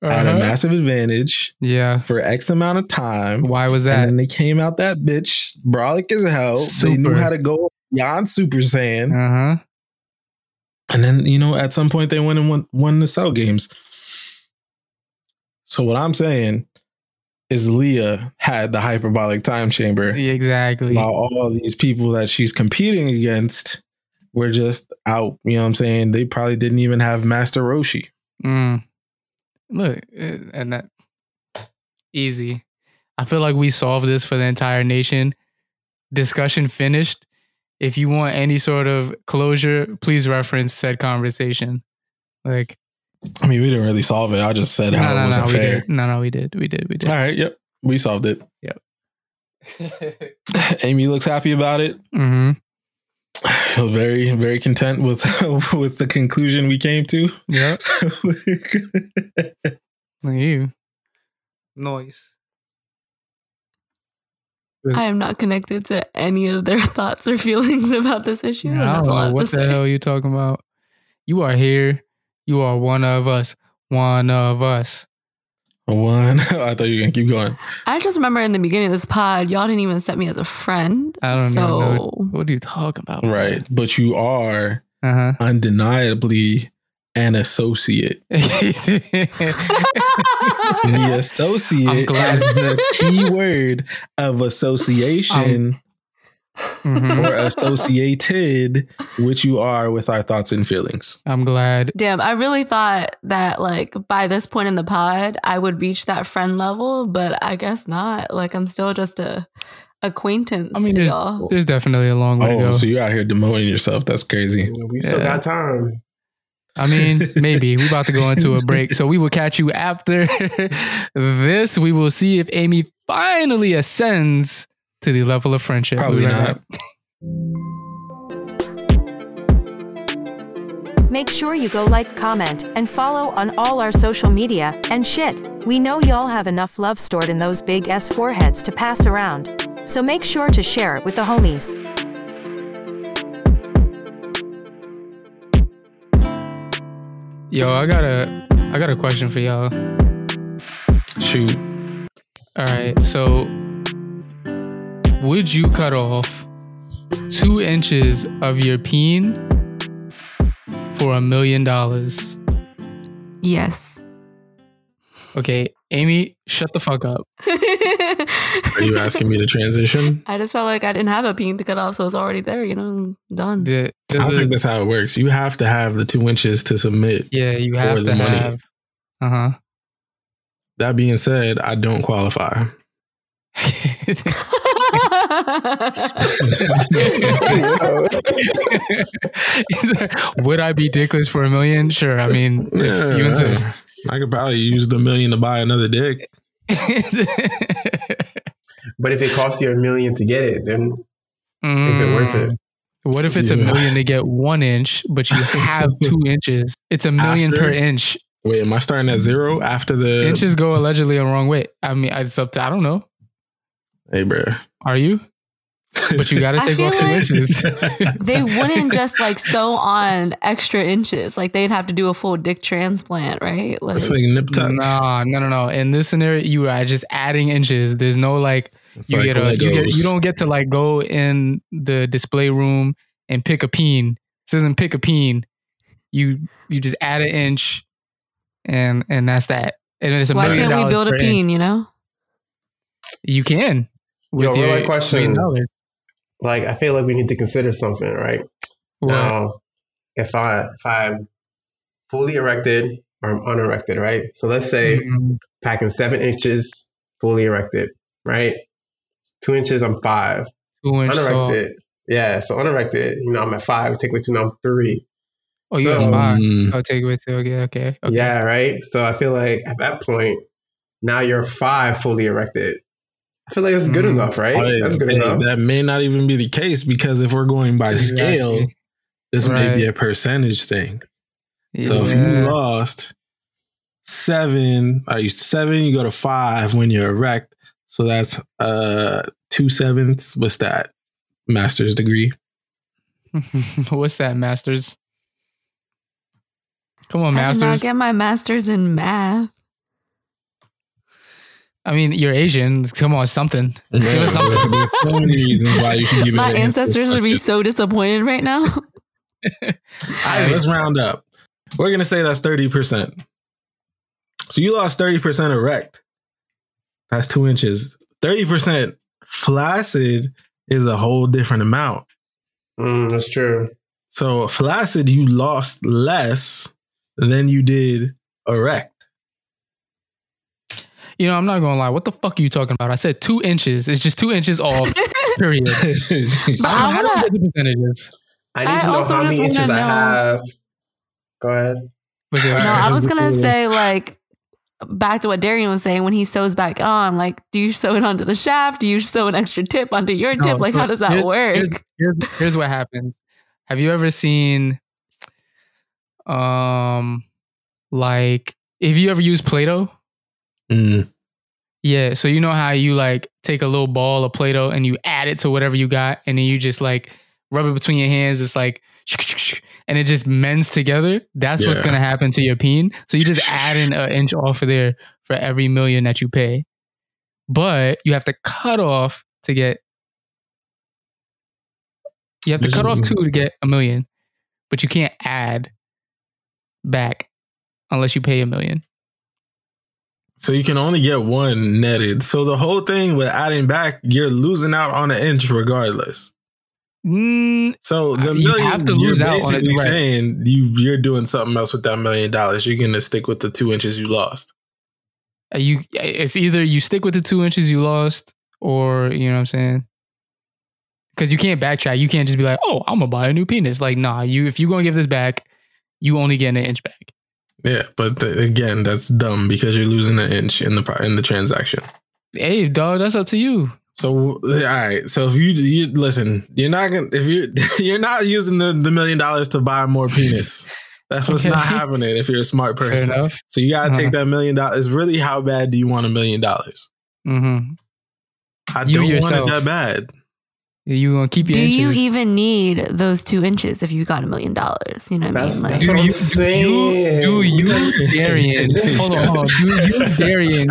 S3: at a
S1: Uh-huh.
S3: massive advantage
S1: Yeah.
S3: for X amount of time.
S1: Why was
S3: And
S1: that?
S3: then they came out that bitch, brolic as hell. They knew
S1: Super.
S3: how to go beyond Super Saiyan.
S1: Uh-huh.
S3: And then, you know, at some point they went and won, won the cell games. So what I'm saying is Leah had the hyperbolic time chamber
S1: Yeah, exactly.
S3: while all these people that she's competing against were just out. You know what I'm saying? They probably didn't even have Master Roshi.
S1: Mm. Look, uh, and that easy. I feel like we solved this for the entire nation. Discussion finished. If you want any sort of closure, please reference said conversation. Like
S3: I mean, we didn't really solve it. I just said
S1: no,
S3: how it
S1: no,
S3: was
S1: no, we
S3: unfair.
S1: did. No, no, we did. We did. We did.
S3: All right. Yep. We solved it. Amy looks happy about it.
S1: mm-hmm.
S3: Very, very content with with the conclusion we came to.
S1: Yep. Look at you. Noise.
S4: I am not connected to any of their thoughts or feelings about this issue. and
S1: I
S4: that's all I
S1: don't know
S4: have
S1: what
S4: to
S1: the
S4: say.
S1: hell you talking about. You are here. You are one of us. One of us.
S3: One. I thought you were gonna keep going.
S4: I just remember in the beginning of this pod, y'all didn't even accept me as a friend.
S1: I don't
S4: so,
S1: even know. What are you talking about?
S3: Right. But you are
S1: Uh
S3: undeniably an associate.
S1: huh.
S3: The associate
S1: glad.
S3: is the key word of association
S1: Mhm.
S3: or associated, which you are with our thoughts and feelings.
S1: I'm glad.
S4: Damn, I really thought that like by this point in the pod, I would reach that friend level, but I guess not. Like I'm still just a acquaintance
S1: I mean,
S4: to
S1: there's
S4: y'all.
S1: there's definitely a long way to
S3: Oh,
S1: go.
S3: so you're out here demoting yourself. That's crazy.
S2: We still
S1: Yeah.
S2: got time.
S1: I mean, maybe we about to go into a break, so we will catch you after this. We will see if Amy finally ascends to the level of friendship. We'll be
S3: Probably
S1: right
S3: not.
S1: back.
S10: Make sure you go like, comment, and follow on all our social media, and shit. We know y'all have enough love stored in those big S foreheads to pass around. So make sure to share it with the homies.
S1: Yo, I got a I got a question for y'all.
S3: Shoot.
S1: All right, so would you cut off two inches of your peen for a million dollars?
S4: yes.
S1: Okay, Amy, shut the fuck up.
S3: Are you asking me to transition?
S4: I just felt like I didn't have a peen to cut off, so it's already there, you know, done.
S1: The- the-
S3: I don't think that's how it works. You have to have the two inches to submit.
S1: yeah, you have
S3: the
S1: to
S3: money.
S1: have. Uh huh.
S3: That being said, I don't qualify.
S2: Yo.
S1: He's like, uh-huh. Would I be dickless for a million? Sure. I mean, if you
S3: Yeah,
S1: insist.
S3: I could probably use the million to buy another dick.
S2: But if it costs you a million to get it, then is it worth
S1: Mm.
S2: it?
S1: What if it's a
S3: Yeah.
S1: million to get one inch, but you have two inches? It's a million
S3: After?
S1: per inch.
S3: Wait, am I starting at zero after the
S1: Inches go allegedly a wrong way. I mean, it's up to, I don't know.
S3: Hey, bro.
S1: Are you? But you got to
S4: I
S1: take off
S4: feel
S1: two
S4: like-
S1: inches.
S4: they wouldn't just like sew on extra inches. Like they'd have to do a full dick transplant, right? Like
S3: That's like nip tuck.
S1: Nah, no, no, no. In this scenario, you are just adding inches. There's no like
S3: It's
S1: you
S3: like
S1: get a you, get,
S3: Legos.
S1: you don't get to like go in the display room and pick a peen. This isn't pick a peen. You you just add an inch, and and that's that. And it's a
S4: why
S1: million
S4: can't we
S1: dollars
S4: build a
S1: per inch.
S4: peen, you know?
S1: You can.
S2: Yo, real life question.
S1: million dollars.
S2: Like I feel like we need to consider something, right?
S1: What?
S2: Now, if I if I'm fully erected or I'm unerected, right? So let's say
S1: Mhm.
S2: packing seven inches, fully erected, right? Two inches, I'm five.
S1: Two inch saw.
S2: Unerected. Yeah, so unerected, you know, I'm at five, take away two, now I'm three.
S1: Oh, you
S2: So-
S1: have five.
S3: Mm,
S1: I'll take away two. Okay, okay. okay.
S2: Yeah, right? So I feel like at that point, now you're five fully erected. I feel like that's good
S1: Mhm.
S2: enough, right?
S3: but
S2: That's good
S3: hey,
S2: enough.
S3: that may not even be the case because if we're going by
S1: Exactly.
S3: scale, this may be
S1: Right.
S3: a percentage thing. So if you
S1: Yeah.
S3: lost seven, are you seven? You go to five when you're erect. So that's uh two sevenths. What's that? Master's degree.
S1: What's that, masters? Come on,
S4: I did not
S1: masters.
S4: get my master's in math.
S1: I mean, you're Asian. Come on, something.
S3: Give
S1: us something.
S3: so many reasons why you should give it
S4: My
S3: an
S4: ancestors would be
S3: answer.
S4: so disappointed right now.
S3: All right, let's round up. We're gonna say that's thirty percent. So you lost thirty percent erect. That's two inches. Thirty percent flaccid is a whole different amount.
S2: Mm, that's true.
S3: So flaccid, you lost less than you did erect.
S1: You know, I'm not gonna lie. What the fuck are you talking about? I said two inches. It's just two inches off. period.
S3: Mm.
S1: I don't,
S4: But I
S1: I don't
S4: wanna-
S1: get the percentages.
S2: I need
S4: I
S2: to know
S4: also
S2: how
S4: just
S2: many
S4: wanna
S2: inches I
S4: know-
S2: have. Go ahead.
S1: But yeah,
S4: No, I was gonna say like back to what Darian was saying when he sews back on. Like, do you sew it onto the shaft? Do you sew an extra tip onto your
S1: No,
S4: tip? Like, how
S1: look,
S4: does that
S1: here's-
S4: work?
S1: Here's, here's- here's what happens. Have you ever seen, um, like if you ever use Play-Doh? Yeah. So you know how you like take a little ball of Play-Doh and you add it to whatever you got, and then you just like rub it between your hands. It's like. And it just mends together. That's what's
S3: Yeah.
S1: gonna happen to your peen. So you just add in an inch off of there for every million that you pay, but you have to cut off to get you have to
S3: This
S1: cut
S3: is-
S1: off two to get a million, but you can't add back unless you pay a million.
S3: So you can only get one netted. So the whole thing with adding back, you're losing out on an inch regardless.
S1: Mm,
S3: So the
S1: Uh, you
S3: million,
S1: have to lose
S3: you're
S1: out on it,
S3: basically
S1: right.
S3: saying you you're doing something else with that million dollars. You're gonna stick with the two inches you lost.
S1: Uh, you it's either you stick with the two inches you lost, or you know what I'm saying. Because you can't backtrack. You can't just be like, "Oh, I'm gonna buy a new penis." Like, nah. You if you gonna give this back, you only get an inch back.
S3: Yeah, but th- again, that's dumb because you're losing an inch in the pro- in the transaction.
S1: Hey, dog, that's up to you.
S3: So all right, so if you, you listen, you're not gonna if you you're not using the, the million dollars to buy more penis. That's what's
S1: Okay.
S3: not happening if you're a smart
S1: Fair
S3: person.
S1: enough.
S3: So you gotta
S1: Uh-huh.
S3: take that million dollars. It's really how bad do you want a million dollars?
S1: Mm-hmm.
S3: I
S1: You
S3: don't
S1: yourself.
S3: want it that bad.
S1: You gonna keep your
S4: do
S1: inches?
S4: you even need those two inches if you got a million dollars? You know what I
S2: That's-
S4: mean? Like,
S2: that's what I'm
S1: you,
S2: saying.
S1: do you, Darian? Hold on, hold on. Do you, Darian,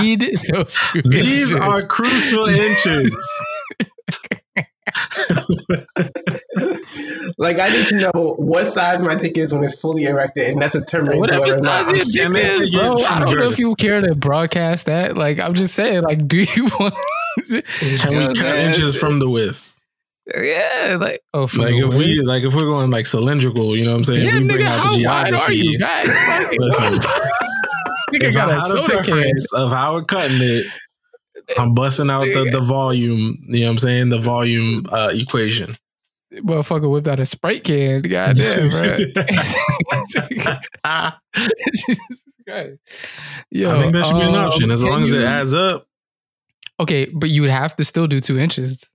S1: need those two
S3: These
S1: inches?
S3: are crucial inches.
S2: Like I need to know what size my dick is when it's fully erected, and that determines whether
S1: Whatever
S2: or not
S1: size
S2: I'm
S1: your dick
S3: it
S1: is,
S3: to you
S1: bro.
S3: from
S1: I don't know
S3: Europe.
S1: if you care to broadcast that. Like, I'm just saying. Like, do you want?
S3: Can we cut inches from the width?
S1: Yeah, like, oh, from
S3: Like
S1: the
S3: if
S1: way-
S3: we like if we're going like cylindrical, you know what I'm saying?
S1: yeah,
S3: we
S1: nigga, how wide are you guys? Like,
S3: Listen,
S1: nigga
S3: if
S1: got
S3: I
S1: a
S3: had a
S1: soda can.
S3: preference of how we're cutting it, I'm busting out the, the volume, you know what I'm saying? The volume uh, equation.
S1: Motherfucker whipped out a Sprite can. Goddamn, bro. Jesus Christ. Yo,
S3: I think that should be
S1: um,
S3: an option as
S1: can
S3: long as it
S1: you-
S3: adds up.
S1: Okay, but you would have to still do two inches.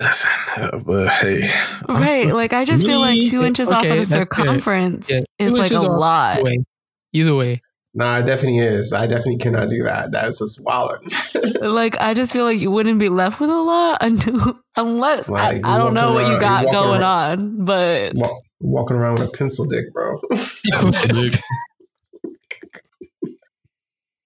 S3: Listen, but hey,
S4: right? Like, I just feel like two
S1: Me-
S4: inches off
S1: okay,
S4: of the
S1: that's fair.
S4: circumference
S1: Yeah,
S4: is
S1: two
S4: like a
S1: inches off
S4: lot.
S1: Either way, either way.
S2: Nah, it definitely is. I definitely cannot do that. That is just wild.
S4: Like, I just feel like you wouldn't be left with a lot until unless
S2: Like,
S4: I,
S2: you
S4: I don't
S2: walk
S4: know what
S2: around-
S4: you
S2: you
S4: got
S2: walk
S4: going
S2: around-
S4: on, but
S1: Mm.
S2: Walk, walking around with a pencil dick, bro.
S3: Dick.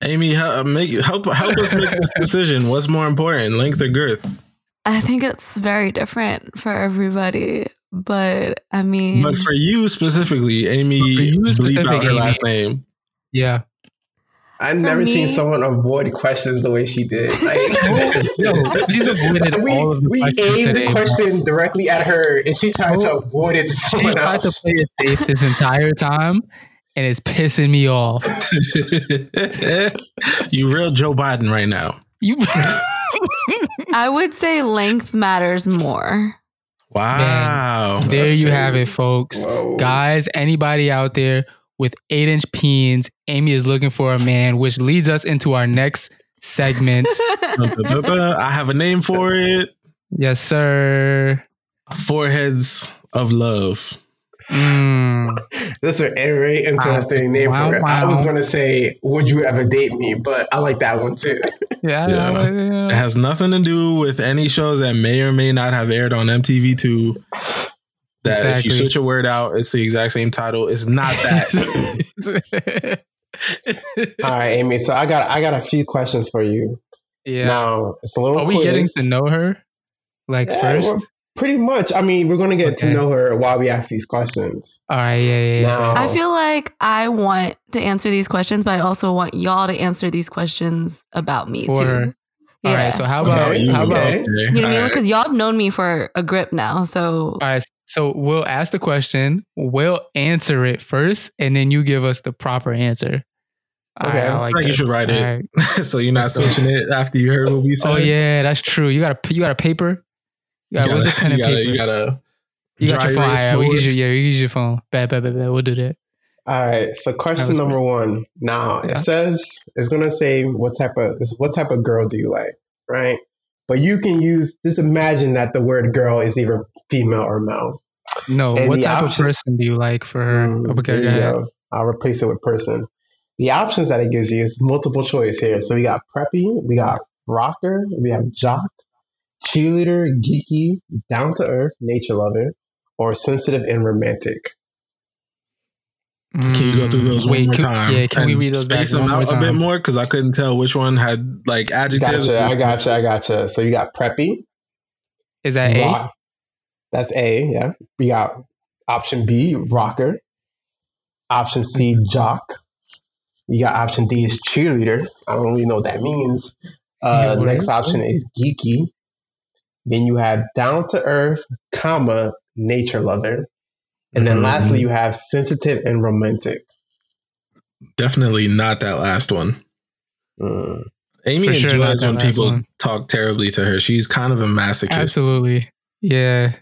S3: Amy, help, make, help help us make this decision. What's more important, length or girth?
S4: I think it's very different for everybody. But I mean,
S3: But for you specifically, Amy,
S1: Mm. you
S3: bleep
S1: specific,
S3: out her
S1: Amy.
S3: last name.
S1: Yeah.
S2: I've never
S4: me-
S2: seen someone avoid questions the way she did. Like,
S1: Yo, she's avoided
S2: we
S1: all of the
S2: we
S1: questions
S2: aimed
S1: today.
S2: the
S1: bro.
S2: question directly at her, and she tried to
S1: Oh.
S2: avoid it to
S1: She
S2: someone
S1: tried to
S2: else.
S1: play it safe this entire time, and it's pissing me off.
S3: you real Joe Biden right now.
S1: You
S4: I would say length matters more.
S3: Wow.
S1: There you have it, folks.
S2: Whoa.
S1: Guys, anybody out there with eight inch peens, Amy is looking for a man, which leads us into our next segment. Oh,
S3: I have a name for it.
S1: yes, sir.
S3: Foreheads of love.
S1: Mm.
S2: That's a very interesting name
S1: Wow,
S2: for it. I was
S1: wow.
S2: going to say, would you ever date me? But I like that one too.
S1: Yeah.
S3: Yeah. It has nothing to do with any shows that may or may not have aired on MTV2. That if you
S1: Exactly.
S3: switch a word out, it's the exact same title. It's not that.
S2: All right, Amy. So I got I got a few questions for you.
S1: yeah.
S2: Now it's a little.
S1: Are we
S2: quiz.
S1: getting to know her? Like
S2: Yeah,
S1: first?
S2: we're- Pretty much. I mean, we're going to get
S1: Okay.
S2: to know her while we ask these questions.
S1: All right. Yeah. Yeah. yeah.
S2: Now,
S4: I feel like I want to answer these questions, but I also want y'all to answer these questions about me
S1: For
S4: too.
S1: her. All right. So how about
S2: Okay,
S1: how about
S2: okay.
S4: you know what I mean?
S3: Alright.
S4: Because y'all have known me for a grip now, so
S1: All right. So we'll ask the question, we'll answer it first, and then you give us the proper answer. All right,
S2: Okay.
S1: I like
S3: I think you
S1: that.
S3: should write it.
S1: All right.
S3: so you're not
S1: Let's go.
S3: switching it after you heard what we said.
S1: Oh yeah, that's true. You got a you got a paper. You got,
S3: You
S1: what's
S3: gotta,
S1: a pen and
S3: you gotta,
S1: paper?
S3: you gotta
S1: You got
S3: dry
S1: your phone.
S3: erase
S1: Yeah, we
S3: board.
S1: use your yeah, we use your phone. Bad, bad, bad, bad. We'll do that.
S2: All right. So question
S1: was
S2: number one. Now
S1: Yeah.
S2: it says it's gonna say what type of it's what type of girl do you like, right? But you can use just imagine that the word girl is either female or male.
S1: No,
S2: And
S1: what
S2: the
S1: type
S2: option-
S1: of person do you like for her? okay,
S2: Mm, There
S1: go
S2: you
S1: ahead.
S2: go. I'll replace it with person. The options that it gives you is multiple choice here. So we got preppy, we got rocker, we have jock, cheerleader, geeky, down to earth, nature lover, or sensitive and romantic.
S3: Can you go through those
S1: Mm, Wait,
S3: one more
S1: can-
S3: time?
S1: yeah, can we
S3: and
S1: read those back
S3: space them
S1: one more
S3: out a bit
S1: time?
S3: more? Because I couldn't tell which one had like adjectives.
S2: Gotcha, I gotcha, I gotcha. So you got preppy,
S1: Is that
S2: Rock- That's A, yeah. We got option B, rocker. Option C,
S1: Mm-hmm.
S2: jock. You got option D is cheerleader. I don't really know what that means. Uh,
S1: Yeah, what
S2: next
S1: is-
S2: option is geeky. Then you have down to earth, comma, nature lover. And then
S3: Mhm.
S2: lastly,
S1: Mm-hmm.
S2: you have sensitive and romantic.
S3: Definitely not that last one.
S2: Mm.
S3: Amy
S1: For sure not
S3: enjoys
S1: that
S3: when
S1: last
S3: people
S1: one.
S3: talk terribly to her. She's kind of a
S1: A?
S3: masochist.
S1: Absolutely. Yeah.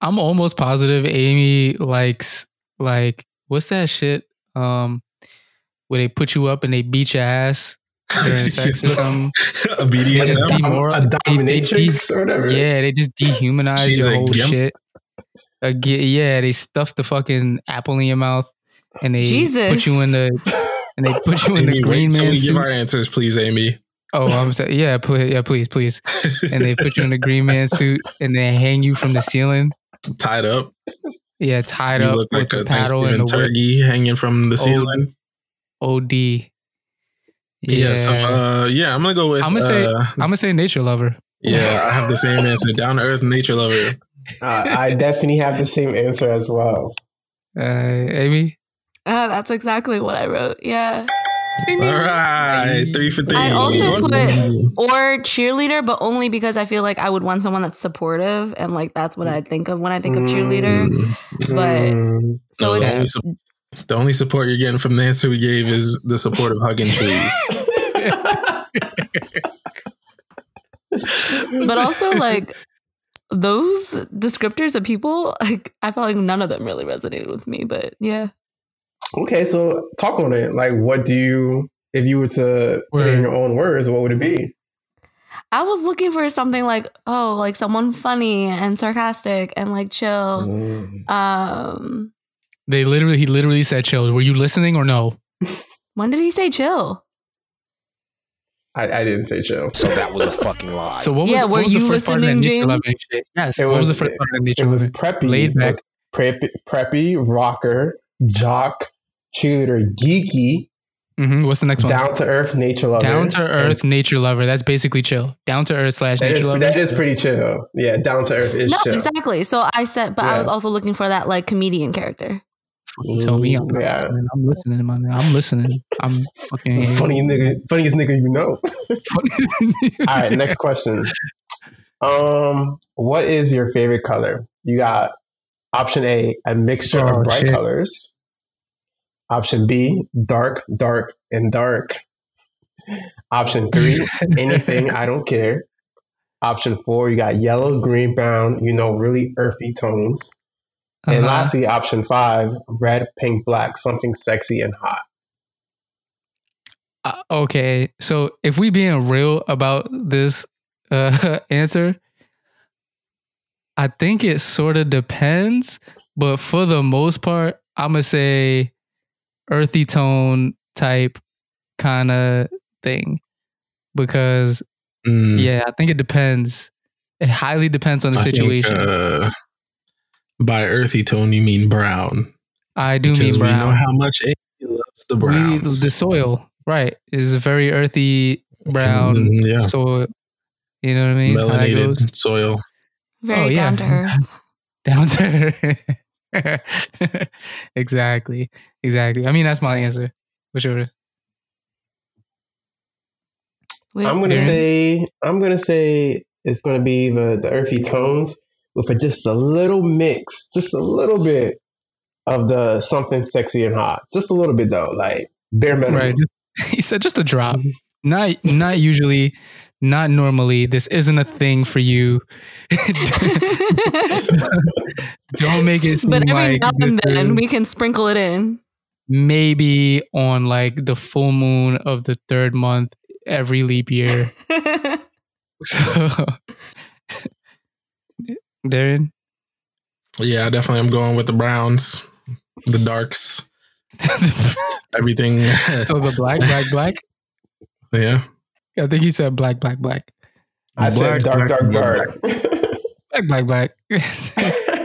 S1: I'm almost positive Amy likes like what's that shit? Um where they put you up and they beat your ass during sex or something.
S3: a
S1: They just
S3: BDSM.
S1: demora-
S2: a
S1: they- they de-
S2: dominatrix or whatever.
S1: Yeah, they just dehumanize
S3: She's
S1: your
S3: a
S1: whole
S3: gimp.
S1: shit. A gi- yeah, they stuff the fucking apple in your mouth and they put
S4: Jesus.
S1: you in the and they put you in the
S3: Amy,
S1: green
S3: wait till
S1: man
S3: we give
S1: suit.
S3: our answers, please, Amy.
S1: Oh, I'm sorry. Yeah, please, yeah, please, please. And they put you in a green man suit and they hang you from the ceiling.
S3: Tied up.
S1: Yeah, tied
S3: You
S1: up
S3: look
S1: with
S3: like
S1: a
S3: a
S1: paddle and a
S3: Thanksgiving
S1: whip.
S3: turkey hanging from the
S1: Oh,
S3: ceiling.
S1: OD. Yeah,
S3: Yeah. so uh, yeah, I'm gonna go with.
S1: I'm gonna say-
S3: uh,
S1: I'm gonna say nature lover.
S3: yeah, I have the same answer. Down to earth, nature lover.
S2: Uh, I definitely have the same answer as well.
S1: Uh, Amy.
S4: Uh, that's exactly what I wrote. Yeah.
S3: All right, three for three.
S4: I also put
S3: Ooh.
S4: or cheerleader, but only because I feel like I would want someone that's supportive and like that's what I think of when I think of cheerleader.
S3: Mm.
S4: But
S2: Mm.
S3: the,
S4: so it's
S3: only su- the only support you're getting from the answer we gave is the support of hugging trees.
S4: but also like those descriptors of people, like I felt like none of them really resonated with me. But yeah.
S2: Okay, so talk on it. Like, what do you, if you were to put it in
S1: Word.
S2: your own words, what would it be?
S4: I was looking for something like, oh, like someone funny and sarcastic and like chill.
S2: Mm.
S4: Um
S1: They literally, he literally said, "Chill." Were you listening or no?
S4: when did he say chill?
S2: I, I didn't say chill.
S5: So that was a fucking lie.
S1: So what was,
S4: Yeah,
S1: what
S4: were
S1: was
S4: you
S1: the first part of that
S4: listening,
S1: nature
S4: James?
S1: loving shit? Yes.
S2: It
S1: what was the
S2: was-
S1: first part of
S2: It
S1: that nature
S2: was
S1: loving?
S2: preppy,
S1: Laid
S2: it was
S1: back.
S2: preppy, preppy, rocker, jock, cheerleader, geeky,
S1: hmm What's the next one? Down,
S2: down to earth, nature lover.
S1: to earth, nature lover. That's basically chill. Down to earth slash
S2: That
S1: nature
S2: is,
S1: lover.
S2: that is pretty chill. Yeah, down to earth is
S4: no,
S2: chill.
S4: exactly. So I said, but I was
S2: Yeah.
S4: also looking for that like comedian character.
S1: Fucking tell me, I'm not
S2: Yeah.
S1: listening. I'm listening, my man. I'm listening. I'm fucking
S2: Funny nigga, funniest nigga you know. All right, next question. Um, what is your favorite color? You got option A, a mixture
S1: Oh,
S2: of bright
S1: shit.
S2: colors. Option B, dark, dark, and dark. Option three, anything, I don't care. Option four, you got yellow, green, brown, you know, really earthy tones. And
S1: Uh-huh.
S2: lastly, option five, red, pink, black, something sexy and hot.
S1: Uh, okay, so if we being real about this uh, answer, I think it sort of depends, but for the most part, I'm gonna say earthy tone type kind of thing because
S3: Mm.
S1: yeah, I think it depends. It highly depends on the
S3: I think,
S1: situation.
S3: uh, by earthy tone, you mean brown.
S1: I do
S3: because
S1: mean
S3: we
S1: brown.
S3: know how much Amy loves the
S1: We-
S3: browns. Mm,
S1: the soil, right, is a very earthy brown
S3: Mm, yeah.
S1: soil. You know what I mean? How that goes.
S3: melanated soil.
S4: Very
S1: Oh, yeah.
S4: down to earth.
S1: down to earth. exactly, exactly. I mean, that's my answer. For sure.
S4: With-
S2: I'm gonna
S1: Darren?
S2: say I'm gonna say it's gonna be the, the earthy tones with a, just a little mix, just a little bit of the something sexy and hot, just a little bit though, like bare minimum.
S4: Mm-hmm.
S1: Right. He said just a drop. Not not usually not normally. This isn't a thing for you. Don't make it seem
S4: but every
S1: like
S4: now and
S1: this
S4: then
S1: is-
S4: we can sprinkle it in.
S1: maybe on like the full moon of the third month every leap year. so, Darren,
S3: Yeah, I definitely am going with the Browns, the Darks, everything.
S1: so the black, black, black.
S3: yeah,
S1: I think he said black, black, black,
S2: I
S3: Black,
S2: said dark,
S3: black,
S2: dark,
S3: black.
S2: dark.
S1: black, black, black.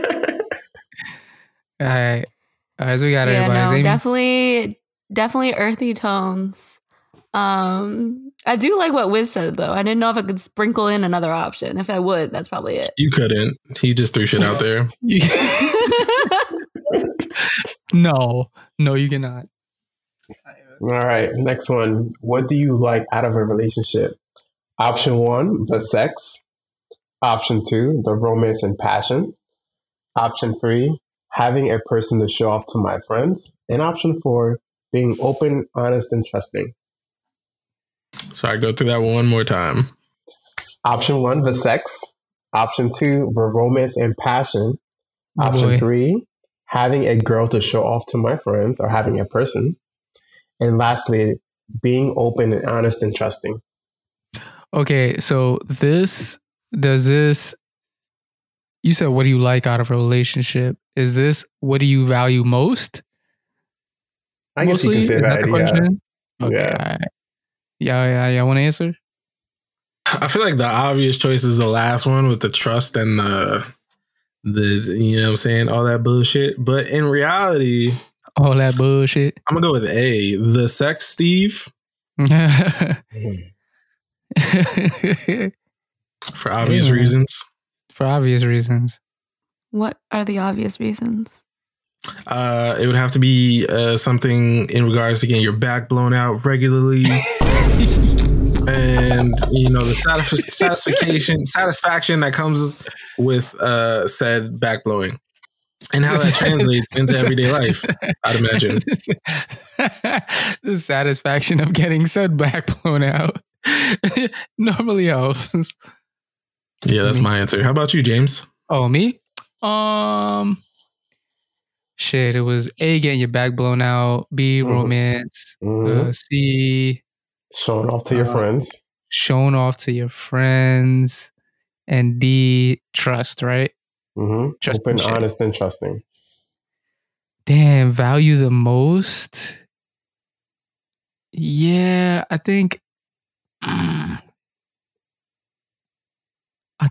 S1: all right, all right. So we got
S4: yeah,
S1: everybody.
S4: no,
S1: Amy?
S4: definitely, definitely earthy tones. Um, I do like what Wiz said though. I didn't know if I could sprinkle in another option. If I would, that's probably it.
S3: you couldn't. He just threw shit out there.
S1: no, no, you cannot.
S2: All right, next one. What do you like out of a relationship? Option one, the sex. Option two, the romance and passion. Option three, having a person to show off to my friends. And option four, being open, honest, and trusting.
S3: So I go through that one more time.
S2: Option one, the sex. Option two, the romance and passion.
S1: Oh,
S2: Option
S1: boy.
S2: three, having a girl to show off to my friends or having a person. And lastly, being open and honest and trusting.
S1: Okay, so this does this you said what do you like out of a relationship? Is this what do you value most?
S2: I guess you can say
S1: Is
S2: that.
S1: the
S2: Yeah.
S1: question? Okay,
S2: Yeah.
S1: all right. Yeah, yeah, yeah. Want to answer?
S3: I feel like the obvious choice is the last one with the trust and the the you know what I'm saying all that bullshit. But in reality,
S1: All that bullshit.
S3: I'm gonna go with A. The sex, Steve,
S2: Mm-hmm.
S1: For
S3: for obvious
S1: Yeah.
S3: reasons.
S1: obvious reasons.
S4: What are the obvious reasons?
S3: Uh, it would have to be uh, something in regards to getting your back blown out regularly, and you know the satisf- satisfaction satisfaction that comes with uh, said back blowing, and how that translates into everyday life. I'd imagine.
S1: the satisfaction of getting said back blown out normally oh, helps.
S3: Yeah, that's my answer. How about you, James?
S1: Oh, me? Um shit, it was A getting your back blown out, B
S2: Mhm.
S3: Mm-hmm.
S1: romance,
S2: Mhm.
S1: uh, C
S2: Showing off to your
S1: Uh,
S2: friends.
S1: shown off to your friends, and D trust, right?
S2: hmm
S1: trust
S2: Open,
S1: and shit.
S2: honest, and trusting.
S1: Damn, value the most. Yeah, I think I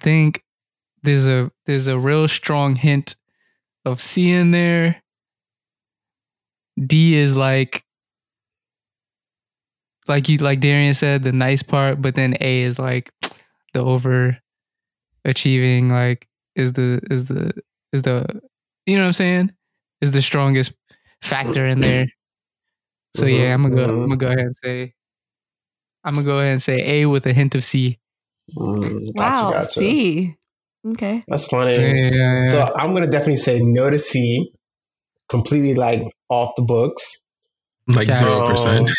S1: think there's a there's a real strong hint of C in there. D is like like you like Darian said, the nice part, but then A is like the over achieving, like is the is the is the you know what I'm saying? Is the strongest factor in there. So yeah, I'm gonna go I'm gonna go ahead and say I'm gonna go ahead and say A with a hint of C.
S2: Mm, gotcha,
S4: Wow,
S2: gotcha.
S4: C. Okay.
S2: That's funny.
S1: Yeah, yeah, yeah.
S2: So I'm gonna definitely say no to C. Completely like off the books.
S3: Like
S1: Yeah.
S3: zero percent.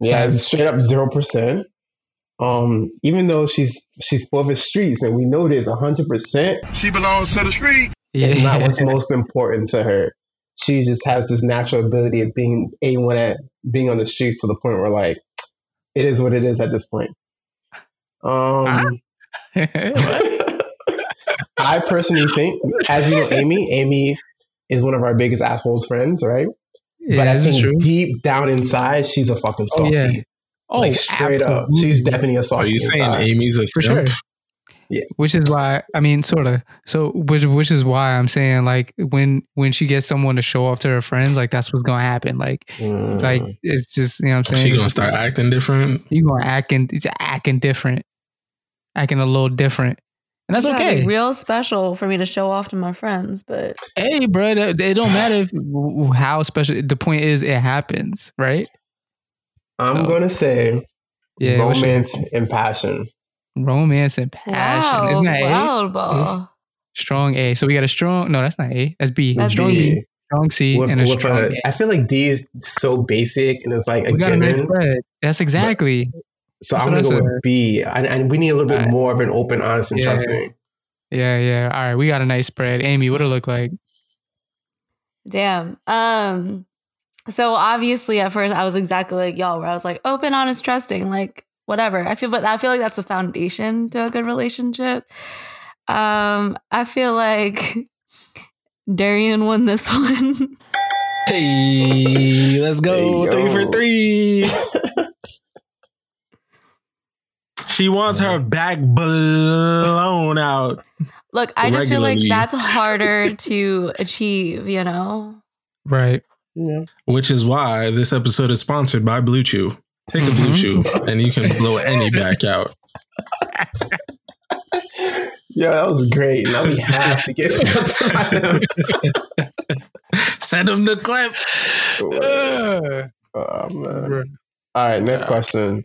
S2: Yeah, it's straight up zero percent. Um, even though she's she's full of the streets and we know this hundred percent,
S5: She belongs to the street.
S2: it's not what's most important to her. She just has this natural ability of being a one at being on the streets to the point where like it is what it is at this point. Um
S1: Ah.
S2: I personally think, as you know, Amy, Amy is one of our biggest assholes friends, right? but
S1: yeah,
S2: I
S1: this is
S2: think
S1: true.
S2: deep down inside, she's a fucking
S1: Oh
S2: softie.
S1: yeah. Oh,
S2: like straight up,
S1: absolutely.
S2: she's definitely a softie.
S3: Are you saying
S2: inside.
S3: Amy's a
S1: for sure.
S3: simp?
S2: Yeah.
S1: Which is why I mean, sort of. So which which is why I'm saying like when when she gets someone to show off to her friends, like that's what's gonna happen. Like
S2: Mm.
S1: like it's just you know what I'm
S3: Oh, She
S1: saying.
S3: gonna start acting different.
S1: You gonna acting it's acting different, acting a little different, and that's
S4: You gotta be
S1: okay.
S4: Real special for me to show off to my friends, but
S1: hey, bro, that- it don't matter if, w- w- how special. The point is, it happens, right?
S2: I'm
S1: So-
S2: gonna say
S1: oh. Yeah, what's your-
S2: romance and passion.
S1: romance and passion.
S4: wow,
S1: Isn't that Mm. A?
S4: wild ball.
S1: Strong A. So we got a strong. No, that's not A. That's B.
S4: That's
S1: strong
S4: B.
S1: B, strong C,
S2: With,
S1: and a
S2: with
S1: strong
S2: a-
S1: A.
S2: I feel like D is so basic, and it's like a
S1: We got a nice
S2: given.
S1: spread. That's exactly.
S2: So
S1: That's
S2: I'm
S1: what
S2: gonna
S1: I
S2: go
S1: said.
S2: with B. And, and we need a little bit more of an open, honest, and
S1: Yeah.
S2: trusting.
S1: Yeah, yeah. All right, we got a nice spread. Amy, what it look like?
S4: Damn. Um. So obviously, at first, I was exactly like y'all, where I was like open, honest, trusting, like whatever. I feel, but I feel like that's the foundation to a good relationship. Um. I feel like Darian won this one.
S3: Hey, let's go.
S2: Hey,
S3: three
S2: yo.
S3: for three. she wants her back blown out.
S4: Look, I just feel like
S3: Regularly.
S4: that's harder to achieve. You know.
S1: Right.
S2: Yeah.
S3: Which is why this episode is sponsored by Blue Chew. Take a Blue
S1: Mhm.
S3: Chew and you can blow any back out.
S2: Yo, that was great. Now we have to get sponsored by them.
S3: Send them the clip.
S1: Uh,
S2: Oh, man.
S1: bro.
S2: All right, next question.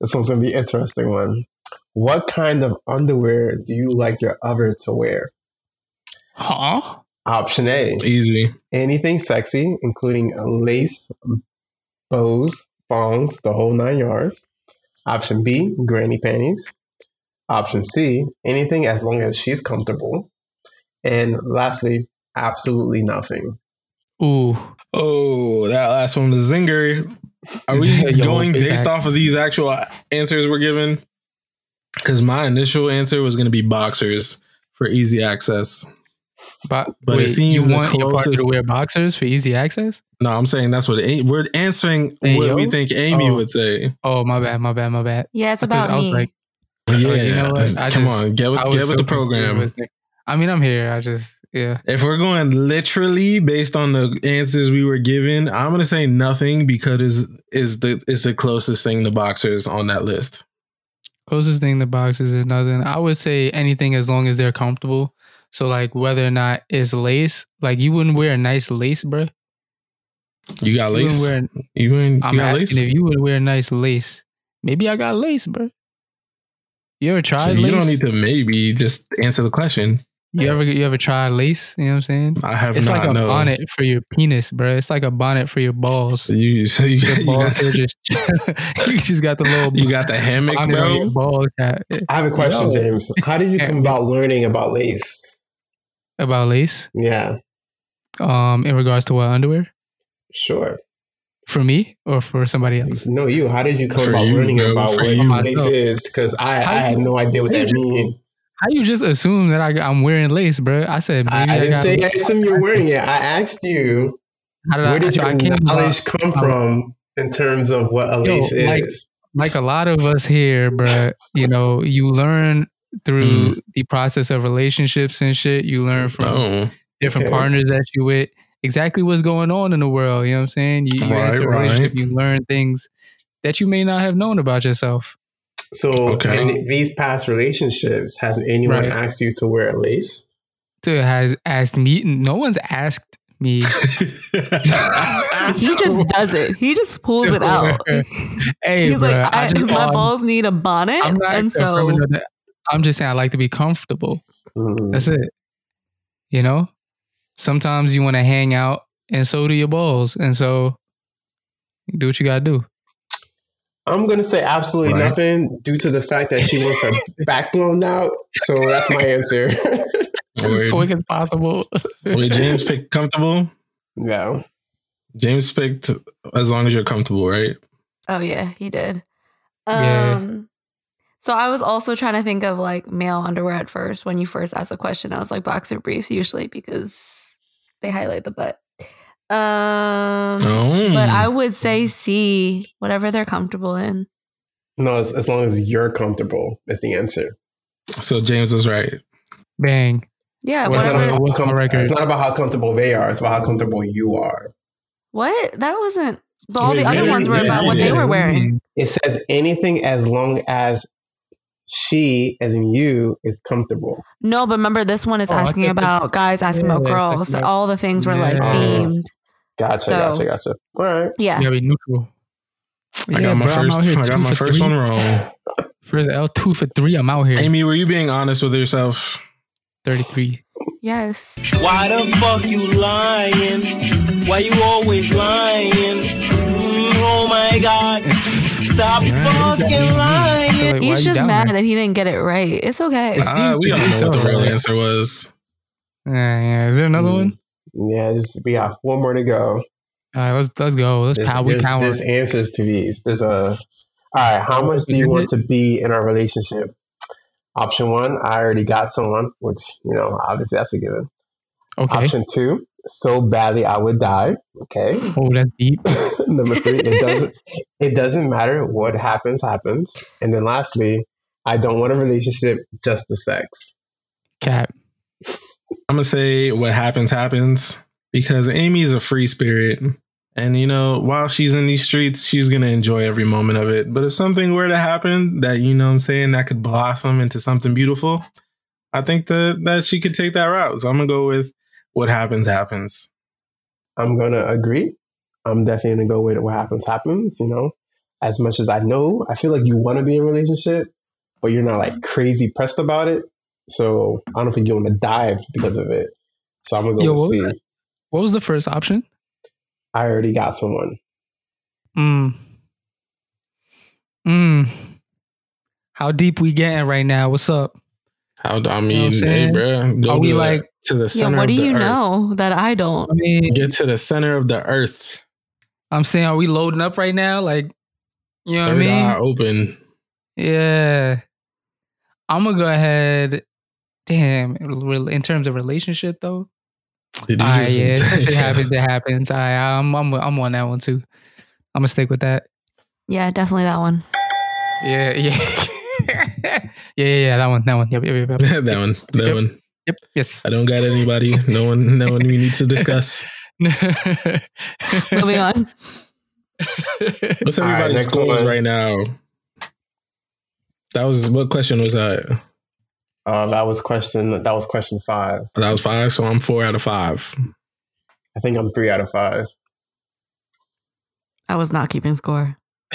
S2: This one's gonna be an interesting one. What kind of underwear do you like your other to wear?
S1: Huh?
S2: Option A:
S3: Easy.
S2: anything sexy, including lace, bows, bongs, the whole nine yards. Option B: granny panties. Option C: anything as long as she's comfortable. And lastly, absolutely nothing.
S1: Ooh.
S3: Oh, that last one was zinger. Are we
S1: Yo,
S3: going
S1: big
S3: based
S1: back.
S3: off of these actual answers we're given? Because my initial answer was going to be boxers for easy access.
S1: But,
S3: But it
S1: wait,
S3: seems
S1: you
S3: the
S1: want your partner
S3: closest-
S1: to wear boxers for easy access?
S3: No, I'm saying that's what A- we're answering.
S1: Hey,
S3: what we
S1: yo.
S3: think Amy
S1: Oh.
S3: would say.
S1: Oh, my bad, my bad, my bad.
S4: Yeah, it's
S1: I thought-
S4: about
S1: I was
S4: me.
S1: like,
S3: Yeah,
S1: Oh, you know what? I
S3: come
S1: just-
S3: on, get with,
S1: I was
S3: get with
S1: so
S3: the program.
S1: confused with it. I mean, I'm here. I just, yeah.
S3: If we're going literally based on the answers we were given, I'm gonna say nothing because is is the is the closest thing to boxers on that list.
S1: Closest thing to boxers is nothing. I would say anything as long as they're comfortable. So, like, whether or not it's lace, like, you wouldn't wear a nice lace, bro.
S3: You got
S1: You wouldn't
S3: lace.
S1: wear,
S3: you ain't,
S1: I'm
S3: you got
S1: asking
S3: lace.
S1: if you would wear nice lace. Maybe I got lace, bro. You ever
S3: So
S1: tried
S3: you
S1: lace?
S3: don't need to maybe just answer the question.
S1: You ever you ever tried lace? You know what I'm saying?
S3: I have
S1: It's
S3: not.
S1: like a
S3: no.
S1: bonnet for your penis, bro. It's like a bonnet for your balls.
S3: You you, you,
S1: Your balls
S3: got,
S1: are just you just got the little
S3: you got the hammock,
S1: bonnet on your
S3: bro.
S1: balls hat.
S2: I have a question,
S1: Yo.
S2: James. How did you come about learning about lace?
S1: about lace.
S2: Yeah,
S1: Um, in regards to what underwear
S2: sure.
S1: for me or for somebody else?
S2: No, you. How did you come
S3: For
S2: about
S3: you,
S2: learning
S3: bro,
S2: about
S3: for
S2: what
S3: you.
S2: lace is? Because I, I
S1: How
S2: had
S1: did you-
S2: no idea what
S1: how did
S2: that means.
S1: How you just assume that I, I'm wearing lace, bro? I said maybe
S2: I,
S1: I,
S2: I didn't
S1: got.
S2: say I assume you're wearing it. I asked you
S1: how did
S2: where
S1: I,
S2: did
S1: so
S2: your
S1: I came about-
S2: knowledge come from in terms of what a
S1: Yo,
S2: lace
S1: like-
S2: is.
S1: like a lot of us here, bruh, you know, you learn through
S2: Mm.
S1: the process of relationships and shit. You learn from
S3: Oh,
S1: different
S2: okay.
S1: partners that you with exactly what's going on in the world. You know what I'm saying? You, you
S3: Right,
S1: enter a
S3: right.
S1: relationship, you learn things that you may not have known about yourself.
S2: So
S3: Okay.
S2: in these past relationships, has anyone
S1: Right.
S2: asked you to wear a lace?
S1: Dude has asked me, no one's asked me.
S4: He just does it. He just pulls it out.
S1: hey,
S4: He's
S1: bruh,
S4: like,
S1: I
S4: I,
S1: just,
S4: my
S1: um,
S4: balls need a bonnet,
S1: I'm not
S4: and so
S1: confirming that- I'm just saying I like to be comfortable.
S2: Hmm.
S1: That's
S3: Mm.
S1: it. You know, sometimes you want to hang out, and so do your balls, and so do what you gotta do.
S2: I'm gonna say absolutely
S3: Right.
S2: nothing due to the fact that she wants her back blown out. So that's my answer.
S1: As
S3: Word.
S1: quick as possible.
S3: Wait, James picked comfortable.
S2: no.
S3: James picked as long as you're comfortable, right?
S4: Oh yeah, he did.
S1: Yeah.
S4: Um so I was also trying to think of like male underwear at first when you first asked a question. I was like boxer briefs usually because they highlight the butt. Um
S3: Oh,
S4: but I
S1: Mm.
S4: would say C, whatever they're comfortable in.
S2: No, as, as long as you're comfortable is the answer.
S3: so James was right.
S1: Bang.
S4: Yeah,
S1: Well,
S2: It's not,
S1: I
S4: whatever
S1: don't
S2: about
S1: know.
S2: how com-
S1: Record.
S2: it's not about how comfortable they are. It's about how comfortable you are.
S4: what? That wasn't the- all
S3: Wait,
S4: the other
S2: really?
S4: ones were
S2: Yeah,
S4: about what
S3: yeah.
S4: they were
S1: Mm. Mm-hmm.
S4: wearing.
S2: It says anything as long as she, as in you, is comfortable.
S4: No, but remember this one is
S1: Oh, I
S4: asking
S1: thought that-
S4: about guys asking about
S1: Yeah, it's like
S4: girls.
S1: about-
S4: all the things were like
S1: Yeah.
S4: themed.
S2: Gotcha,
S4: So-
S2: gotcha, gotcha. All right.
S4: Yeah.
S1: You gotta be neutral.
S3: I got my
S1: bruh, I'm out
S3: first.
S1: here
S3: I
S1: two
S3: got my
S1: for
S3: first
S1: three.
S3: one wrong.
S1: First L two for three. I'm out here.
S3: Amy, were you being honest with yourself?
S1: Thirty three.
S4: Yes.
S5: Why the fuck you lying? Why you always lying? Mm, oh my god. Stop fucking lying.
S4: He's just mad that he didn't get it right. It's okay.
S3: Ah, we don't know what the real answer was.
S1: Yeah, yeah. Is there another
S3: Mm.
S1: one?
S2: Mm-hmm. Yeah, just we got four more to go.
S1: All right, let's let's go. Let's
S2: There's,
S1: power. We
S2: there's,
S1: power.
S2: there's answers to these. There's a. All right, how much do you want to be in our relationship? Option one, I already got someone, which you know, obviously that's a given.
S1: Okay.
S2: Option two, so badly I would die. Okay.
S1: Oh, that's deep.
S2: Number three, it doesn't it doesn't matter what happens, happens. And then lastly, I don't want a relationship, just the sex.
S1: Cat.
S3: I'm gonna say what happens happens because Amy's a free spirit, and you know while she's in these streets, she's gonna enjoy every moment of it. But if something were to happen that you know what I'm saying that could blossom into something beautiful, I think that that she could take that route. So I'm gonna go with what happens happens.
S2: I'm gonna agree. I'm definitely gonna go with what happens, happens, you know. As much as I know, I feel like you wanna be in a relationship, but you're not like crazy pressed about it. So I don't think you wanna dive because of it. So I'm gonna go
S1: Yo, what
S2: with
S1: was
S2: C.
S1: that? What was the first option?
S2: I already got someone.
S1: Mm. Mm. How deep we getting right now? What's up?
S3: How I
S1: You know
S3: mean,
S1: what I'm
S3: hey,
S1: saying?
S3: bro,
S1: Are
S3: go
S1: we
S3: to the-
S1: like-
S3: to the
S4: yeah,
S3: center?
S4: what do
S3: of the
S4: you
S3: earth.
S4: know that I don't?
S1: I mean,
S3: Get to the center of the earth.
S1: I'm saying, are we loading up right now? Like, you know what I
S3: Third
S1: mean?
S3: eye open.
S1: Yeah. I'm gonna go ahead. Damn. re- In terms of relationship, though.
S3: Did you
S1: Ah,
S3: just-
S1: yeah. If it happens, it happens. I, I'm, I'm, I'm on that one too. I'm gonna stick with that.
S4: Yeah, definitely that one.
S1: Yeah, yeah. yeah, yeah, yeah. That one. That one. Yep, yep, yep. Yep.
S3: that one. That
S1: Yep.
S3: one.
S1: yep. Yes.
S3: I don't got anybody. No one. No one we need to discuss.
S4: Moving on.
S3: What's
S2: All right,
S3: everybody's
S2: next
S3: scores
S2: one.
S3: right now? That was what question was that?
S2: Uh, that was question that was question five.
S3: That was five. So I'm four out of five.
S2: I think I'm three out of five.
S4: I was not keeping score.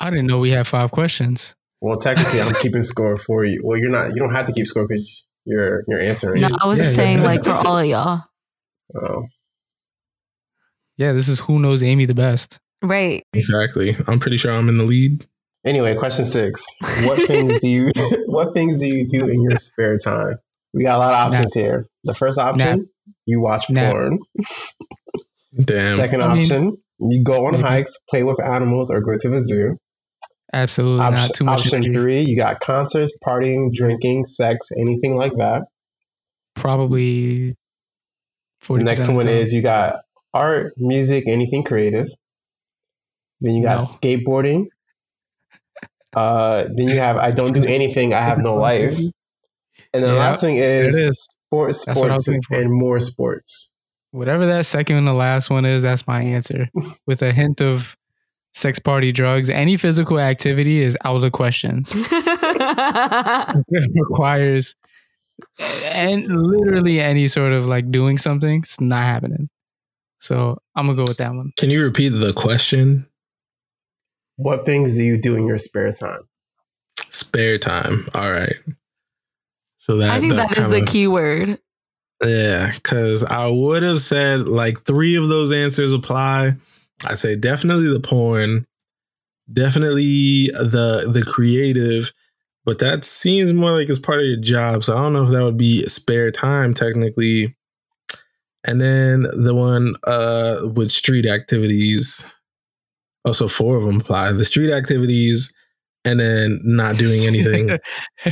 S1: I didn't know we had five questions.
S2: Well, technically, I'm keeping score for you. Well, you're not. You don't have to keep score because you're you're answering.
S4: No, I was
S1: Yeah, yeah.
S4: saying like for all of y'all.
S2: Oh.
S1: Yeah, this is who knows Amy the best.
S4: Right.
S3: Exactly. I'm pretty sure I'm in the lead.
S2: Anyway, question six: What things do you What things do you do in your spare time? We got a lot of options here. The first option: you watch
S1: Nap.
S2: porn.
S3: Damn.
S2: Second
S1: I mean-
S2: option: you go on
S1: Maybe.
S2: hikes, play with animals, or go to the zoo.
S1: Absolutely
S2: Option,
S1: not too much.
S2: option
S1: energy.
S2: three: you got concerts, partying, drinking, sex, anything like that.
S1: Probably.
S2: The
S1: 40
S2: next one is you got art, music, anything creative. Then you got
S1: No.
S2: skateboarding. Uh, then you have I don't do anything. I have no life. And the
S1: Yeah,
S2: last thing is,
S1: it is.
S2: sports,
S1: That's what I was
S2: sports,
S1: looking for.
S2: and more sports.
S1: whatever that second and the last one is. That's my answer, with a hint of sex, party, drugs. Any physical activity is out of the question. It requires and literally any sort of like doing something. It's not happening. So I'm gonna go with that one.
S3: Can you repeat the question?
S2: What things do you do in your spare time?
S3: Spare time. All right. So that
S4: I think
S3: that
S4: that is the
S3: kinda-
S4: key word.
S3: Yeah, because I would have said like three of those answers apply. I'd say definitely the porn, definitely the the creative, but that seems more like it's part of your job. So I don't know if that would be spare time technically. And then the one uh with street activities. Also four of them apply. The street activities and then not doing anything.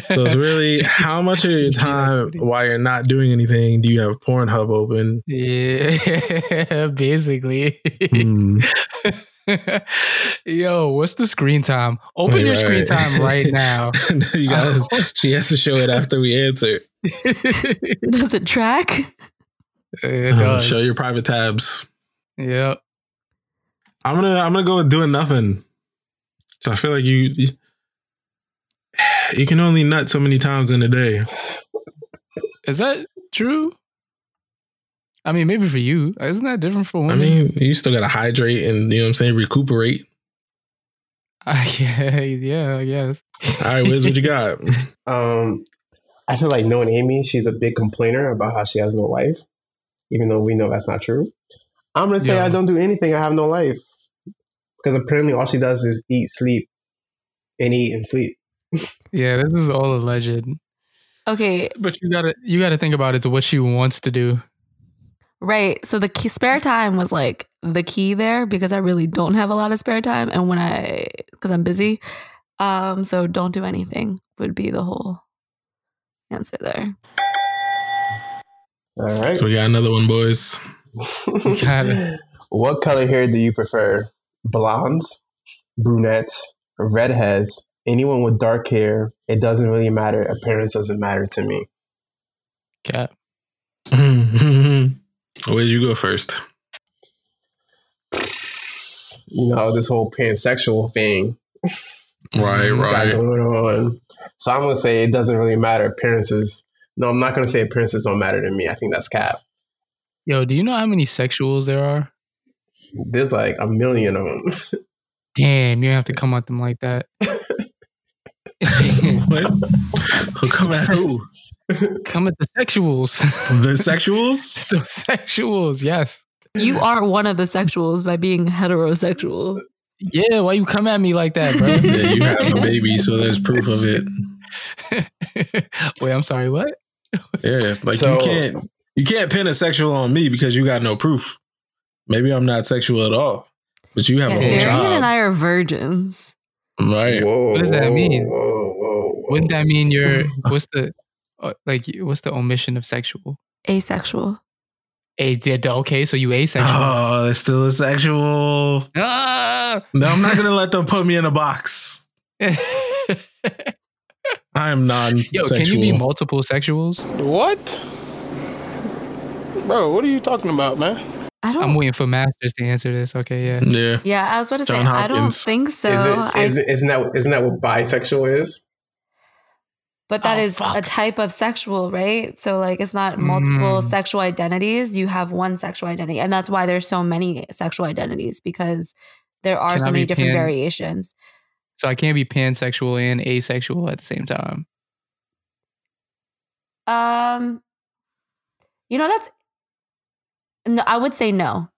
S3: So it's really how much of your
S1: Street
S3: time
S1: activity.
S3: while you're not doing anything do you have Pornhub open?
S1: yeah, basically.
S3: Hmm.
S1: Yo, what's the screen time? Open your
S3: Right,
S1: screen
S3: right.
S1: time right now.
S3: you
S1: Oh.
S3: guys, she has to show it after we answer.
S1: it
S4: Does it track?
S3: Uh,
S1: does.
S3: show your private tabs.
S1: Yep.
S3: I'm gonna I'm gonna go with doing nothing. So I feel like you you- you can only nut so many times in a day.
S1: Is that true? I mean, maybe for you. Isn't that different for
S3: I
S1: women?
S3: mean, you still gotta hydrate and you know what I'm saying, recuperate.
S1: I- yeah, yeah, I guess.
S3: All right, Wiz, what you got?
S2: Um, I feel like knowing Amy, she's a big complainer about how she has no life, even though we know that's not true. I'm gonna say
S1: Yeah.
S2: I don't do anything. I have no life. because apparently all she does is eat, sleep, and eat and sleep.
S1: Yeah, this is all alleged.
S4: Okay,
S1: But you gotta you gotta think about it's what she wants to do.
S4: right. So the key, spare time was like the key there because I really don't have a lot of spare time, and when I because I'm busy, um, so don't do anything would be the whole answer there.
S2: All right.
S3: So we got another one, boys.
S1: Got it.
S2: What color hair do you prefer? Blondes, brunettes, redheads, anyone with dark hair. It doesn't really matter. Appearance doesn't matter to me.
S1: Cap.
S3: Where'd you go first?
S2: You know, this whole pansexual thing
S3: Right,
S2: got
S3: right.
S2: going on. So I'm going to say it doesn't really matter. Appearances. No, I'm not going to say appearances don't matter to me. I think that's cap.
S1: Yo, do you know how many sexuals there are?
S2: There's like a million of them.
S1: Damn, you have to come at them like that.
S3: what? Who come at who?
S1: come at the sexuals.
S3: The sexuals?
S1: the sexuals, yes.
S4: You are one of the sexuals by being heterosexual.
S1: Yeah, why you come at me like that, bro?
S3: Yeah, you have a baby, so there's proof of it.
S1: Wait, I'm sorry, what?
S3: Yeah, like
S2: So-
S3: you can't you can't pin a sexual on me because you got no proof. Maybe I'm not sexual at all, but you have
S4: Yeah,
S3: a whole
S1: Darian
S4: Darian and
S3: job,
S4: I are virgins.
S3: right?
S2: Whoa,
S1: What does that
S2: whoa,
S1: mean?
S2: Whoa, whoa, whoa.
S1: Wouldn't that mean you're what's the uh, like what's the omission of sexual?
S4: Asexual.
S1: A, did- okay, so you asexual.
S3: Oh, they're still a sexual.
S1: Ah!
S3: No, I'm not gonna let them put me in a box.
S1: Yo,
S3: I am non-sexual.
S1: can you be multiple sexuals?
S8: What? Bro, what are you talking about, man?
S4: I don't.
S1: I'm waiting for Masters to answer this. Okay, yeah.
S3: yeah,
S4: yeah, I was about to say
S3: John
S4: I don't
S3: Hopkins.
S4: think so.
S2: Is
S4: I-
S2: it, is it, isn't, that, isn't that what bisexual is?
S4: but that
S1: Oh,
S4: is a
S1: fuck.
S4: type of sexual, right? So like, it's not multiple
S1: Mm.
S4: sexual identities. You have one sexual identity, and that's why there's so many sexual identities because there are
S1: Can
S4: so
S1: I
S4: many
S1: be
S4: different
S1: pan-
S4: variations.
S1: So I can't be pansexual and asexual at the same time.
S4: Um, you know that's. No, I would say no.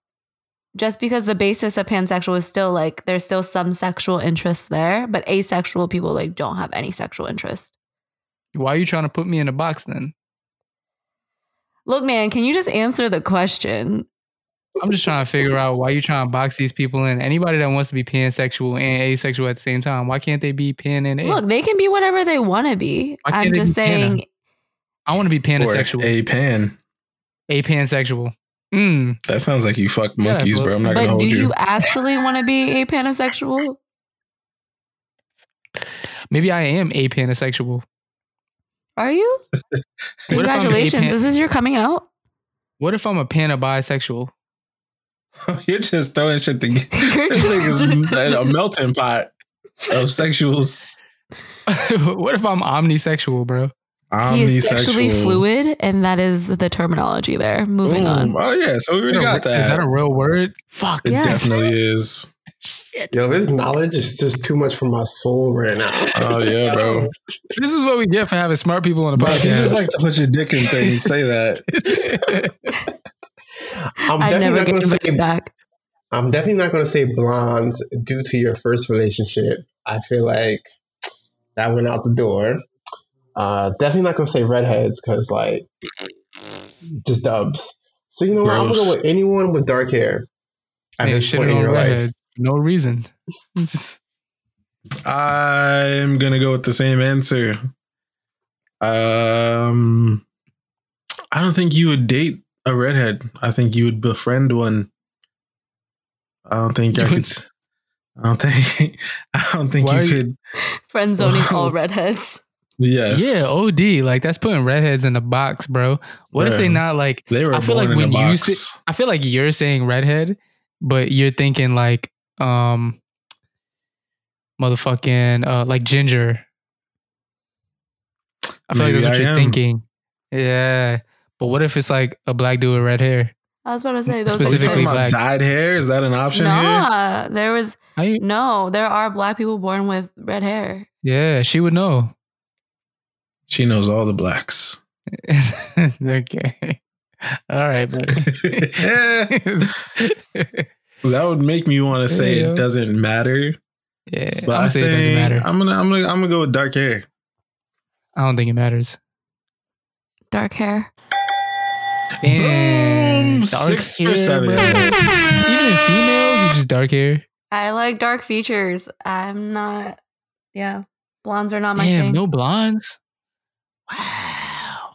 S4: Just because the basis of pansexual is still like there's still some sexual interest there, but asexual people like don't have any sexual interest.
S1: Why are you trying to put me in a box then?
S4: Look, man, can you just answer the question?
S1: I'm just trying to figure out why you trying to box these people in. Anybody that wants to be pansexual and asexual at the same time, why can't they be pan and a?
S4: Look, they can be whatever they want to be.
S1: Why can't
S4: I'm
S1: they
S4: just
S1: be Hannah?
S4: saying,
S1: I want to be
S3: or
S1: pansexual, a,
S3: a pan.
S1: pansexual. Mm.
S3: That sounds like you fuck
S1: Yeah,
S3: monkeys,
S1: but-
S3: bro. I'm not gonna
S4: but do
S3: hold
S4: you,
S3: you.
S4: actually want to be a pansexual?
S1: Maybe I am a pansexual.
S4: Are you?
S1: What if I'm a
S4: Congratulations.
S1: pan-
S4: Is this your coming out?
S1: What if I'm a pan bisexual?
S3: You- are just throwing shit together.
S4: You're
S3: this
S4: just-
S3: nigga's m- a melting pot of sexuals.
S1: what if I'm omnisexual, bro?
S4: He is sexually
S3: Omnisexual.
S4: fluid, and that is the terminology there. Moving
S3: Boom.
S4: on.
S3: Oh yeah, so we already got
S1: Is that
S3: that.
S1: a real word? Fuck.
S3: It
S4: Yeah.
S3: definitely is.
S2: Yo, this knowledge is just too much for my soul right now.
S3: Oh yeah, bro.
S1: This is what we get for having smart people on the
S3: But if you just
S1: podcast.
S3: like to put your dick in things, say that.
S2: I'm
S4: I
S2: definitely
S4: never
S2: not
S4: get
S2: going
S4: to
S2: to
S4: it
S2: say
S4: back.
S2: I'm definitely not going to say blondes due to your first relationship. I feel like that went out the door. Uh, definitely not going to say redheads because, like, just dubs. So, you know what? I'm going to go
S3: Gross.
S2: with anyone with dark hair at
S1: Man,
S2: this
S1: shit
S2: point in
S1: on
S2: your life.
S1: redheads. No reason. Just-
S3: I'm gonna go with the same answer. Um, I don't think you would date a redhead. I think you would befriend one. I don't think I could. s- I don't think. I don't think
S1: Why are
S3: you
S1: you-
S3: could.
S4: Friend zoning all
S3: Wow.
S4: redheads.
S3: Yes.
S1: Yeah, OD. Like that's putting redheads in the box, bro. What if
S3: Bruh.
S1: they not like
S3: They were
S1: I feel
S3: born
S1: like
S3: in
S1: when
S3: a
S1: you
S3: box.
S1: say I feel like you're saying redhead, but you're thinking like um motherfucking uh like ginger. I feel
S3: Maybe
S1: like that's what
S3: I
S1: you're
S3: am.
S1: thinking. Yeah. But what if it's like a black dude with red hair?
S4: I was about to say those
S3: Are you
S1: specifically
S3: talking
S1: black.
S3: about dyed hair? Is that an option here?
S4: Nah, there was
S1: How you-
S4: no. There are black people born with red hair.
S1: yeah, she would know.
S3: She knows all the blacks.
S1: okay. All right, buddy.
S3: That would make me want to say
S1: Yeah.
S3: it doesn't matter.
S1: Yeah, I'm
S3: but I
S1: gonna say it doesn't
S3: think-
S1: matter.
S3: I'm gonna I'm gonna I'm gonna go with dark hair.
S1: I don't think it matters.
S4: Dark hair.
S1: Damn, dark
S3: six for
S1: hair,
S3: seven.
S1: bro. Even females, you just dark hair.
S4: I like dark features. I'm not. Yeah, blondes are not my
S1: Damn,
S4: thing.
S1: no blondes. Wow.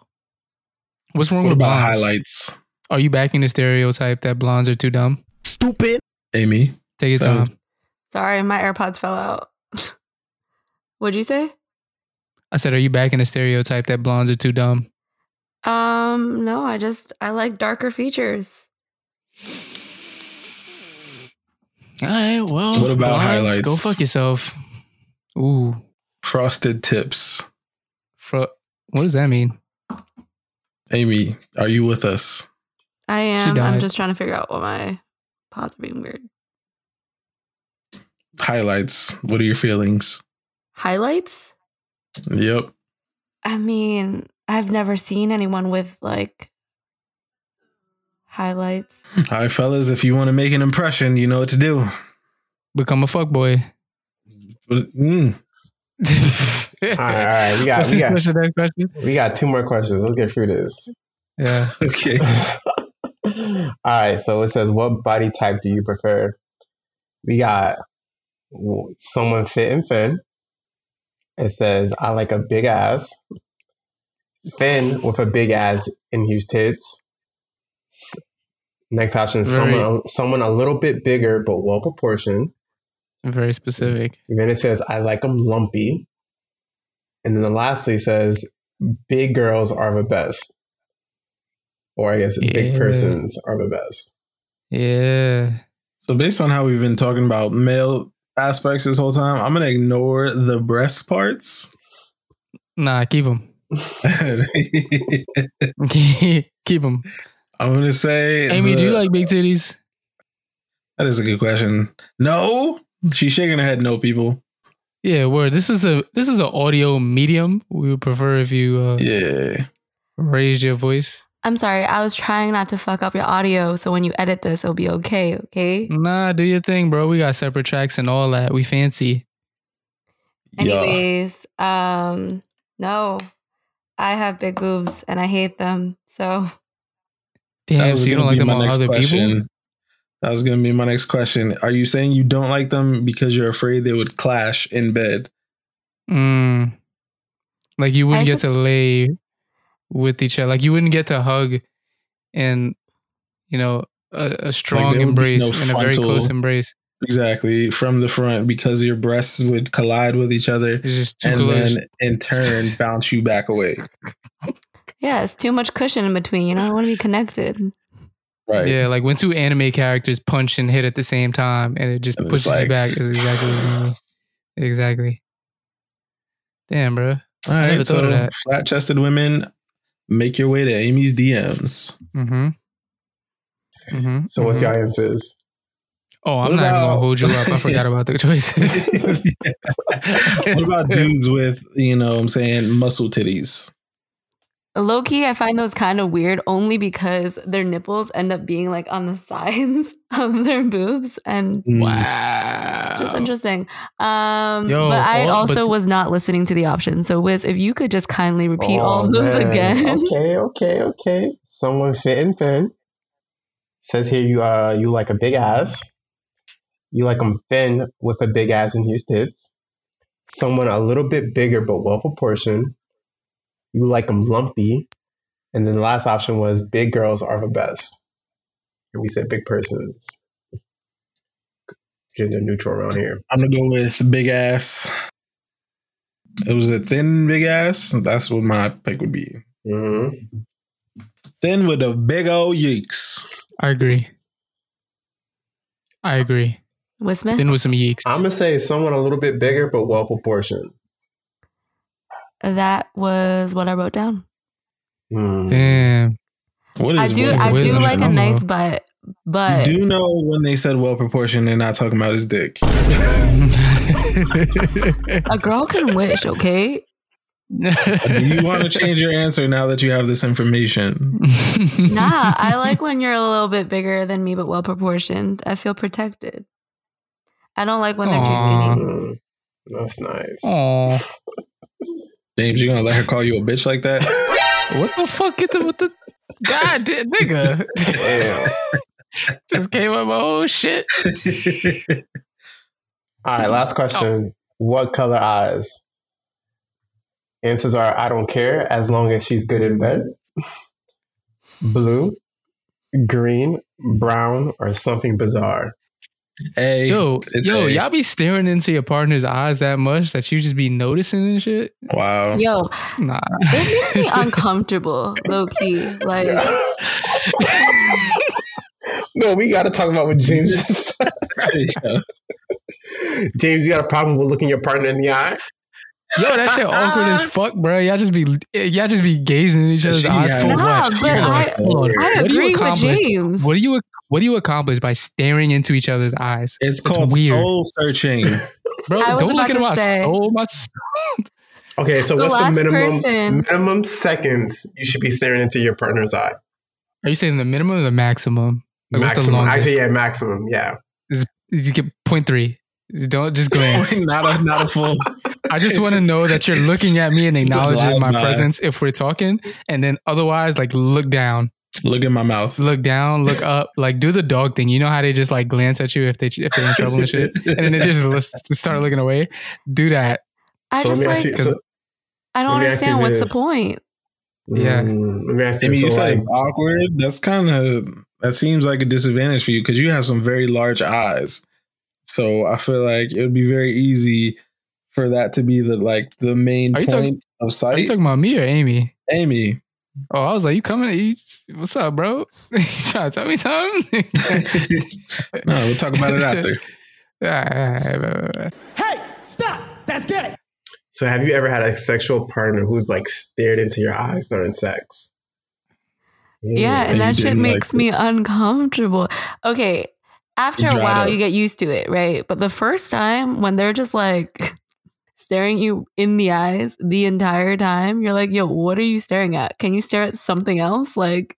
S1: What's wrong
S3: What
S1: with
S3: about
S1: blondes?
S3: highlights?
S1: Are you backing the stereotype that blondes are too dumb?
S8: Stupid.
S3: Amy,
S1: Take your
S3: Uh,
S1: time.
S4: Sorry, my AirPods fell out. What'd you say?
S1: I said, are you backing the stereotype that blondes are too dumb?
S4: Um, no, I just I like darker features.
S1: All right, well,
S3: What about highlights?
S1: Go fuck yourself. Ooh,
S3: frosted tips.
S1: fro- what does that mean?
S3: Amy, are you with us?
S4: I am.
S1: died.
S4: I'm just trying to figure out what my pods are being weird.
S3: Highlights. What are your feelings?
S4: Highlights?
S3: Yep.
S4: I mean, I've never seen anyone with like highlights.
S3: All right, fellas, if you want to make an impression, you know what to do.
S1: Become a fuckboy.
S3: But,
S1: all
S3: mm,
S2: All right, all right. We got,
S1: What's
S2: we
S1: the
S2: got,
S1: question, next question?
S2: we got two more questions. Let's get through this.
S1: Yeah.
S3: okay.
S2: all right. So it says, what body type do you prefer? We got w- someone fit and thin. It says, I like a big ass. Thin with a big ass and huge tits. S- Next option, is someone, someone a little bit bigger but well proportioned.
S1: Very specific.
S2: And then it says, I like them lumpy. And then the lastly says, big girls are the best. Or I guess big
S1: Yeah.
S2: persons are the best.
S1: Yeah.
S3: So based on how we've been talking about male aspects this whole time, I'm gonna ignore the breast parts.
S1: Nah, keep them.
S3: I'm
S1: keep them.
S3: gonna say
S1: Amy, do you
S3: the-
S1: like big titties?
S3: that is a good question. No? She's shaking her head no, people.
S1: Yeah, word. This is a this is an audio medium. We would prefer if you uh,
S3: Yeah.
S1: raised your voice.
S4: I'm sorry, I was trying not to fuck up your audio, so when you edit this, it'll be okay, okay?
S1: Nah, do your thing, bro. We got separate tracks and all that. We fancy.
S3: Yeah.
S4: Anyways, um, no, I have big boobs and I hate them, so
S1: Damn, so you don't
S3: gonna
S1: like
S3: be
S1: them
S3: my
S1: on
S3: next
S1: other people?
S3: question. That was gonna be my next question. Are you saying you don't like them because you're afraid they would clash in bed?
S1: Mm. Like you wouldn't
S4: I
S1: get to
S4: just-
S1: lay with each other. Like you wouldn't get to hug and you know a, a strong
S3: would be
S1: embrace
S3: no
S1: and a very
S3: frontal-
S1: close embrace.
S3: Exactly. From the front, because your breasts would collide with each other
S1: It's just too
S3: and
S1: close.
S3: then in turn bounce you back away.
S4: yeah, it's too much cushion in between, you know? I want to be connected.
S3: Right.
S1: Yeah, like when two anime characters punch and hit at the same time, and it just
S3: And it's
S1: pushes you
S3: like-
S1: back. Is exactly what I mean. exactly. Damn, bro.
S3: All
S1: I never
S3: right.
S1: thought of
S3: So
S1: that.
S3: flat chested women, make your way to Amy's DMs.
S1: Mm-hmm. Mm-hmm.
S2: So what's your answers?
S1: Oh, I'm not
S3: What
S1: even gonna
S3: about-
S1: hold you up. I forgot about the choices.
S3: what about dudes with, you know what I'm saying, muscle titties?
S4: Low key, I find those kind of weird only because their nipples end up being like on the sides of their boobs, and
S1: Wow.
S4: it's just interesting. Um,
S1: Yo,
S4: but I
S1: all- but-
S4: also was not listening to the option. So, Wiz, if you could just kindly repeat all
S2: Oh,
S4: of those
S2: man.
S4: again,
S2: Okay, okay, okay. Someone fit and thin. Says here you uh you like a big ass. You like them thin with a big ass and huge tits. Someone a little bit bigger but well proportioned. You like them lumpy. And then the last option was big girls are the best. And we said big persons. Gender neutral around here.
S3: I'm gonna go with big ass. It was a thin big ass. That's what my pick would be.
S2: hmm
S3: Thin with the big old yeeks.
S1: I agree. I agree.
S4: Wiz Smith.
S1: Then with some yeeks.
S2: I'm gonna say someone a little bit bigger but well proportioned.
S4: that was what I wrote down.
S2: Hmm.
S1: Damn.
S3: What
S4: I
S3: is
S4: do,
S3: with
S4: I
S3: the
S1: Wiz
S4: do
S1: and
S3: women?
S4: like
S1: Drama.
S4: a nice butt, but
S3: You do know when they said well proportioned, they're not talking about his dick.
S4: a girl can wish, okay?
S3: Do you want to change your answer now that you have this information?
S4: nah, I like when you're a little bit bigger than me, but well proportioned. I feel protected. I don't like when they're too skinny.
S2: Mm, that's nice.
S4: Oh.
S1: Aw.
S3: James, you gonna let her call you a bitch like that?
S1: What the fuck? Get to with the god, di- nigga.
S2: Damn.
S1: Just came up my whole shit.
S2: All right, last question.
S4: Oh.
S2: What color eyes? Answers are I don't care as long as she's good in bed. Blue, green, brown, or something bizarre.
S3: hey,
S1: Yo,
S3: it's
S1: yo,
S3: A.
S1: y'all be staring into your partner's eyes that much that you just be noticing and shit.
S3: wow.
S4: Yo,
S1: Nah,
S4: it makes me uncomfortable, low key. Like,
S2: no, we got to talk about what James just said.
S3: Yeah.
S2: James, you got a problem with looking your partner in the eye?
S1: yo, that shit awkward as fuck, bro. Y'all just be, y'all just be gazing in each other's
S3: She
S1: eyes
S3: has-
S1: for
S4: Nah,
S1: what?
S4: but I-
S1: Hold on.
S4: I
S1: What do you
S4: agree with
S1: accomplish?
S4: James.
S1: What do you, what do you accomplish by staring into each other's eyes,
S3: It's called
S1: weird.
S3: soul searching.
S1: bro?
S4: I was
S1: Don't look
S4: about
S1: at
S4: to
S1: my
S4: say-
S1: soul, my s-
S2: Okay, so
S4: The
S2: what's the
S4: last
S2: minimum
S4: person-
S2: minimum seconds you should be staring into your partner's eye?
S1: Are you saying the minimum or the maximum? Like, what's the
S2: maximum.
S1: longest?
S2: Actually, yeah, maximum. Yeah.
S1: You get point three. Don't just glance.
S3: not a not a full.
S1: I just want to know that you're looking at me and
S3: It's a
S1: acknowledging
S3: live
S1: my
S3: eye.
S1: presence if we're talking, and then otherwise, like look down,
S3: Look in my mouth.
S1: look down, look up, like do the dog thing. You know how they just like glance at you if they if they're in trouble and shit, and then they just list- just start looking away. Do that.
S4: I
S2: So let
S4: just
S2: me
S4: like,
S2: ask you- so-
S4: I don't
S2: let me ask you
S4: understand what's the
S2: this.
S4: point.
S1: Yeah.
S2: Mm, let me ask
S3: I
S2: you,
S3: mean, you
S2: so,
S3: said
S2: like,
S3: it's awkward. That's kind of that seems like a disadvantage for you because you have some very large eyes. So I feel like it would be very easy for that to be the like the main
S1: Are you
S3: point
S1: talking- Are
S3: of
S1: you
S3: sight.
S1: talking about me or Amy?
S3: Amy,
S1: Oh, I was like, you coming? You, what's up, bro? you trying to tell me something?
S3: no, we'll talk about it after.
S1: All right, all right, all right, all right.
S5: Hey, stop! That's gay!
S2: so have you ever had a sexual partner who's like stared into your eyes during sex? Mm,
S4: Yeah,
S3: you
S4: and that shit
S3: didn't like
S4: makes
S3: it.
S4: me uncomfortable. Okay, after a
S3: dried
S4: while,
S3: up.
S4: you get used to it, right? But the first time when they're just like staring you in the eyes the entire time, you're like, yo, what are you staring at? Can you stare at something else? Like,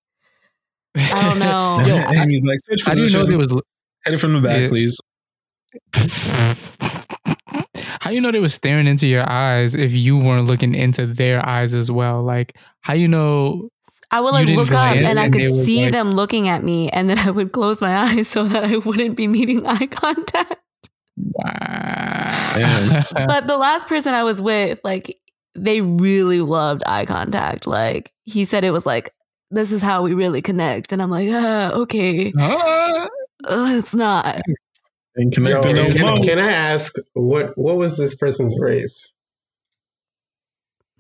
S4: I don't know.
S1: Yo, I,
S3: Amy's like, switch
S1: I didn't know
S3: positions.
S1: there was
S3: Hit it from the back,
S1: Yeah.
S3: please.
S1: how you know they were staring into your eyes if you weren't looking into their eyes as well? Like how you know?
S4: I would
S1: You
S4: like
S1: didn't
S4: look up
S1: glance
S4: and I
S1: and
S4: could
S1: they would,
S4: see
S1: like-
S4: them looking at me, and then I would close my eyes so that I wouldn't be meeting eye contact.
S1: Wow.
S4: but the last person I was with, like, they really loved eye contact. Like, he said it was like, this is how we really connect. And I'm like, ah, okay,
S3: Mm.
S1: Huh?
S4: uh, it's not.
S3: And
S2: Yo,
S3: connect the
S2: can,
S3: no mo.
S2: can I ask what what was this person's race?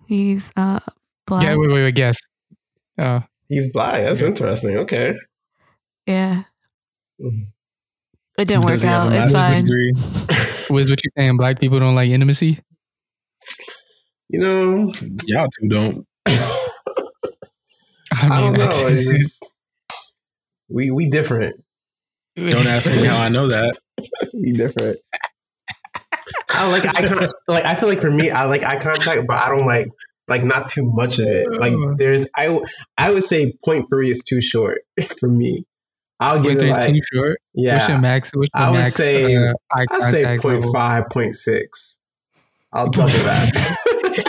S4: He's uh, black.
S1: yeah,
S4: Yeah.
S1: wait, wait, wait, guess. Oh,
S2: He's black. That's interesting. Okay.
S4: It didn't
S3: Mm-hmm. Does
S4: work
S3: he have
S4: out.
S3: a master's
S4: It's fine.
S3: degree?
S1: was what you saying? Black people don't like intimacy.
S2: You know,
S3: Y'all two don't.
S2: I don't know. It's just- we we different.
S3: Don't ask me how I know that.
S2: We different. I don't like eye con- like I feel like for me I like eye contact, but I don't like like not too much of it. Like
S1: Mm.
S2: there's I w- I would say point three is too short for me. I'll give
S1: Wait,
S2: it
S1: there's
S2: like
S1: too short. What's your
S2: yeah.
S1: max? What's your
S2: I would
S1: max? uh,
S2: say-
S1: eye
S2: I say
S1: contact
S2: point
S1: level?
S2: five, point six. I'll double that.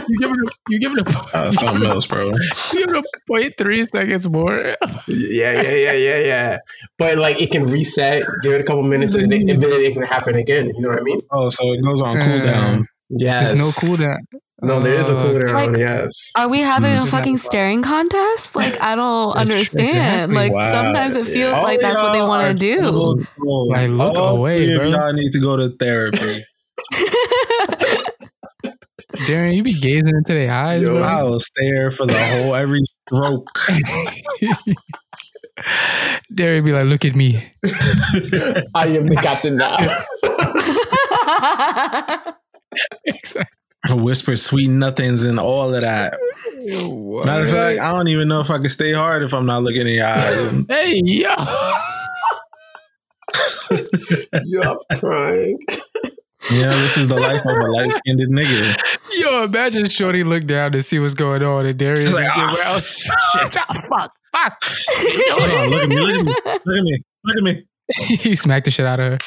S1: You give it a, you give it a,
S3: Uh, something else, bro.
S1: you give it a point three seconds more.
S2: yeah, yeah, yeah, yeah, yeah. But like it can reset, give it a couple minutes, and, it, and then it can happen again. You know what I mean?
S3: Oh, so it goes on
S1: Uh,
S3: cooldown.
S2: Yeah.
S1: There's no cooldown.
S2: No, there is a
S1: Uh,
S2: cooldown.
S4: Like-
S2: yes.
S4: Are we having
S3: Mm.
S4: a
S1: This is not
S4: fucking
S1: about-
S4: staring contest? Like, I don't
S1: Ex-
S4: understand.
S1: exactly.
S4: Like,
S3: Wow.
S4: sometimes it feels
S3: All
S4: like that's what they
S3: y'all
S4: want
S3: are
S4: to do.
S3: cold souls.
S1: Like, look
S3: All
S1: away,
S3: three of
S1: bro.
S3: Y'all need to go to therapy.
S1: Darren, you be gazing into their eyes,
S2: Yo.
S1: bro.
S3: I will stare for the whole every stroke.
S1: Darren be like, look at me.
S2: I am the captain now.
S1: Exactly.
S3: Whisper sweet nothings and all of that. Matter of fact, I don't even know if I can stay hard if I'm not looking in your eyes.
S1: hey, yo.
S2: You're crying.
S3: Yeah, this is the life of a light skinned nigga.
S1: Yo, imagine Shorty looked down to see what's going on, and Darius
S3: like,
S1: is
S3: "Ah,
S1: doing else.
S3: shit."
S1: fuck, fuck.
S3: Hold on, look at me, look at me, look at me, look at me.
S1: he smacked the shit out of her.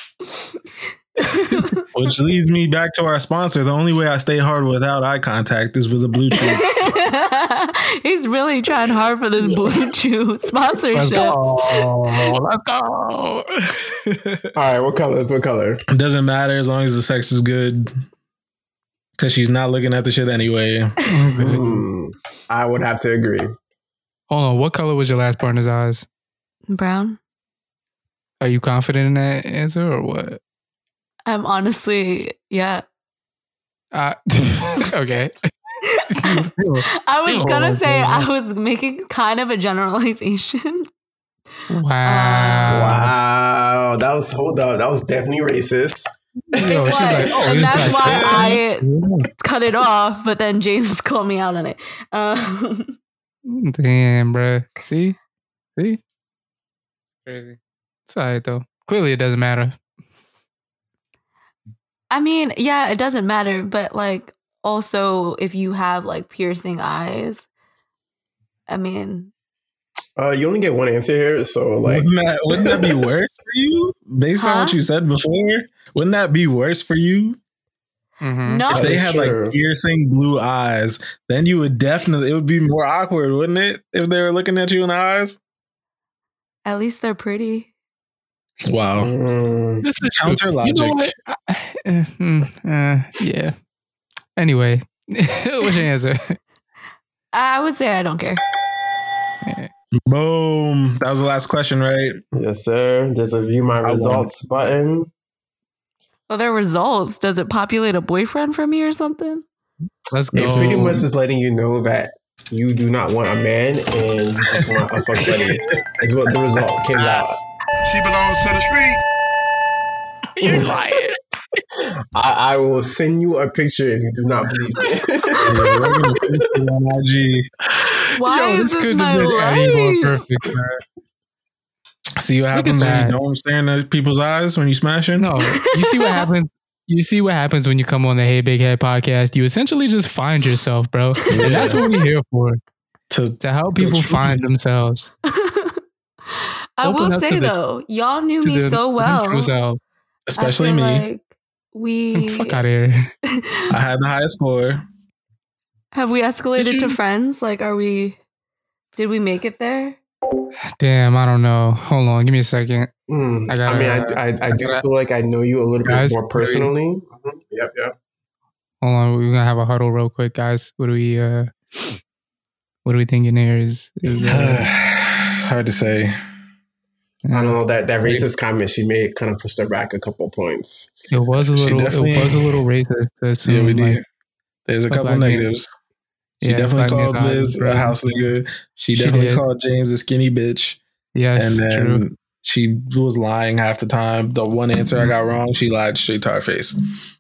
S3: Which leads me back to our sponsor. The only way I stay hard without eye contact is with a blue chew.
S4: He's really trying hard for this Blue Chew
S1: Let's
S4: sponsorship.
S1: go. Let's go.
S2: All right, what color is what color?
S3: It doesn't matter as long as the sex is good. Cause she's not looking at the shit anyway.
S1: Hold
S2: Hmm, I would have to agree.
S1: Uh, on. What color was your last partner's eyes?
S4: Brown.
S1: Are you confident in that answer or what?
S4: I'm honestly, yeah.
S1: Uh, okay.
S4: I was
S1: Ew.
S3: Oh,
S4: gonna say
S1: Ew.
S4: I was making kind of a generalization.
S1: Wow.
S2: Wow, that was hold up, that was definitely racist.
S1: Yo,
S4: It
S1: she was like,
S4: was,
S1: oh,
S4: and
S1: it's
S4: that's
S1: like-
S4: why I cut it off. But then James called me out on it. Um,
S1: Damn, bruh. See, see, crazy. It's alright though. Clearly, it doesn't matter.
S4: I mean, yeah, it doesn't matter, but like also if you have like piercing eyes, I mean,
S2: Uh, you only get one answer here, so like,
S3: wouldn't, that, wouldn't that be worse for you? Based on what
S4: Huh?
S3: you said before, wouldn't that be worse for you?
S1: Mhm.
S4: no,
S3: Mm. If they had
S2: Sure.
S3: like piercing blue eyes, then you would definitely it would be more awkward, wouldn't it? If they were looking at you in the eyes.
S4: at least they're pretty.
S3: Wow.
S2: mm,
S1: This is true.
S3: Counter
S1: You know
S3: logic.
S1: what? I- eh, mm, eh, yeah. Anyway, what's your answer?
S4: I I would say I don't care.
S3: Boom. That was the last question, right?
S2: yes, sir. There's a view my
S3: won.
S2: results button.
S4: Well, their results does it populate a boyfriend for me or something?
S1: Let's go.
S2: It's pretty much just letting you know that you do not want a man and you just want a fuck buddy. Is what the result came out.
S8: She belongs to the street.
S1: You're lying.
S2: I, I will send you a picture if you do not believe me.
S3: Yeah, we're gonna post it on IG.
S4: Why is this
S1: couldn't
S4: my
S1: have been any more
S4: life?
S1: perfect. bruh.
S3: See
S1: Look
S3: what
S1: at
S3: happens when
S1: that.
S3: you don't stare at people's eyes when you smashing?
S1: No, you see what happens. You see what happens when you come on the Hey Big Head podcast. You essentially just find yourself, bro.
S3: Yeah.
S1: And that's what we're here for
S3: To
S1: to help people
S3: truth.
S1: find themselves.
S4: I
S1: Open
S4: will
S1: up to
S4: say
S1: the-
S4: though, y'all knew
S1: to
S4: me
S1: the uh,
S4: so
S1: true
S4: well.
S1: self.
S4: I
S3: especially
S4: feel
S3: me.
S4: Like we
S1: Oh, Fuck out of here.
S3: I had the highest score.
S4: have we escalated
S1: Did
S4: to
S1: you-
S4: friends? Like, are we? Did we make it there?
S1: Damn, I don't know. Hold on, give me a second.
S2: Mm,
S1: I
S2: I,
S1: gotta-
S2: mean, I, I, I do
S1: gotta-
S2: feel like I know you a little
S1: Guys, Mm-hmm,
S2: bit more personally. Mhm. Yep, yep.
S1: Hold on, we're gonna have a huddle real quick, guys. What do we uh what do we think in here is is uh,
S3: it's hard to say.
S2: I don't know that that
S1: Wait.
S2: racist comment she made kind of pushed her back a couple points.
S1: it was a
S3: She
S1: little
S3: definitely-
S1: it was a little racist to assume,
S3: Yeah, we
S1: like,
S3: need. There's a
S1: Fuck
S3: couple
S1: Black Lives.
S3: negatives. She
S1: yeah,
S3: definitely
S1: Black Lives
S3: called
S1: Matter is
S3: Liz a
S1: racist.
S3: house nigger. She,
S1: She
S3: definitely
S1: did.
S3: called James a skinny bitch.
S1: Yes,
S3: and then
S1: true. Mm-hmm.
S3: she was lying half the time. The one answer I got wrong, she lied straight to our face.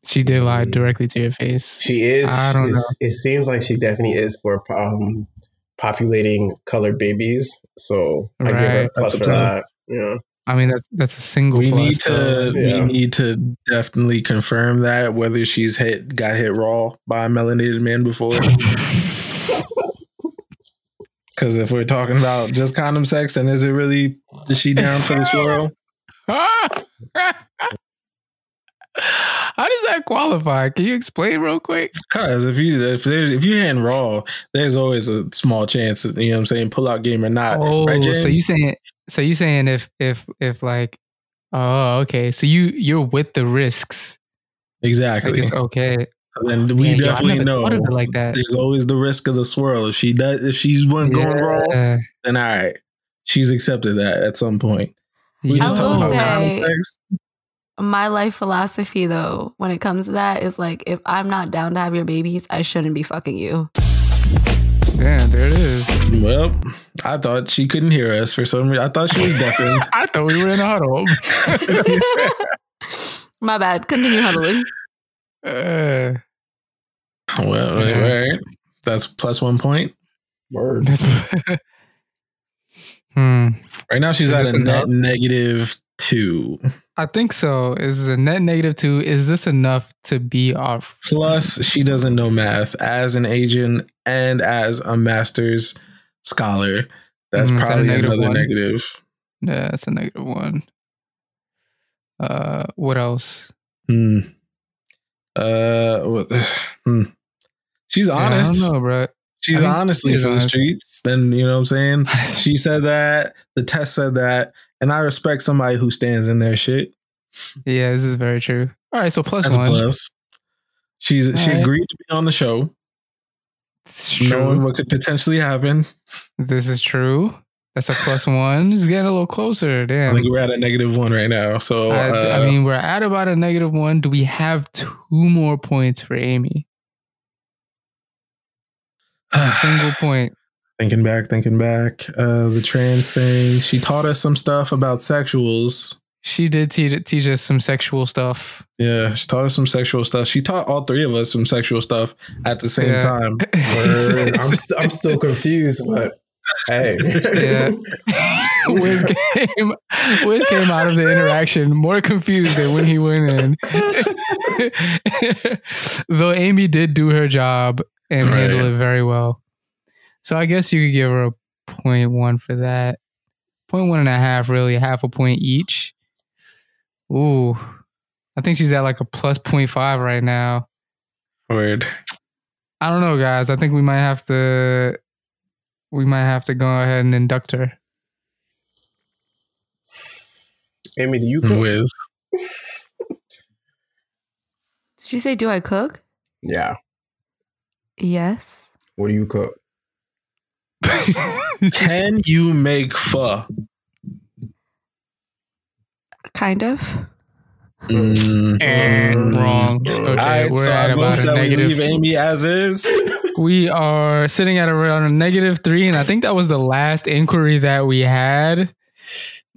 S1: She did
S3: Mm.
S1: lie directly to your face.
S2: She is.
S1: I don't
S2: it's-
S1: know.
S2: It seems like she definitely is for um, populating colored babies. So I give her a
S1: Right.
S2: plus
S3: That's a
S2: for
S3: plus.
S2: that. Yeah.
S1: I mean that's that's a single
S3: we
S1: plus,
S3: need
S1: though.
S3: to
S2: Yeah.
S3: we need to definitely confirm that whether she's hit got hit raw by a melanated man before. Because if we're talking about just condom sex, then is it really is she down for this world?
S1: How does that qualify? Can you explain real quick?
S3: Because if you if there's if you're hitting raw, there's always a small chance. You know what I'm saying? Pull out game or not?
S1: Oh,
S3: right, James?
S1: so you saying so you saying if if if like oh okay so you you're with the risks like
S3: exactly.
S1: it's okay
S3: And we
S1: Yeah, uh, yo, I
S3: definitely
S1: never
S3: know
S1: thought of it like that.
S3: there's always the risk of the swirl. If she does, if she's one going wrong,
S1: Yeah.
S3: then all right, she's accepted that at some point.
S1: You
S4: I
S1: just
S4: will
S1: don't know.
S4: say-
S3: context.
S4: My life philosophy, though, when it comes to that, is like, if I'm not down to have your babies, I shouldn't be fucking you.
S1: Damn, there it is.
S3: Well, I thought she couldn't hear us for some reason. I thought she was deafened.
S1: I thought we were in a huddle.
S4: My bad. Continue huddling.
S1: Uh,
S3: well, all
S1: Yeah.
S3: right, that's plus one point.
S2: Word.
S1: that's- hmm.
S3: Right now, she's
S1: Is
S3: at
S1: this
S3: a
S1: enough?
S3: net negative two.
S1: I think so. Is a net negative two. Is this enough to be our
S3: Plus, she doesn't know math as an Asian and as a master's scholar. That's
S1: Mm, is that a
S3: probably
S1: negative
S3: another
S1: one?
S3: negative.
S1: Yeah, that's a negative one. Uh, what else?
S3: Hmm. Uh, what- hmm. She's
S1: Yeah,
S3: honest.
S1: I don't know, bro. I
S3: She's
S1: think
S3: honestly
S1: she's
S3: for the
S1: honest.
S3: streets. Then you know what I'm saying. She said that. The test said that, and I respect somebody who stands in their shit.
S1: Yeah, this is very true. All right, so plus
S3: That's a
S1: one.
S3: plus. She's she
S1: Alright.
S3: agreed to be on the show,
S1: It's
S3: knowing
S1: true.
S3: what could potentially happen.
S1: This is true. That's a plus one. It's getting a little closer.
S3: I
S1: Damn.
S3: think we're at a negative one right now. So
S1: I,
S3: uh,
S1: I mean, we're at about a negative one. Do we have two more points for Amy? A single point.
S3: thinking back, thinking back, uh, the trans thing. She taught us some stuff about sexuals.
S1: She did teach, teach us some sexual stuff.
S3: Yeah, she taught us some sexual stuff. She taught all three of us some sexual stuff at the same
S1: Yeah.
S3: time.
S2: Word. I'm, st- I'm still confused, but hey.
S1: Yeah. Wiz came, Wiz came out of the interaction more confused than when he went in. Though Amy did do her job and
S3: Right.
S1: handle it very well. So I guess you could give her a point one for that. Point one and a half, really, half a point each. Ooh. I think she's at like a plus point five right now.
S3: Word.
S1: I don't know, guys. I think we might have to we might have to go ahead and induct her.
S2: Amy, do you cook?
S3: With
S4: Did you say, do I cook?
S2: Yeah.
S4: Yes.
S2: What do you cook?
S3: can you make pho?
S4: Kind of.
S3: Mm.
S1: And wrong.
S3: All
S1: Okay,
S3: right,
S1: we're
S3: so
S1: at
S3: I
S1: about a
S3: move that we leave
S1: negative.
S3: Amy as is.
S1: We are sitting at around a negative three, and I think that was the last inquiry that we had.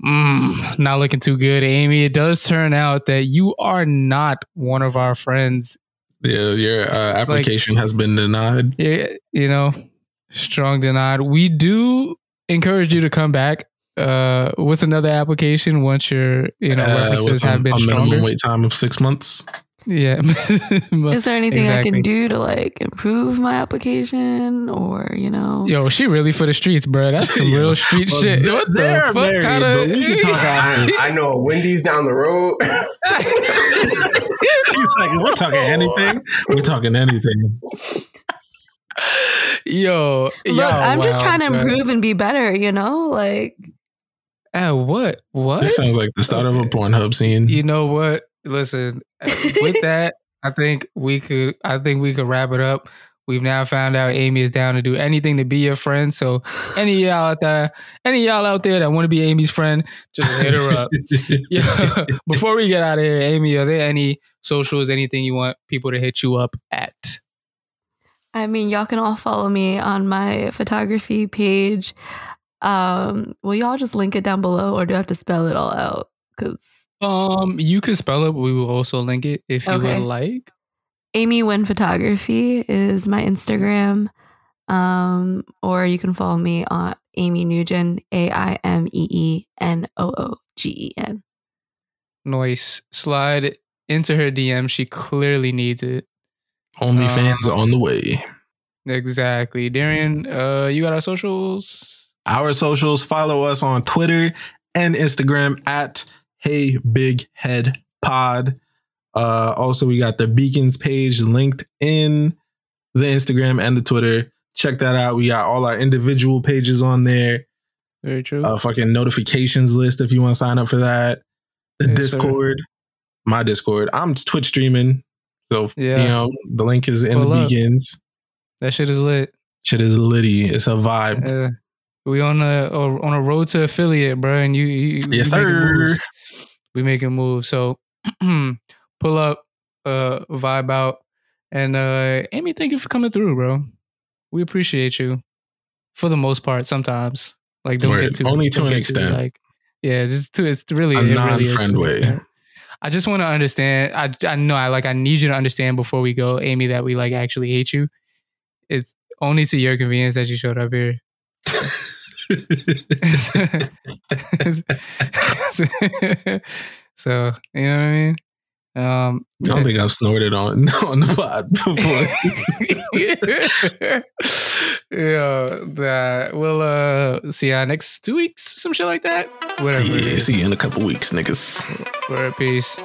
S1: Mm, not looking too good, Amy. It does turn out that you are not one of our friends.
S3: Yeah, your uh, application has been denied.
S1: You, you know, strong denied. We do encourage you to come back uh, with another application once your you know
S3: Uh,
S1: references
S3: with a,
S1: have been
S3: a
S1: stronger.
S3: minimum wait time of six months.
S1: Yeah.
S4: Is there anything I
S1: Exactly.
S4: can do to like improve my application or, you know?
S1: Yo, she really for the streets, bro. That's some
S3: Yeah.
S1: real street
S3: Well,
S1: shit.
S3: they're
S1: What
S3: married,
S1: the fuck
S3: but
S1: kind
S3: we can talk
S1: of?
S2: I, I know a Wendy's down the road.
S3: He's like, we're talking anything. Oh. We're talking anything.
S1: Yo,
S4: Look,
S1: yo,
S4: I'm just
S1: wow,
S4: trying to
S1: bro.
S4: improve and be better, you know? Like,
S1: At what? What?
S3: This sounds like the start of a Pornhub scene.
S1: You know what? Listen, with that, I think we could. I think we could wrap it up. We've now found out Amy is down to do anything to be your friend. So any of y'all out there, any of y'all out there that want to be Amy's friend, just hit her up. Yeah. Before we get out of here, Amy, are there any socials, anything you want people to hit you up at?
S4: I mean, y'all can all follow me on my photography page. Um, will y'all just link it down below or do I have to spell it all out? Because
S1: Um, you can spell it. but We will also link it if you
S4: Okay.
S1: would like.
S4: Amy Wynn Photography is my Instagram. Um, or you can follow me on Amy Nugent, A I M E E N O O G E N.
S1: Noise slide into her DM. She clearly needs it. Uh,
S3: OnlyFans on the way.
S1: Exactly, Darian. Uh, you got our socials.
S3: Our socials follow us on Twitter and Instagram at Hey Big Head Pod. Uh, also, we got the Beacons page linked in the Instagram and the Twitter. Check that out. We got all our individual pages on there.
S1: Very true.
S3: a fucking notifications list if you want to sign up for that. The
S1: Yes, sir.
S3: Discord, my Discord. I'm Twitch streaming, so
S1: Yeah.
S3: you know the link is in
S1: Pull
S3: the
S1: up.
S3: beacons.
S1: that shit is lit.
S3: Shit is litty. It's a vibe.
S1: Uh, we on a or- on a road to affiliate, bro. And you, you you-
S3: Yes,
S1: we making
S3: sir.
S1: moves. We making moves. So pull up, uh, vibe out, and uh, Amy, thank you for coming through, bro. We appreciate you for the most part. Sometimes, like, don't
S3: Word.
S1: get too
S3: Only to
S1: don't
S3: an
S1: get too,
S3: extent.
S1: like, yeah, just to it's really
S3: A
S1: it really is to
S3: non-friend
S1: an
S3: way.
S1: extent. I just want to understand. I I know I like I need you to understand before we go, Amy, that we like actually hate you. It's only to your convenience that you showed up here. so you know what I mean. Um,
S3: I don't think I've snorted on on the pod
S1: before. yeah, that we'll uh, see ya next two weeks, some shit like that. Whatever. it
S3: yeah,
S1: is.
S3: see you in a couple weeks, niggas.
S1: We're at peace.